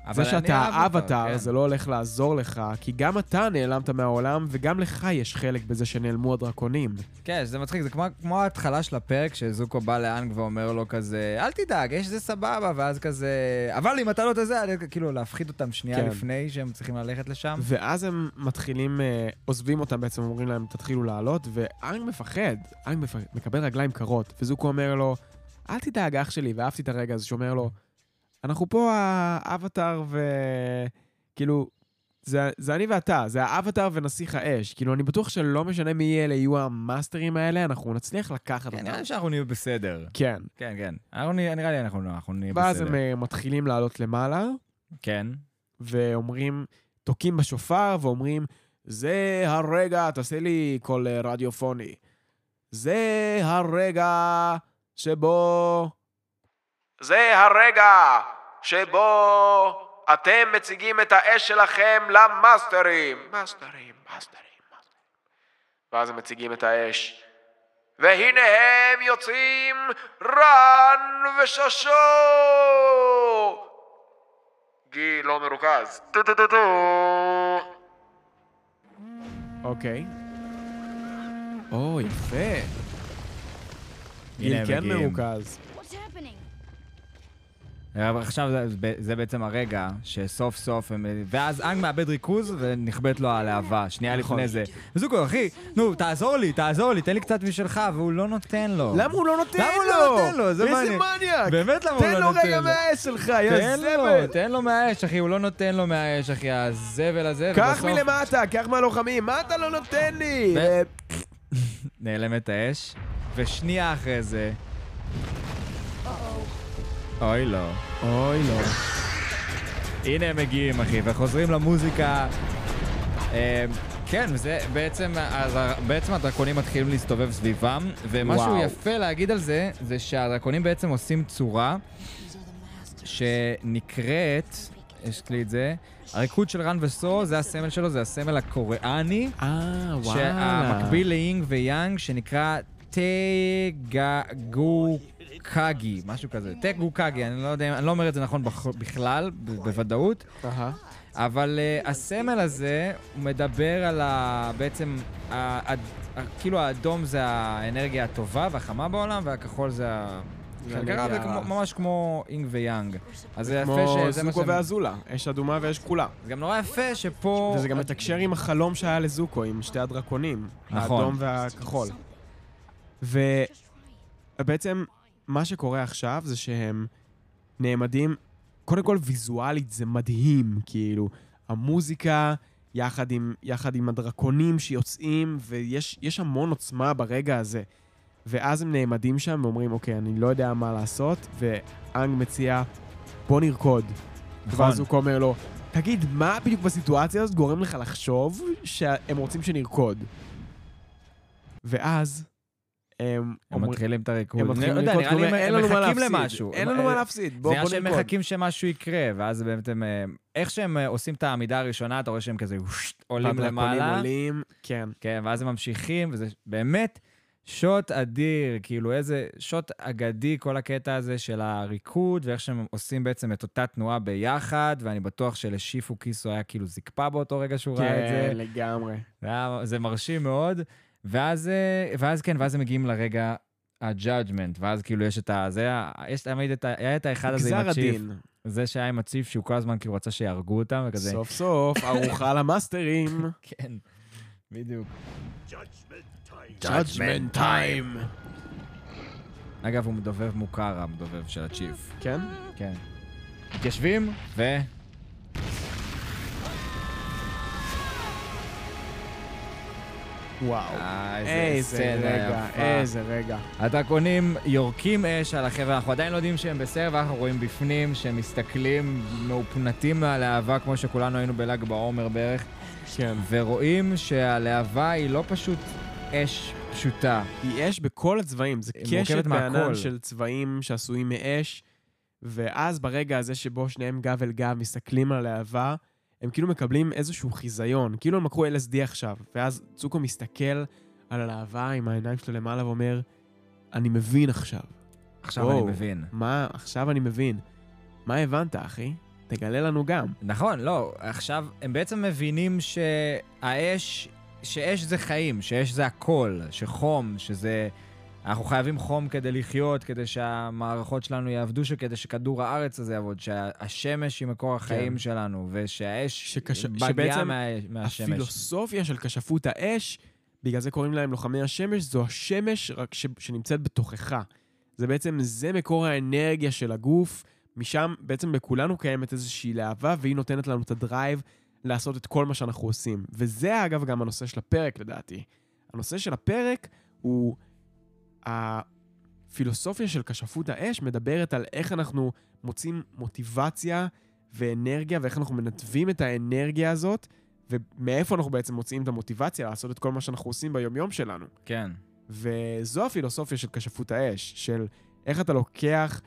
[SPEAKER 7] אבל
[SPEAKER 4] זה
[SPEAKER 7] אני
[SPEAKER 4] שאתה
[SPEAKER 7] אהב אותו,
[SPEAKER 4] האבטאר,
[SPEAKER 7] כן.
[SPEAKER 4] זה לא הולך לעזור לך, כי גם אתה נעלמת מהעולם, וגם לך יש חלק בזה שנעלמו הדרקונים.
[SPEAKER 7] כן, זה מצחיק, זה כמו, כמו ההתחלה של הפרק, שזוקו בא לאנג ואומר לו כזה, אל תדאג, יש זה סבבה, ואז כזה, אבל אם אתה לא תזה, אני-" כאילו להפחיד אותם שנייה
[SPEAKER 4] כן.
[SPEAKER 7] לפני שהם צריכים ללכת לשם.
[SPEAKER 4] ואז הם מתחילים, אה, עוזבים אותם בעצם, אומרים להם, תתחילו לעלות, ואנג מפחד, אנג מפחד, מקבל רגליים קרות, וזוקו אומר לו, אל תדאג אח שלי, ואהבתי את הרגע הזה, שאומר לו, אנחנו פה האבטאר ו... כאילו, זה, זה אני ואתה, זה האבטאר ונסיך האש. כאילו, אני בטוח שלא משנה מי אלה יהיו המאסטרים האלה, אנחנו נצליח לקחת
[SPEAKER 7] כן,
[SPEAKER 4] אותם.
[SPEAKER 7] נראה לי שאנחנו נהיה בסדר.
[SPEAKER 4] כן.
[SPEAKER 7] כן, כן. אנחנו נהיה- נראה לי אנחנו, אנחנו נהיה
[SPEAKER 4] ואז
[SPEAKER 7] בסדר.
[SPEAKER 4] הם אה, מתחילים לעלות למעלה,
[SPEAKER 7] כן.
[SPEAKER 4] ואומרים, תוקעים בשופר ואומרים, זה הרגע, תעשה לי קול אה, רדיופוני. זה הרגע שבו... זה הרגע שבו אתם מציגים את האש שלכם למאסטרים. מאסטרים, מאסטרים. ואז הם מציגים את האש. והנה הם יוצאים רן וששו! גי לא מרוכז. טו-טו-טו-טו! אוקיי. או, יפה.
[SPEAKER 7] הנה
[SPEAKER 4] גיל
[SPEAKER 7] הם
[SPEAKER 4] כן
[SPEAKER 7] מגיעים.
[SPEAKER 4] מרוכז.
[SPEAKER 7] אה, אבל עכשיו זה, זה בעצם הרגע שסוף סוף הם... ואז אנג מאבד ריכוז ונכבדת לו הלהבה, שנייה
[SPEAKER 4] נכון.
[SPEAKER 7] לפני זה. וזוקו, אחי, נו, תעזור לי, תעזור לי, תן לי קצת משלך, והוא לא נותן לו.
[SPEAKER 4] למה הוא לא נותן לו?
[SPEAKER 7] למה הוא לא נותן לו? זה
[SPEAKER 4] איזה
[SPEAKER 7] מעניין.
[SPEAKER 4] מניאק!
[SPEAKER 7] באמת למה הוא
[SPEAKER 4] תן
[SPEAKER 7] לא
[SPEAKER 4] לו
[SPEAKER 7] נותן
[SPEAKER 4] רגע
[SPEAKER 7] לו?
[SPEAKER 4] מהאש שלך, יא
[SPEAKER 7] תן לו,
[SPEAKER 4] זבל!
[SPEAKER 7] תן לו מהאש, אחי, הוא לא נותן לו מהאש, אחי, הזבל הזה.
[SPEAKER 4] קח
[SPEAKER 7] ובסוף
[SPEAKER 4] מלמטה, קח מהלוחמים, מה אתה לא נותן לי?
[SPEAKER 7] ו-
[SPEAKER 4] אה,
[SPEAKER 7] נעלמת האש, ושנייה אחרי זה... אוי לא.
[SPEAKER 4] אוי לא.
[SPEAKER 7] הנה הם מגיעים, אחי, וחוזרים למוזיקה. אה, כן, זה בעצם, אז ה- בעצם הדרקונים מתחילים להסתובב סביבם, ומשהו
[SPEAKER 4] וואו.
[SPEAKER 7] יפה להגיד על זה, זה שהדרקונים בעצם עושים צורה שנקראת יש לי את זה. הריקוד של רן וסו, זה הסמל שלו, זה הסמל הקוריאני,
[SPEAKER 9] אה,
[SPEAKER 7] שהמקביל לאינג ויאנג, שנקרא טגגו קאגי, משהו כזה. טגו קאגי, אני לא יודע, אני לא אומר את זה נכון בח- בכלל, ב- בוודאות.
[SPEAKER 4] אהה.
[SPEAKER 7] אבל uh, הסמל הזה, הוא מדבר על ה... בעצם, ה, ה, ה, כאילו האדום זה האנרגיה הטובה והחמה בעולם, והכחול זה ה...
[SPEAKER 4] זה
[SPEAKER 7] חלקרה,
[SPEAKER 4] האנרגיה
[SPEAKER 7] זה כמו-
[SPEAKER 4] הרעה.
[SPEAKER 7] ממש כמו אינג ויאנג. אז זה יפה
[SPEAKER 4] כמו
[SPEAKER 7] שזה מה
[SPEAKER 4] זוקו
[SPEAKER 7] שהם...
[SPEAKER 4] ואזולה, אש אדומה ואש כחולה.
[SPEAKER 7] זה גם נורא יפה שפה...
[SPEAKER 4] וזה גם מתקשר עם החלום שהיה לזוקו, עם שתי הדרקונים.
[SPEAKER 7] נכון.
[SPEAKER 4] האדום והכחול. ובעצם, מה שקורה עכשיו זה שהם נעמדים, קודם כל ויזואלית זה מדהים, כאילו, המוזיקה יחד עם, יחד עם הדרקונים שיוצאים, ויש יש המון עוצמה ברגע הזה. ואז הם נעמדים שם ואומרים, אוקיי, אני לא יודע מה לעשות, ואנג מציע, בוא נרקוד.
[SPEAKER 7] נכון.
[SPEAKER 4] ואז הוא אומר לו, תגיד, מה בדיוק בסיטואציה הזאת גורם לך לחשוב שהם רוצים שנרקוד? ואז הם
[SPEAKER 7] הם
[SPEAKER 4] אומרים-
[SPEAKER 7] מתחילים את הריקוד.
[SPEAKER 4] הם מתחילים
[SPEAKER 7] אני לא יודע,
[SPEAKER 4] לרקוד,
[SPEAKER 7] נראה לי
[SPEAKER 4] כי הוא אומר,
[SPEAKER 7] הם-
[SPEAKER 4] אין
[SPEAKER 7] הם
[SPEAKER 4] לנו מה
[SPEAKER 7] מחכים
[SPEAKER 4] להפסיד,
[SPEAKER 7] למשהו.
[SPEAKER 4] אין
[SPEAKER 7] הם-
[SPEAKER 4] לנו מה
[SPEAKER 7] אה,
[SPEAKER 4] להפסיד,
[SPEAKER 7] זה
[SPEAKER 4] בוא
[SPEAKER 7] נראה
[SPEAKER 4] בוא
[SPEAKER 7] שהם
[SPEAKER 4] נרקוד.
[SPEAKER 7] מחכים שמשהו יקרה, ואז באמת הם... אה, איך שהם אה, עושים את העמידה הראשונה, אתה רואה שהם כזה וושט, עולים
[SPEAKER 4] והדרקונים
[SPEAKER 7] למעלה.
[SPEAKER 4] עולים, כן.
[SPEAKER 7] כן, ואז הם ממשיכים, וזה באמת שוט אדיר, כאילו איזה שוט אגדי כל הקטע הזה של הריקוד, ואיך שהם עושים בעצם את אותה תנועה ביחד, ואני בטוח שלשיפו קיסו היה כאילו זקפה באותו רגע שהוא ראה את
[SPEAKER 4] כן,
[SPEAKER 7] זה.
[SPEAKER 4] לגמרי.
[SPEAKER 7] זה היה- זה מרשים מאוד. ואז, אה, ואז כן, ואז הם מגיעים לרגע ה-judgment, ואז כאילו יש את ה... זה היה, יש תמיד את ה... היה את האחד הזה עם
[SPEAKER 4] גזר
[SPEAKER 7] הצ'יף.
[SPEAKER 4] הדין.
[SPEAKER 7] זה שהיה עם הצ'יף, שהוא כל הזמן כאילו רצה שיהרגו אותם וכזה.
[SPEAKER 4] סוף סוף, ארוחה למאסטרים.
[SPEAKER 7] כן, בדיוק.
[SPEAKER 4] Judgment time.
[SPEAKER 7] אגב, הוא מדובב מוכר, המדובב של הצ'יף.
[SPEAKER 4] כן?
[SPEAKER 7] כן. מתיישבים, ו...
[SPEAKER 4] וואו.
[SPEAKER 7] אה,
[SPEAKER 4] איזה רגע, איזה רגע.
[SPEAKER 7] הדרקונים יורקים אש על החבר'ה, אנחנו עדיין לא יודעים שהם בסדר, ואנחנו רואים בפנים שהם מסתכלים, מאופנטים מהלהבה, כמו שכולנו היינו בל"ג בעומר בערך,
[SPEAKER 4] כן.
[SPEAKER 7] ורואים שהלהבה היא לא פשוט אש פשוטה.
[SPEAKER 4] היא אש בכל הצבעים, זה
[SPEAKER 7] היא
[SPEAKER 4] קשת
[SPEAKER 7] מורכבת מהכל.
[SPEAKER 4] בענן של צבעים שעשויים מאש, ואז ברגע הזה שבו שניהם גב אל גב מסתכלים על הלהבה, הם כאילו מקבלים איזשהו חיזיון, כאילו הם לקחו LSD עכשיו, ואז צוקו מסתכל על הלהבה עם העיניים שלו למעלה ואומר, אני מבין עכשיו.
[SPEAKER 7] עכשיו
[SPEAKER 4] וואו.
[SPEAKER 7] אני מבין.
[SPEAKER 4] מה, עכשיו אני מבין. מה הבנת, אחי? תגלה לנו גם.
[SPEAKER 7] נכון, לא, עכשיו, הם בעצם מבינים שהאש, שאש זה חיים, שאש זה הכל, שחום, שזה... אנחנו חייבים חום כדי לחיות, כדי שהמערכות שלנו יעבדו, כדי שכדור הארץ הזה יעבוד, שהשמש היא מקור החיים שלנו, ושהאש
[SPEAKER 4] שקש-
[SPEAKER 7] מגיעה
[SPEAKER 4] שבעצם
[SPEAKER 7] מה... מהשמש.
[SPEAKER 4] הפילוסופיה של כשפות האש, בגלל זה קוראים להם לוחמי השמש, זו השמש רק ש... שנמצאת בתוכך. זה בעצם, זה מקור האנרגיה של הגוף, משם בעצם בכולנו קיימת איזושהי להבה, והיא נותנת לנו את הדרייב לעשות את כל מה שאנחנו עושים. וזה אגב גם הנושא של הפרק לדעתי. הנושא של הפרק הוא... הפילוסופיה של כשפות האש מדברת על איך אנחנו מוצאים מוטיבציה ואנרגיה ואיך אנחנו מנתבים את האנרגיה הזאת ומאיפה אנחנו בעצם מוצאים את המוטיבציה לעשות את כל מה שאנחנו עושים ביומיום שלנו.
[SPEAKER 7] כן.
[SPEAKER 4] וזו הפילוסופיה של כשפות האש, של איך אתה לוקח,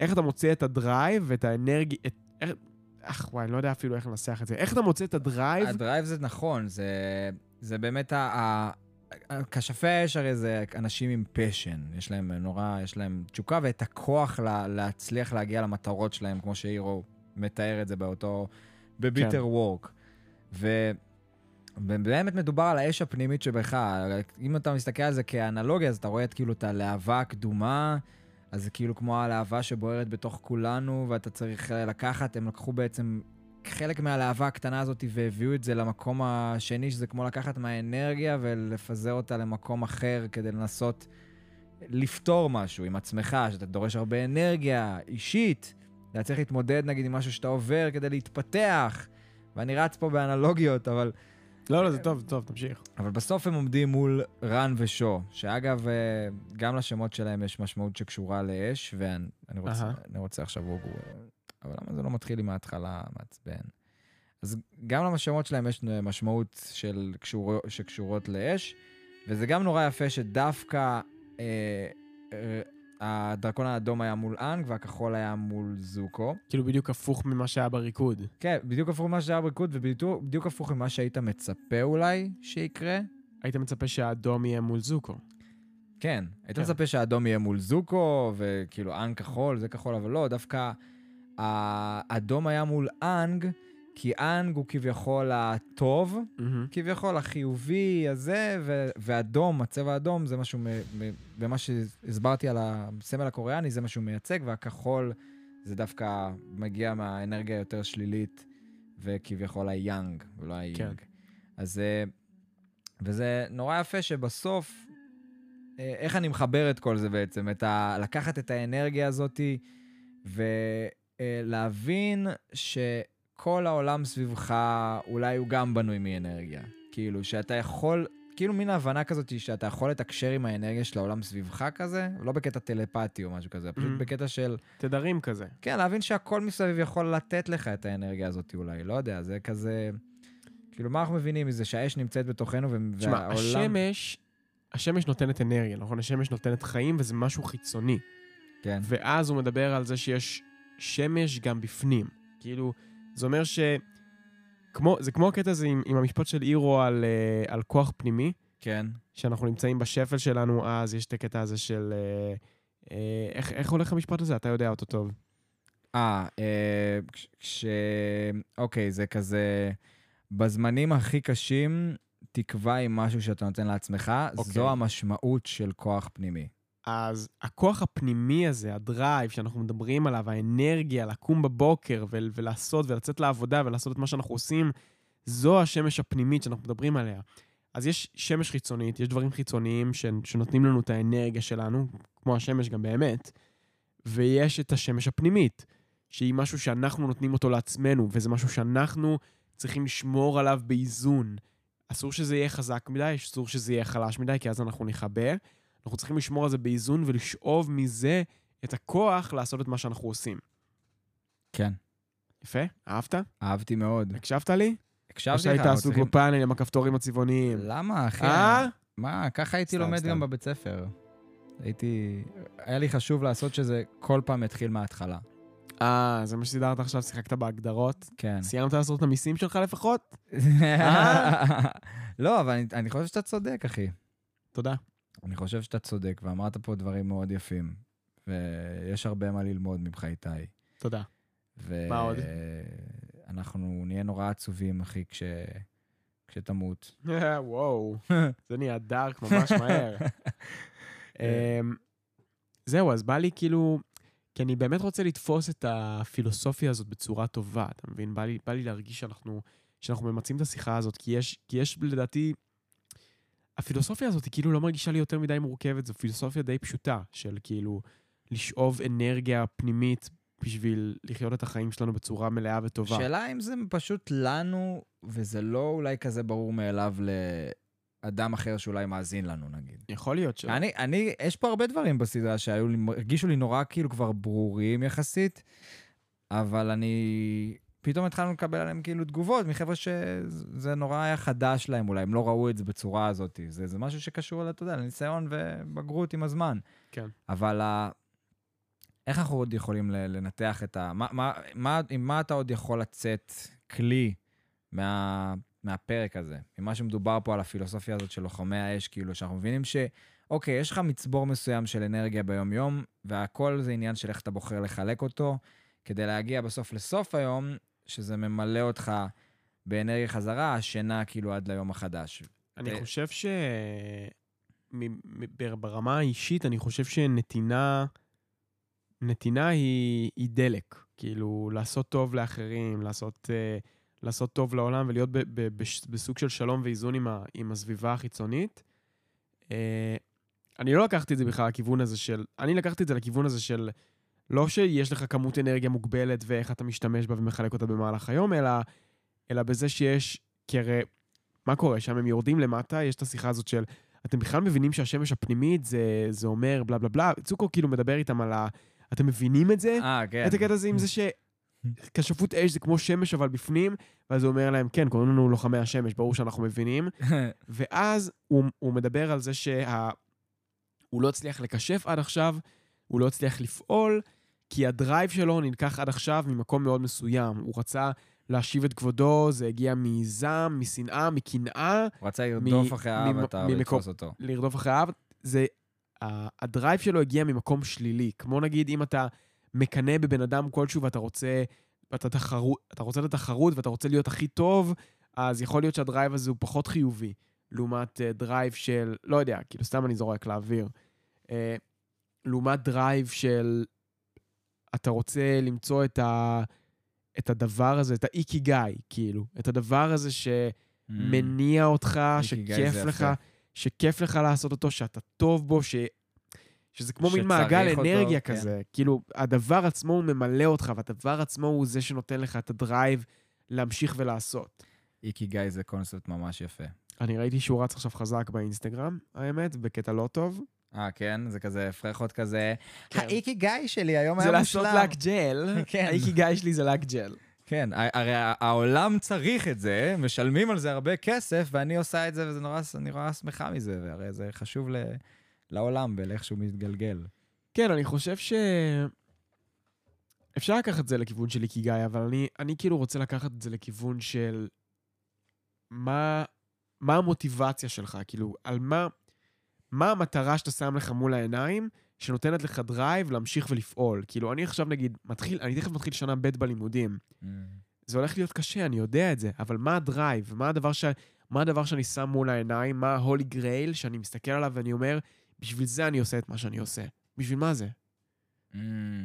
[SPEAKER 4] איך אתה מוצא את הדרייב ואת האנרגיה, את... איך... אך וואי, אני לא יודע אפילו איך לנסח את זה. איך אתה מוצא את הדרייב?
[SPEAKER 7] הדרייב זה נכון, זה, זה באמת ה... ה... כשפי האש הרי זה אנשים עם פשן, יש להם נורא, יש להם תשוקה ואת הכוח לה, להצליח להגיע למטרות שלהם, כמו שאירו מתאר את זה באותו, בביטר וורק. ו... ובאמת מדובר על האש הפנימית שבך. אם אתה מסתכל על זה כאנלוגיה, אז אתה רואה את כאילו את הלהבה הקדומה, אז זה כאילו כמו הלהבה שבוערת בתוך כולנו, ואתה צריך אה, לקחת, הם לקחו בעצם חלק מהלהבה הקטנה הזאת והביאו את זה למקום השני, שזה כמו לקחת מהאנרגיה ולפזר אותה למקום אחר כדי לנסות לפתור משהו עם עצמך, שאתה דורש הרבה אנרגיה אישית, אתה צריך להתמודד נגיד עם משהו שאתה עובר כדי להתפתח. ואני רץ פה באנלוגיות, אבל
[SPEAKER 4] לא, לא, זה טוב, זה טוב, תמשיך.
[SPEAKER 7] אבל בסוף הם עומדים מול רן ושו, שאגב, אה, גם לשמות שלהם יש משמעות שקשורה לאש, ואני אני רוצה,
[SPEAKER 4] אהה.
[SPEAKER 7] אני רוצה עכשיו הוגו, אה, אבל למה זה לא מתחיל לי מההתחלה, מעצבן? אז גם לשמות שלהם יש אה, משמעות של קשור, שקשורות לאש, וזה גם נורא יפה שדווקא אה, אה, הדרקון האדום היה מול אנג והכחול היה מול זוקו.
[SPEAKER 4] כאילו בדיוק הפוך ממה שהיה בריקוד.
[SPEAKER 7] כן, בדיוק הפוך ממה שהיה בריקוד, ובדיוק בדיוק הפוך ממה שהיית מצפה אולי שיקרה.
[SPEAKER 4] היית מצפה שהאדום יהיה מול זוקו.
[SPEAKER 7] כן, היית
[SPEAKER 4] כן.
[SPEAKER 7] מצפה שהאדום יהיה מול זוקו, וכאילו אנג כחול, זה כחול, אבל לא, דווקא האדום היה מול אנג, כי אנג הוא כביכול הטוב,
[SPEAKER 4] מהמם.
[SPEAKER 7] כביכול החיובי הזה, ו- ואדום, הצבע האדום, זה משהו, מ- מ- ומה שהסברתי על הסמל הקוריאני, זה מה שהוא מייצג, והכחול זה דווקא מגיע מהאנרגיה היותר שלילית, וכביכול היאנג, ולא היינג.
[SPEAKER 4] כן.
[SPEAKER 7] כן. אז, אה, וזה נורא יפה שבסוף, אה, איך אני מחבר את כל זה בעצם? את ה- לקחת את האנרגיה הזאתי, ולהבין ש... כל העולם סביבך אולי הוא גם בנוי מאנרגיה. כאילו, שאתה יכול, כאילו מין ההבנה כזאת שאתה יכול לתקשר עם האנרגיה של העולם סביבך כזה, לא בקטע טלפתי או משהו כזה, פשוט
[SPEAKER 4] Mm.
[SPEAKER 7] בקטע של,
[SPEAKER 4] תדרים כזה.
[SPEAKER 7] כן, להבין שהכל מסביב יכול לתת לך את האנרגיה הזאת אולי, לא יודע, זה כזה... כאילו, מה אנחנו מבינים מזה? שהאש נמצאת בתוכנו ו- והעולם...
[SPEAKER 4] תשמע, השמש, השמש נותנת אנרגיה, נכון? השמש נותנת חיים וזה משהו חיצוני.
[SPEAKER 7] כן,
[SPEAKER 4] ואז הוא מדבר על זה שיש שמש גם בפנים. כאילו, זה אומר ש... כמו, זה כמו הקטע הזה עם, עם המשפט של אירו על, אה, על כוח פנימי,
[SPEAKER 7] כן.
[SPEAKER 4] שאנחנו נמצאים בשפל שלנו, אז יש את הקטע הזה של... אה, אה, איך, איך הולך המשפט הזה? אתה יודע אותו טוב.
[SPEAKER 7] אה, אה, כש- כש... אוקיי, זה כזה... בזמנים הכי קשים, תקווה עם משהו שאתה נותן לעצמך,
[SPEAKER 4] אוקיי.
[SPEAKER 7] זו המשמעות של כוח פנימי.
[SPEAKER 4] אז הכוח הפנימי הזה, הדרייב שאנחנו מדברים עליו, האנרגיה, לקום בבוקר ול- ולעשות ולצאת לעבודה ולעשות את מה שאנחנו עושים, זו השמש הפנימית שאנחנו מדברים עליה. אז יש שמש חיצונית, יש דברים חיצוניים ש- שנותנים לנו את האנרגיה שלנו, כמו השמש גם באמת, ויש את השמש הפנימית, שהיא משהו שאנחנו נותנים אותו לעצמנו, וזה משהו שאנחנו צריכים לשמור עליו באיזון. אסור שזה יהיה חזק מדי, אסור שזה יהיה חלש מדי, כי אז אנחנו נכבה. אנחנו צריכים לשמור על זה באיזון ולשאוב מזה את הכוח לעשות את מה שאנחנו עושים.
[SPEAKER 7] כן.
[SPEAKER 4] יפה? אהבת?
[SPEAKER 7] אהבתי מאוד.
[SPEAKER 4] הקשבת לי? או
[SPEAKER 7] כן. הקשבתי לך,
[SPEAKER 4] שהיית
[SPEAKER 7] אבל
[SPEAKER 4] עסוק
[SPEAKER 7] צריכים- כן.
[SPEAKER 4] בפאנל עם הכפתורים הצבעוניים.
[SPEAKER 7] למה, אחי?
[SPEAKER 4] אה?
[SPEAKER 7] מה, ככה הייתי
[SPEAKER 4] סתם,
[SPEAKER 7] לומד
[SPEAKER 4] סתם.
[SPEAKER 7] גם בבית ספר. הייתי... היה לי חשוב לעשות שזה כל פעם יתחיל מההתחלה.
[SPEAKER 4] אה, זה מה שסידרת עכשיו, שיחקת בהגדרות.
[SPEAKER 7] כן.
[SPEAKER 4] סיימת לעשות את המיסים שלך לפחות? אה?
[SPEAKER 7] לא, אבל אני- אני חושב שאתה צודק, אחי.
[SPEAKER 4] תודה.
[SPEAKER 7] אני חושב שאתה צודק, ואמרת פה דברים מאוד יפים, ויש הרבה מה ללמוד ממך, איתי.
[SPEAKER 4] תודה.
[SPEAKER 7] ו...
[SPEAKER 4] מה עוד?
[SPEAKER 7] אנחנו נהיה נורא עצובים, אחי, כש... כשתמות.
[SPEAKER 4] וואו, זה נהיה דארק ממש מהר.
[SPEAKER 7] כן.
[SPEAKER 4] אמ, זהו, אז בא לי כאילו... כי אני באמת רוצה לתפוס את הפילוסופיה הזאת בצורה טובה, אתה מבין? בא לי, בא לי להרגיש שאנחנו, שאנחנו ממצים את השיחה הזאת, כי יש, כי יש לדעתי... הפילוסופיה הזאת היא כאילו לא מרגישה לי יותר מדי מורכבת, זו פילוסופיה די פשוטה, של כאילו לשאוב אנרגיה פנימית בשביל לחיות את החיים שלנו בצורה מלאה וטובה.
[SPEAKER 7] שאלה אם זה פשוט לנו, וזה לא אולי כזה ברור מאליו לאדם אחר שאולי מאזין לנו, נגיד.
[SPEAKER 4] יכול להיות ש...
[SPEAKER 7] אני, אני, יש פה הרבה דברים בסדרה שהיו לי, הרגישו לי נורא כאילו כבר ברורים יחסית, אבל אני, פתאום התחלנו לקבל עליהם כאילו תגובות מחבר'ה שזה נורא היה חדש להם אולי, הם לא ראו את זה בצורה הזאת. זה, זה משהו שקשור, אתה יודע, לניסיון ובגרות עם הזמן.
[SPEAKER 4] כן.
[SPEAKER 7] אבל ה... איך אנחנו עוד יכולים ל- לנתח את ה... מה, מה, מה, עם מה אתה עוד יכול לצאת כלי מה, מהפרק הזה? ממה שמדובר פה על הפילוסופיה הזאת של לוחמי האש, כאילו, שאנחנו מבינים ש... אוקיי, יש לך מצבור מסוים של אנרגיה ביום-יום, והכל זה עניין של איך אתה בוחר לחלק אותו, כדי להגיע בסוף לסוף היום, שזה ממלא אותך באנרגיה חזרה, השינה כאילו עד ליום החדש.
[SPEAKER 4] אני
[SPEAKER 7] אה,
[SPEAKER 4] חושב ש... מ- מ- בר- ברמה האישית, אני חושב שנתינה... נתינה היא, היא דלק. כאילו, לעשות טוב לאחרים, לעשות, אה, לעשות טוב לעולם ולהיות ב, ב, בש, בסוג של שלום ואיזון עם, ה, עם הסביבה החיצונית. אה, אני לא לקחתי את זה בכלל לכיוון הזה של... אני לקחתי את זה לכיוון הזה של... לא שיש לך כמות אנרגיה מוגבלת ואיך אתה משתמש בה ומחלק אותה במהלך היום, אלא, אלא בזה שיש... כי הרי מה קורה שם? הם יורדים למטה, יש את השיחה הזאת של, אתם בכלל מבינים שהשמש הפנימית זה, זה אומר בלה בלה בלה, צוקו כאילו מדבר איתם על ה... אתם מבינים את זה?
[SPEAKER 7] אה, כן.
[SPEAKER 4] את הקטע הזה עם זה שכשפות אש זה כמו שמש אבל בפנים, ואז הוא אומר להם, כן, קוראים לנו לוחמי השמש, ברור שאנחנו מבינים. ואז הוא, הוא מדבר על זה שהוא לא הצליח לקשף עד עכשיו, הוא לא הצליח לפעול, כי הדרייב שלו נלקח עד עכשיו ממקום מאוד מסוים. הוא רצה להשיב את כבודו, זה הגיע מזעם, משנאה, מקנאה,
[SPEAKER 7] הוא רצה לרדוף
[SPEAKER 4] מ-
[SPEAKER 7] אחרי
[SPEAKER 4] מ-
[SPEAKER 7] האבטר
[SPEAKER 4] ממקום-
[SPEAKER 7] ולתפוס אותו.
[SPEAKER 4] לרדוף אחריו. זה, ה- הדרייב שלו הגיע ממקום שלילי. כמו נגיד, אם אתה מקנא בבן אדם כלשהו ואתה רוצה, ואתה תחרו, אתה רוצה את התחרות ואתה רוצה להיות הכי טוב, אז יכול להיות שהדרייב הזה הוא פחות חיובי, לעומת אה, דרייב של, לא יודע, כאילו, סתם אני זורק לאוויר. אה, לעומת דרייב של אתה רוצה למצוא את, ה, את הדבר הזה, את האיקיגאי, כאילו, את הדבר הזה ש...
[SPEAKER 7] Mm.
[SPEAKER 4] מניע אותך,
[SPEAKER 7] איקיגאי
[SPEAKER 4] שכיף
[SPEAKER 7] זה
[SPEAKER 4] לך,
[SPEAKER 7] יפה.
[SPEAKER 4] שכיף לך לעשות אותו, שאתה טוב בו, ש... שזה כמו מין
[SPEAKER 7] שצריך
[SPEAKER 4] מעגל
[SPEAKER 7] אותו,
[SPEAKER 4] אנרגיה
[SPEAKER 7] כן.
[SPEAKER 4] כזה. כאילו, הדבר עצמו הוא ממלא אותך, והדבר עצמו הוא זה שנותן לך את הדרייב להמשיך ולעשות.
[SPEAKER 7] איקיגאי זה קונספט ממש יפה.
[SPEAKER 4] אני ראיתי שהוא רץ עכשיו חזק באינסטגרם, האמת, בקטע לא טוב.
[SPEAKER 7] אה, כן? זה כזה פרחות כזה.
[SPEAKER 4] כן.
[SPEAKER 7] האיקיגאי שלי היום
[SPEAKER 4] זה
[SPEAKER 7] היה
[SPEAKER 4] לעשות
[SPEAKER 7] מושלם.
[SPEAKER 4] לק ג'ל.
[SPEAKER 7] כן.
[SPEAKER 4] האיקיגאי שלי זה לק ג'ל.
[SPEAKER 7] כן, ה- הרי ה- העולם צריך את זה, משלמים על זה הרבה כסף, ואני עושה את זה, וזה נורא, אני נורא שמחה מזה, והרי זה חשוב ל... לעולם ולאיך שהוא מתגלגל.
[SPEAKER 4] כן, אני חושב ש... אפשר לקחת את זה לכיוון של איקיגאי, אבל אני, אני כאילו רוצה לקחת את זה לכיוון של מה, מה המוטיבציה שלך, כאילו, על מה, מה המטרה שאתה שם לך מול העיניים, שנותנת לך דרייב להמשיך ולפעול. כאילו, אני עכשיו נגיד, מתחיל, אני תכף מתחיל שנה ב' בלימודים. זה הולך להיות קשה, אני יודע את זה, אבל מה הדרייב? מה הדבר, ש... מה הדבר שאני שם מול העיניים? מה ה-holy grail שאני מסתכל עליו ואני אומר, בשביל זה אני עושה את מה שאני עושה. בשביל מה זה?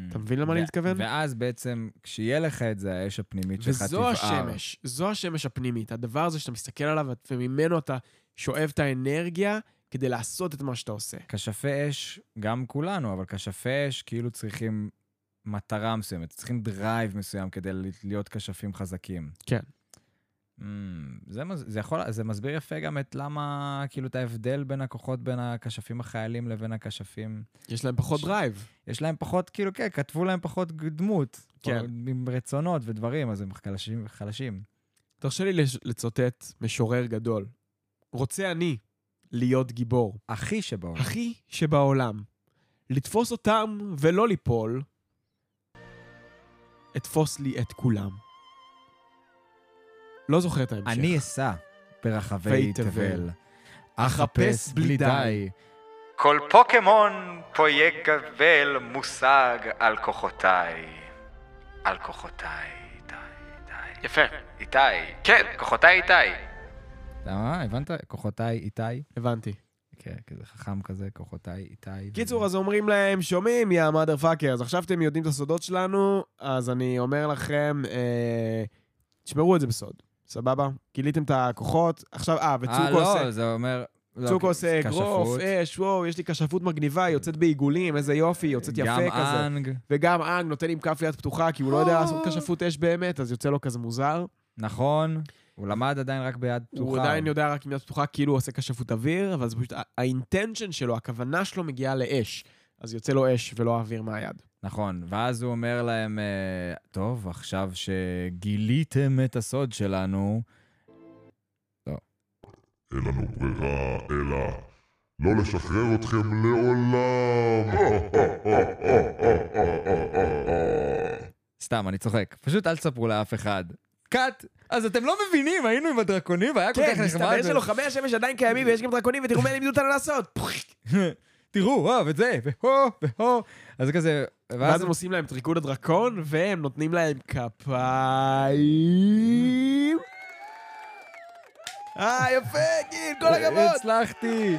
[SPEAKER 4] אתה מבין למה אני
[SPEAKER 7] ו-
[SPEAKER 4] מתכוון?
[SPEAKER 7] ואז בעצם, כשיהיה לך את זה, האש הפנימית שלך תבער.
[SPEAKER 4] וזו השמש, זו השמש הפנימית, הדבר הזה שאתה מסתכל עליו וממנו אתה שואב את האנרגיה כדי לעשות את מה שאתה עושה.
[SPEAKER 7] כשפי אש, גם כולנו, אבל כשפי אש כאילו צריכים מטרה מסוימת, צריכים דרייב מסוים כדי ל- להיות כשפים חזקים.
[SPEAKER 4] כן.
[SPEAKER 7] Mm, זה, מס- זה, יכול, זה מסביר יפה גם את למה, כאילו, את ההבדל בין הכוחות, בין הכשפים החיילים לבין הכשפים.
[SPEAKER 4] יש להם פחות
[SPEAKER 7] ש-
[SPEAKER 4] דרייב.
[SPEAKER 7] יש להם פחות, כאילו, כן, כתבו להם פחות דמות.
[SPEAKER 4] כן.
[SPEAKER 7] עם רצונות ודברים, אז הם חלשים. חלשים.
[SPEAKER 4] תרשה לי לש- לצטט משורר גדול. רוצה אני להיות גיבור,
[SPEAKER 7] הכי שבעולם.
[SPEAKER 4] הכי שבעולם. לתפוס אותם ולא ליפול, אתפוס לי את כולם. לא זוכר את ההמשך.
[SPEAKER 7] אני אסע ברחבי
[SPEAKER 4] וי תבל.
[SPEAKER 7] תבל.
[SPEAKER 4] אחפש
[SPEAKER 7] אחפש
[SPEAKER 4] בלי
[SPEAKER 7] בלי
[SPEAKER 4] די.
[SPEAKER 7] די.
[SPEAKER 1] כל פוקמון פה יקבל מושג על כוחותיי. על כוחותיי, איתי, איתי.
[SPEAKER 2] יפה.
[SPEAKER 1] איתי. כן, כוחותיי איתי.
[SPEAKER 7] למה? הבנת? כוחותיי איתי?
[SPEAKER 4] הבנתי.
[SPEAKER 7] כן, כזה חכם כזה, כוחותיי איתי.
[SPEAKER 4] קיצור, אז אומרים להם, שומעים, יא מאדר פאקר, אז עכשיו אתם יודעים את הסודות שלנו, אז אני אומר לכם, אה, תשמרו את זה בסוד, סבבה? גיליתם את הכוחות, עכשיו, אה,
[SPEAKER 7] אה,
[SPEAKER 4] וצוקו עושה...
[SPEAKER 7] לא, זה אומר... לא,
[SPEAKER 4] צוקו
[SPEAKER 7] כן,
[SPEAKER 4] עושה אגרוף, אה,
[SPEAKER 7] כשפות.
[SPEAKER 4] אש, וואו, יש לי כשפות מגניבה, היא יוצאת בעיגולים, איזה יופי, היא יוצאת יפה
[SPEAKER 7] גם
[SPEAKER 4] כזה.
[SPEAKER 7] אנג.
[SPEAKER 4] וגם אנג נותן עם כף ליד פתוחה, כי הוא לא יודע לעשות כשפות אש באמת, אז יוצא לו כזה מוזר.
[SPEAKER 7] נכון. הוא למד עדיין רק ביד פתוחה.
[SPEAKER 4] הוא עדיין יודע רק עם יד פתוחה, כאילו הוא עושה כשפות אוויר, אבל זה פשוט, ה- האינטנשן שלו, הכוונה שלו מגיעה לאש. אז יוצא לו אש ולא אוויר מהיד.
[SPEAKER 7] נכון, ואז הוא אומר להם, אה, טוב, עכשיו שגיליתם את הסוד שלנו,
[SPEAKER 3] אין לנו ברירה אלא לא לשחרר אתכם לעולם!
[SPEAKER 7] סתם, אני צוחק. פשוט אל תספרו לאף אחד. קאט! אז אתם לא מבינים, היינו עם הדרקונים, והיה כל כך
[SPEAKER 4] כן,
[SPEAKER 7] נחמד.
[SPEAKER 4] מסתבר שלוחמי השמש עדיין קיימים ויש גם דרקונים, ותראו מה לימדו אותנו לעשות.
[SPEAKER 7] תראו, וואו, ואת זה, והו, והו. אז זה כזה,
[SPEAKER 4] ואז
[SPEAKER 7] ואז
[SPEAKER 4] הם עושים להם את ריקוד הדרקון, והם נותנים להם כפיים. אה, יפה, גיל, כל הכבוד.
[SPEAKER 7] הצלחתי.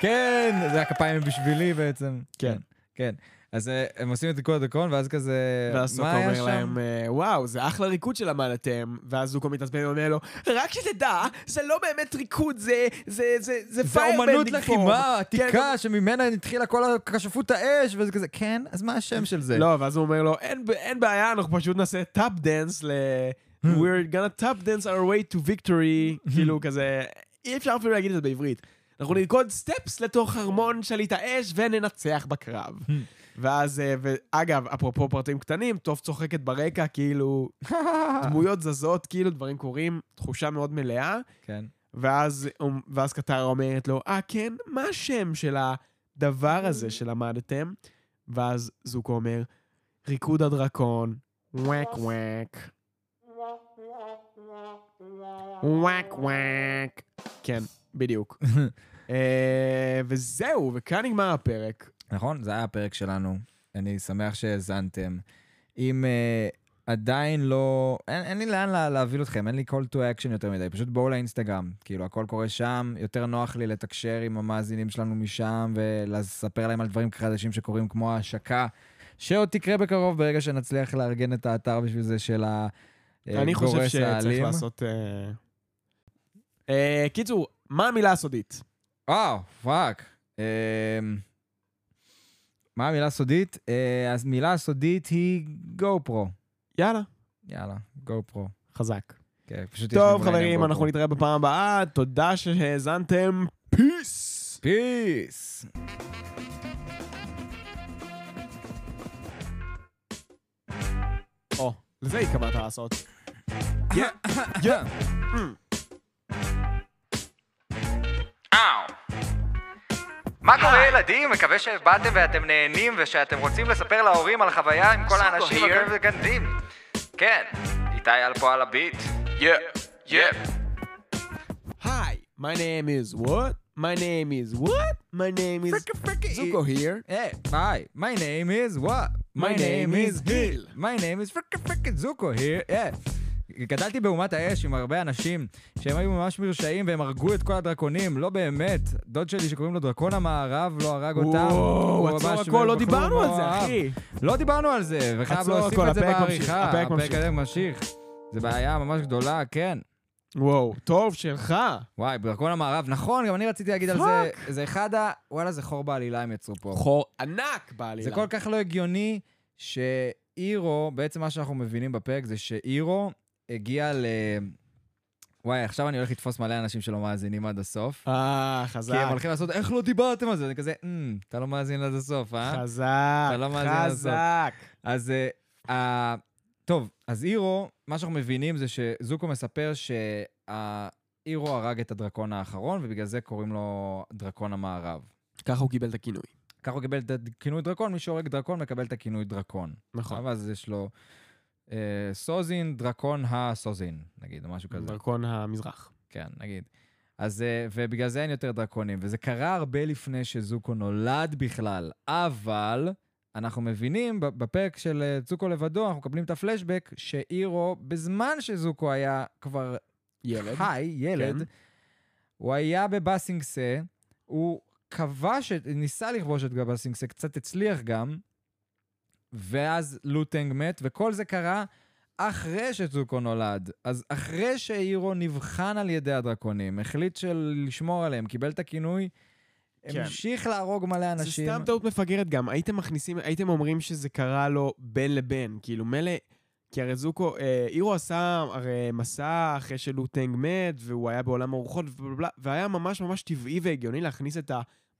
[SPEAKER 7] כן, זה הכפיים הם בשבילי בעצם.
[SPEAKER 4] כן.
[SPEAKER 7] כן. אז אה, הם עושים את כל הדרקון, ואז כזה,
[SPEAKER 4] ואז סוקו
[SPEAKER 7] מה היה
[SPEAKER 4] אומר
[SPEAKER 7] שם?
[SPEAKER 4] להם, אה, וואו, זה אחלה ריקוד שלמדתם. ואז זוקו מתעצבן ואומר לו, רק שתדע, זה לא באמת ריקוד, זה זה- זה- זה
[SPEAKER 7] זה
[SPEAKER 4] פיירמן
[SPEAKER 7] אומנות
[SPEAKER 4] לגבור."
[SPEAKER 7] לחימה
[SPEAKER 4] כן,
[SPEAKER 7] עתיקה, שממנה התחילה כל הכשפות האש, וזה כזה, כן? אז מה השם של זה?
[SPEAKER 4] לא, ואז הוא אומר לו, אין, ב- אין בעיה, אנחנו פשוט נעשה טאפ דנס ל... We're gonna tap dance our way to victory, כאילו כזה, אי אפשר אפילו להגיד את זה בעברית. אנחנו נרקוד סטפס לתוך ארמון שליט האש וננצח בקרב. ואז, אה, ואגב, אפרופו פרטים קטנים, טוב צוחקת ברקע, כאילו, דמויות זזות, כאילו דברים קורים, תחושה מאוד מלאה.
[SPEAKER 7] כן.
[SPEAKER 4] ואז, ואז קטרה אומרת לו, אה, כן, מה השם של הדבר הזה שלמדתם? ואז זוקו אומר, ריקוד הדרקון, וואק וואק. וואק וואק. כן, בדיוק. אה, וזהו, וכאן נגמר הפרק.
[SPEAKER 7] נכון? זה היה הפרק שלנו. אני שמח שהאזנתם. אם אה, עדיין לא... אין, אין לי לאן לה, להביא אתכם, אין לי call to action יותר מדי, פשוט בואו לאינסטגרם. כאילו, הכל קורה שם, יותר נוח לי לתקשר עם המאזינים שלנו משם ולספר להם על דברים חדשים שקורים, כמו ההשקה, שעוד תקרה בקרוב ברגע שנצליח לארגן את האתר בשביל זה של ה... אה,
[SPEAKER 4] אני חושב
[SPEAKER 7] גורס
[SPEAKER 4] שצריך
[SPEAKER 7] האלים.
[SPEAKER 4] לעשות... אה, אה, קיצור, מה המילה הסודית?
[SPEAKER 7] וואו, פאק. אמ, מה המילה הסודית? אה, אז מילה הסודית היא גו פרו.
[SPEAKER 4] יאללה,
[SPEAKER 7] יאללה, גו פרו.
[SPEAKER 4] חזק.
[SPEAKER 7] כן, פשוט יש לי
[SPEAKER 4] טוב,
[SPEAKER 7] מול העיניים
[SPEAKER 4] חברים,
[SPEAKER 7] GoPro.
[SPEAKER 4] אנחנו נתראה בפעם הבאה. תודה שהאזנתם. פיס!
[SPEAKER 7] Peace.
[SPEAKER 4] או, לזה התכוונת לעשות.
[SPEAKER 1] Mm. מה קורה ילדים? מקווה שבאתם ואתם נהנים ושאתם רוצים לספר להורים על החוויה עם כל האנשים
[SPEAKER 2] here.
[SPEAKER 1] הגנדים. כן, איתי על פה על הביט. יא, יא.
[SPEAKER 4] Hi, my name is what? My name is what? My name is Zuko here.
[SPEAKER 7] Hey, hi. My name is what?
[SPEAKER 4] My name is Gil.
[SPEAKER 7] My name is frickin' frickin' זוקו here. Yeah. גדלתי באומת האש עם הרבה אנשים שהם היו ממש מרשעים והם הרגו את כל הדרקונים, לא באמת. דוד שלי שקוראים לו דרקון המערב לא הרג אותם. הוא
[SPEAKER 4] וואו, עצור
[SPEAKER 7] ממש
[SPEAKER 4] הכל, לא
[SPEAKER 7] בחור
[SPEAKER 4] דיברנו על זה,
[SPEAKER 7] מאוהב.
[SPEAKER 4] אחי.
[SPEAKER 7] לא דיברנו על זה, וחייב
[SPEAKER 4] עצור
[SPEAKER 7] להוסיף
[SPEAKER 4] הכל,
[SPEAKER 7] את זה
[SPEAKER 4] הפרק ממשיך,
[SPEAKER 7] בעריכה.
[SPEAKER 4] הפרק ממשיך.
[SPEAKER 7] הזה ממשיך. זה בעיה ממש גדולה, כן.
[SPEAKER 4] וואו, טוב שלך.
[SPEAKER 7] וואי, דרקון המערב, נכון, גם אני רציתי להגיד על זה. זה אחד ה... וואלה, זה חור בעלילה הם יצרו פה.
[SPEAKER 4] חור ענק בעלילה.
[SPEAKER 7] זה כל כך לא הגיוני שאירו, בעצם מה שאנחנו מבינים בפרק זה שאירו הגיע ל... וואי, עכשיו אני הולך לתפוס מלא אנשים שלא מאזינים עד הסוף.
[SPEAKER 4] אה,
[SPEAKER 7] כי הם
[SPEAKER 4] חזק.
[SPEAKER 7] הולכים לעשות, איך לא דיברתם על זה? אני כזה, "אמ, אתה לא מאזין עד הסוף, אה?
[SPEAKER 4] חזק,
[SPEAKER 7] אתה לא מאזין עד הסוף.
[SPEAKER 4] חזק.
[SPEAKER 7] אז... אה, אה, טוב, אז אירו, מה שאנחנו מבינים זה שזוקו מספר שהאירו הרג את הדרקון האחרון, ובגלל זה קוראים לו דרקון המערב.
[SPEAKER 4] ככה הוא קיבל את הכינוי.
[SPEAKER 7] ככה הוא קיבל את הכינוי דרקון, מי שהורג דרקון מקבל את הכינוי דרקון.
[SPEAKER 4] נכון.
[SPEAKER 7] ואז יש לו אה, סוזין, דרקון הסוזין, נגיד, או משהו כזה.
[SPEAKER 4] דרכון המזרח.
[SPEAKER 7] כן, נגיד. אז, אה, ובגלל זה אין יותר דרקונים, וזה קרה הרבה לפני שזוקו נולד בכלל, אבל אנחנו מבינים, ב- בפרק של אה, זוקו לבדו, אנחנו מקבלים את הפלשבק, שאירו, בזמן שזוקו היה כבר
[SPEAKER 4] ילד.
[SPEAKER 7] חי, ילד,
[SPEAKER 4] כן.
[SPEAKER 7] הוא היה בבאסינגסה, הוא כבש, את- ניסה לכבוש את בבאסינגסה, קצת הצליח גם, ואז לוטנג מת, וכל זה קרה אחרי שצוקו נולד. אז אחרי שאירו נבחן על ידי הדרקונים, החליט של לשמור עליהם, קיבל את הכינוי,
[SPEAKER 4] כן.
[SPEAKER 7] המשיך להרוג מלא
[SPEAKER 4] זה
[SPEAKER 7] אנשים.
[SPEAKER 4] סתם טעות מפגרת גם. הייתם מכניסים, הייתם אומרים שזה קרה לו בין לבין. כאילו, מילא... כי הרי זוקו, אה, אירו עשה הרי מסע אחרי שלוטנג מת, והוא היה בעולם הרוחות, ובלבלה, והיה ממש ממש טבעי והגיוני להכניס את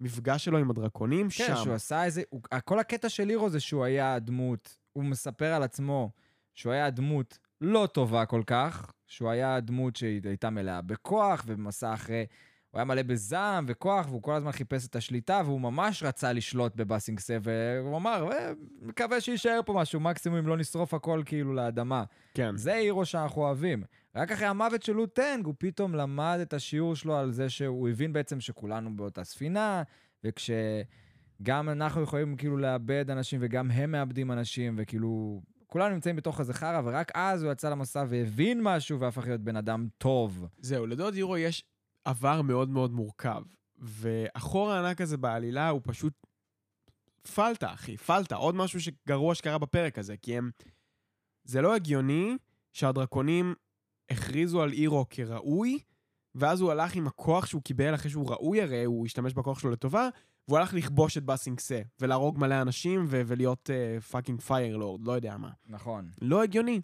[SPEAKER 4] המפגש שלו עם הדרקונים שם.
[SPEAKER 7] כן, שהוא עשה איזה... הוא, כל הקטע של הירו זה שהוא היה הדמות, הוא מספר על עצמו שהוא היה הדמות לא טובה כל כך, שהוא היה הדמות שהייתה מלאה בכוח ובמסע אחרי... הוא היה מלא בזעם וכוח, והוא כל הזמן חיפש את השליטה, והוא ממש רצה לשלוט בבאסינגסה, והוא אמר, "אה, מקווה שיישאר פה משהו, מקסימום אם לא נשרוף הכל כאילו לאדמה.
[SPEAKER 4] כן.
[SPEAKER 7] זה הירו שאנחנו אוהבים. רק אחרי המוות של לוטנג, הוא פתאום למד את השיעור שלו על זה שהוא הבין בעצם שכולנו באותה ספינה, וכשגם אנחנו יכולים כאילו לאבד אנשים, וגם הם מאבדים אנשים, וכאילו... כולנו נמצאים בתוך איזה חרא, ורק אז הוא יצא למסע והבין משהו והפך להיות בן אדם טוב.
[SPEAKER 4] זהו, לדוד הירו יש עבר מאוד מאוד מורכב, והחור הענק הזה בעלילה הוא פשוט פלטה, אחי, פלטה. עוד משהו שגרוע שקרה בפרק הזה, כי הם... זה לא הגיוני שהדרקונים הכריזו על הירו כראוי, ואז הוא הלך עם הכוח שהוא קיבל אחרי שהוא ראוי הרי, הוא השתמש בכוח שלו לטובה, והוא הלך לכבוש את באסינגסה, ולהרוג מלא אנשים ו- ולהיות פאקינג פיירלורד, לא יודע מה.
[SPEAKER 7] נכון.
[SPEAKER 4] לא הגיוני.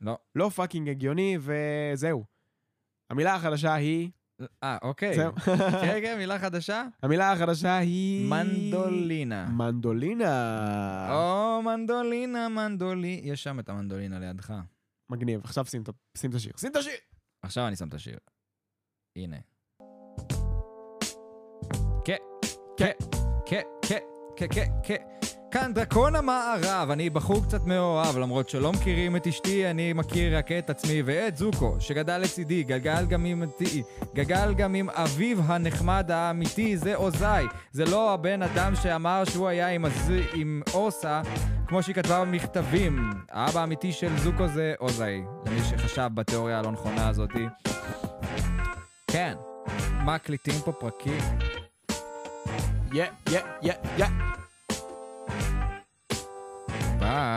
[SPEAKER 7] לא.
[SPEAKER 4] לא פאקינג הגיוני, וזהו. המילה החדשה היא...
[SPEAKER 7] אה, אוקיי.
[SPEAKER 4] זהו.
[SPEAKER 7] כן, כן, מילה חדשה?
[SPEAKER 4] המילה החדשה היא...
[SPEAKER 7] מנדולינה.
[SPEAKER 4] מנדולינה.
[SPEAKER 7] או, מנדולינה, מנדולי... יש שם את המנדולינה לידך.
[SPEAKER 4] מגניב, עכשיו שים את- שים את השיר. שים את השיר!
[SPEAKER 7] עכשיו אני שם את השיר. הנה. כן, כן, כן, כן, כן, כן, כן. כאן דרקון המערב, אני בחור קצת מאוהב, למרות שלא מכירים את אשתי, אני מכיר רק את עצמי ואת זוקו, שגדל לצידי, גלגל גם עם, אתי- גלגל גם עם אביו הנחמד האמיתי, זה עוזי. זה לא הבן אדם שאמר שהוא היה עם, הז... עם אורסה, כמו שהיא כתבה במכתבים. האבא האמיתי של זוקו זה עוזי, למי שחשב בתיאוריה הלא נכונה הזאתי. כן, מקליטים פה פרקים.
[SPEAKER 4] יא, יא, יא, יא.
[SPEAKER 7] ביי.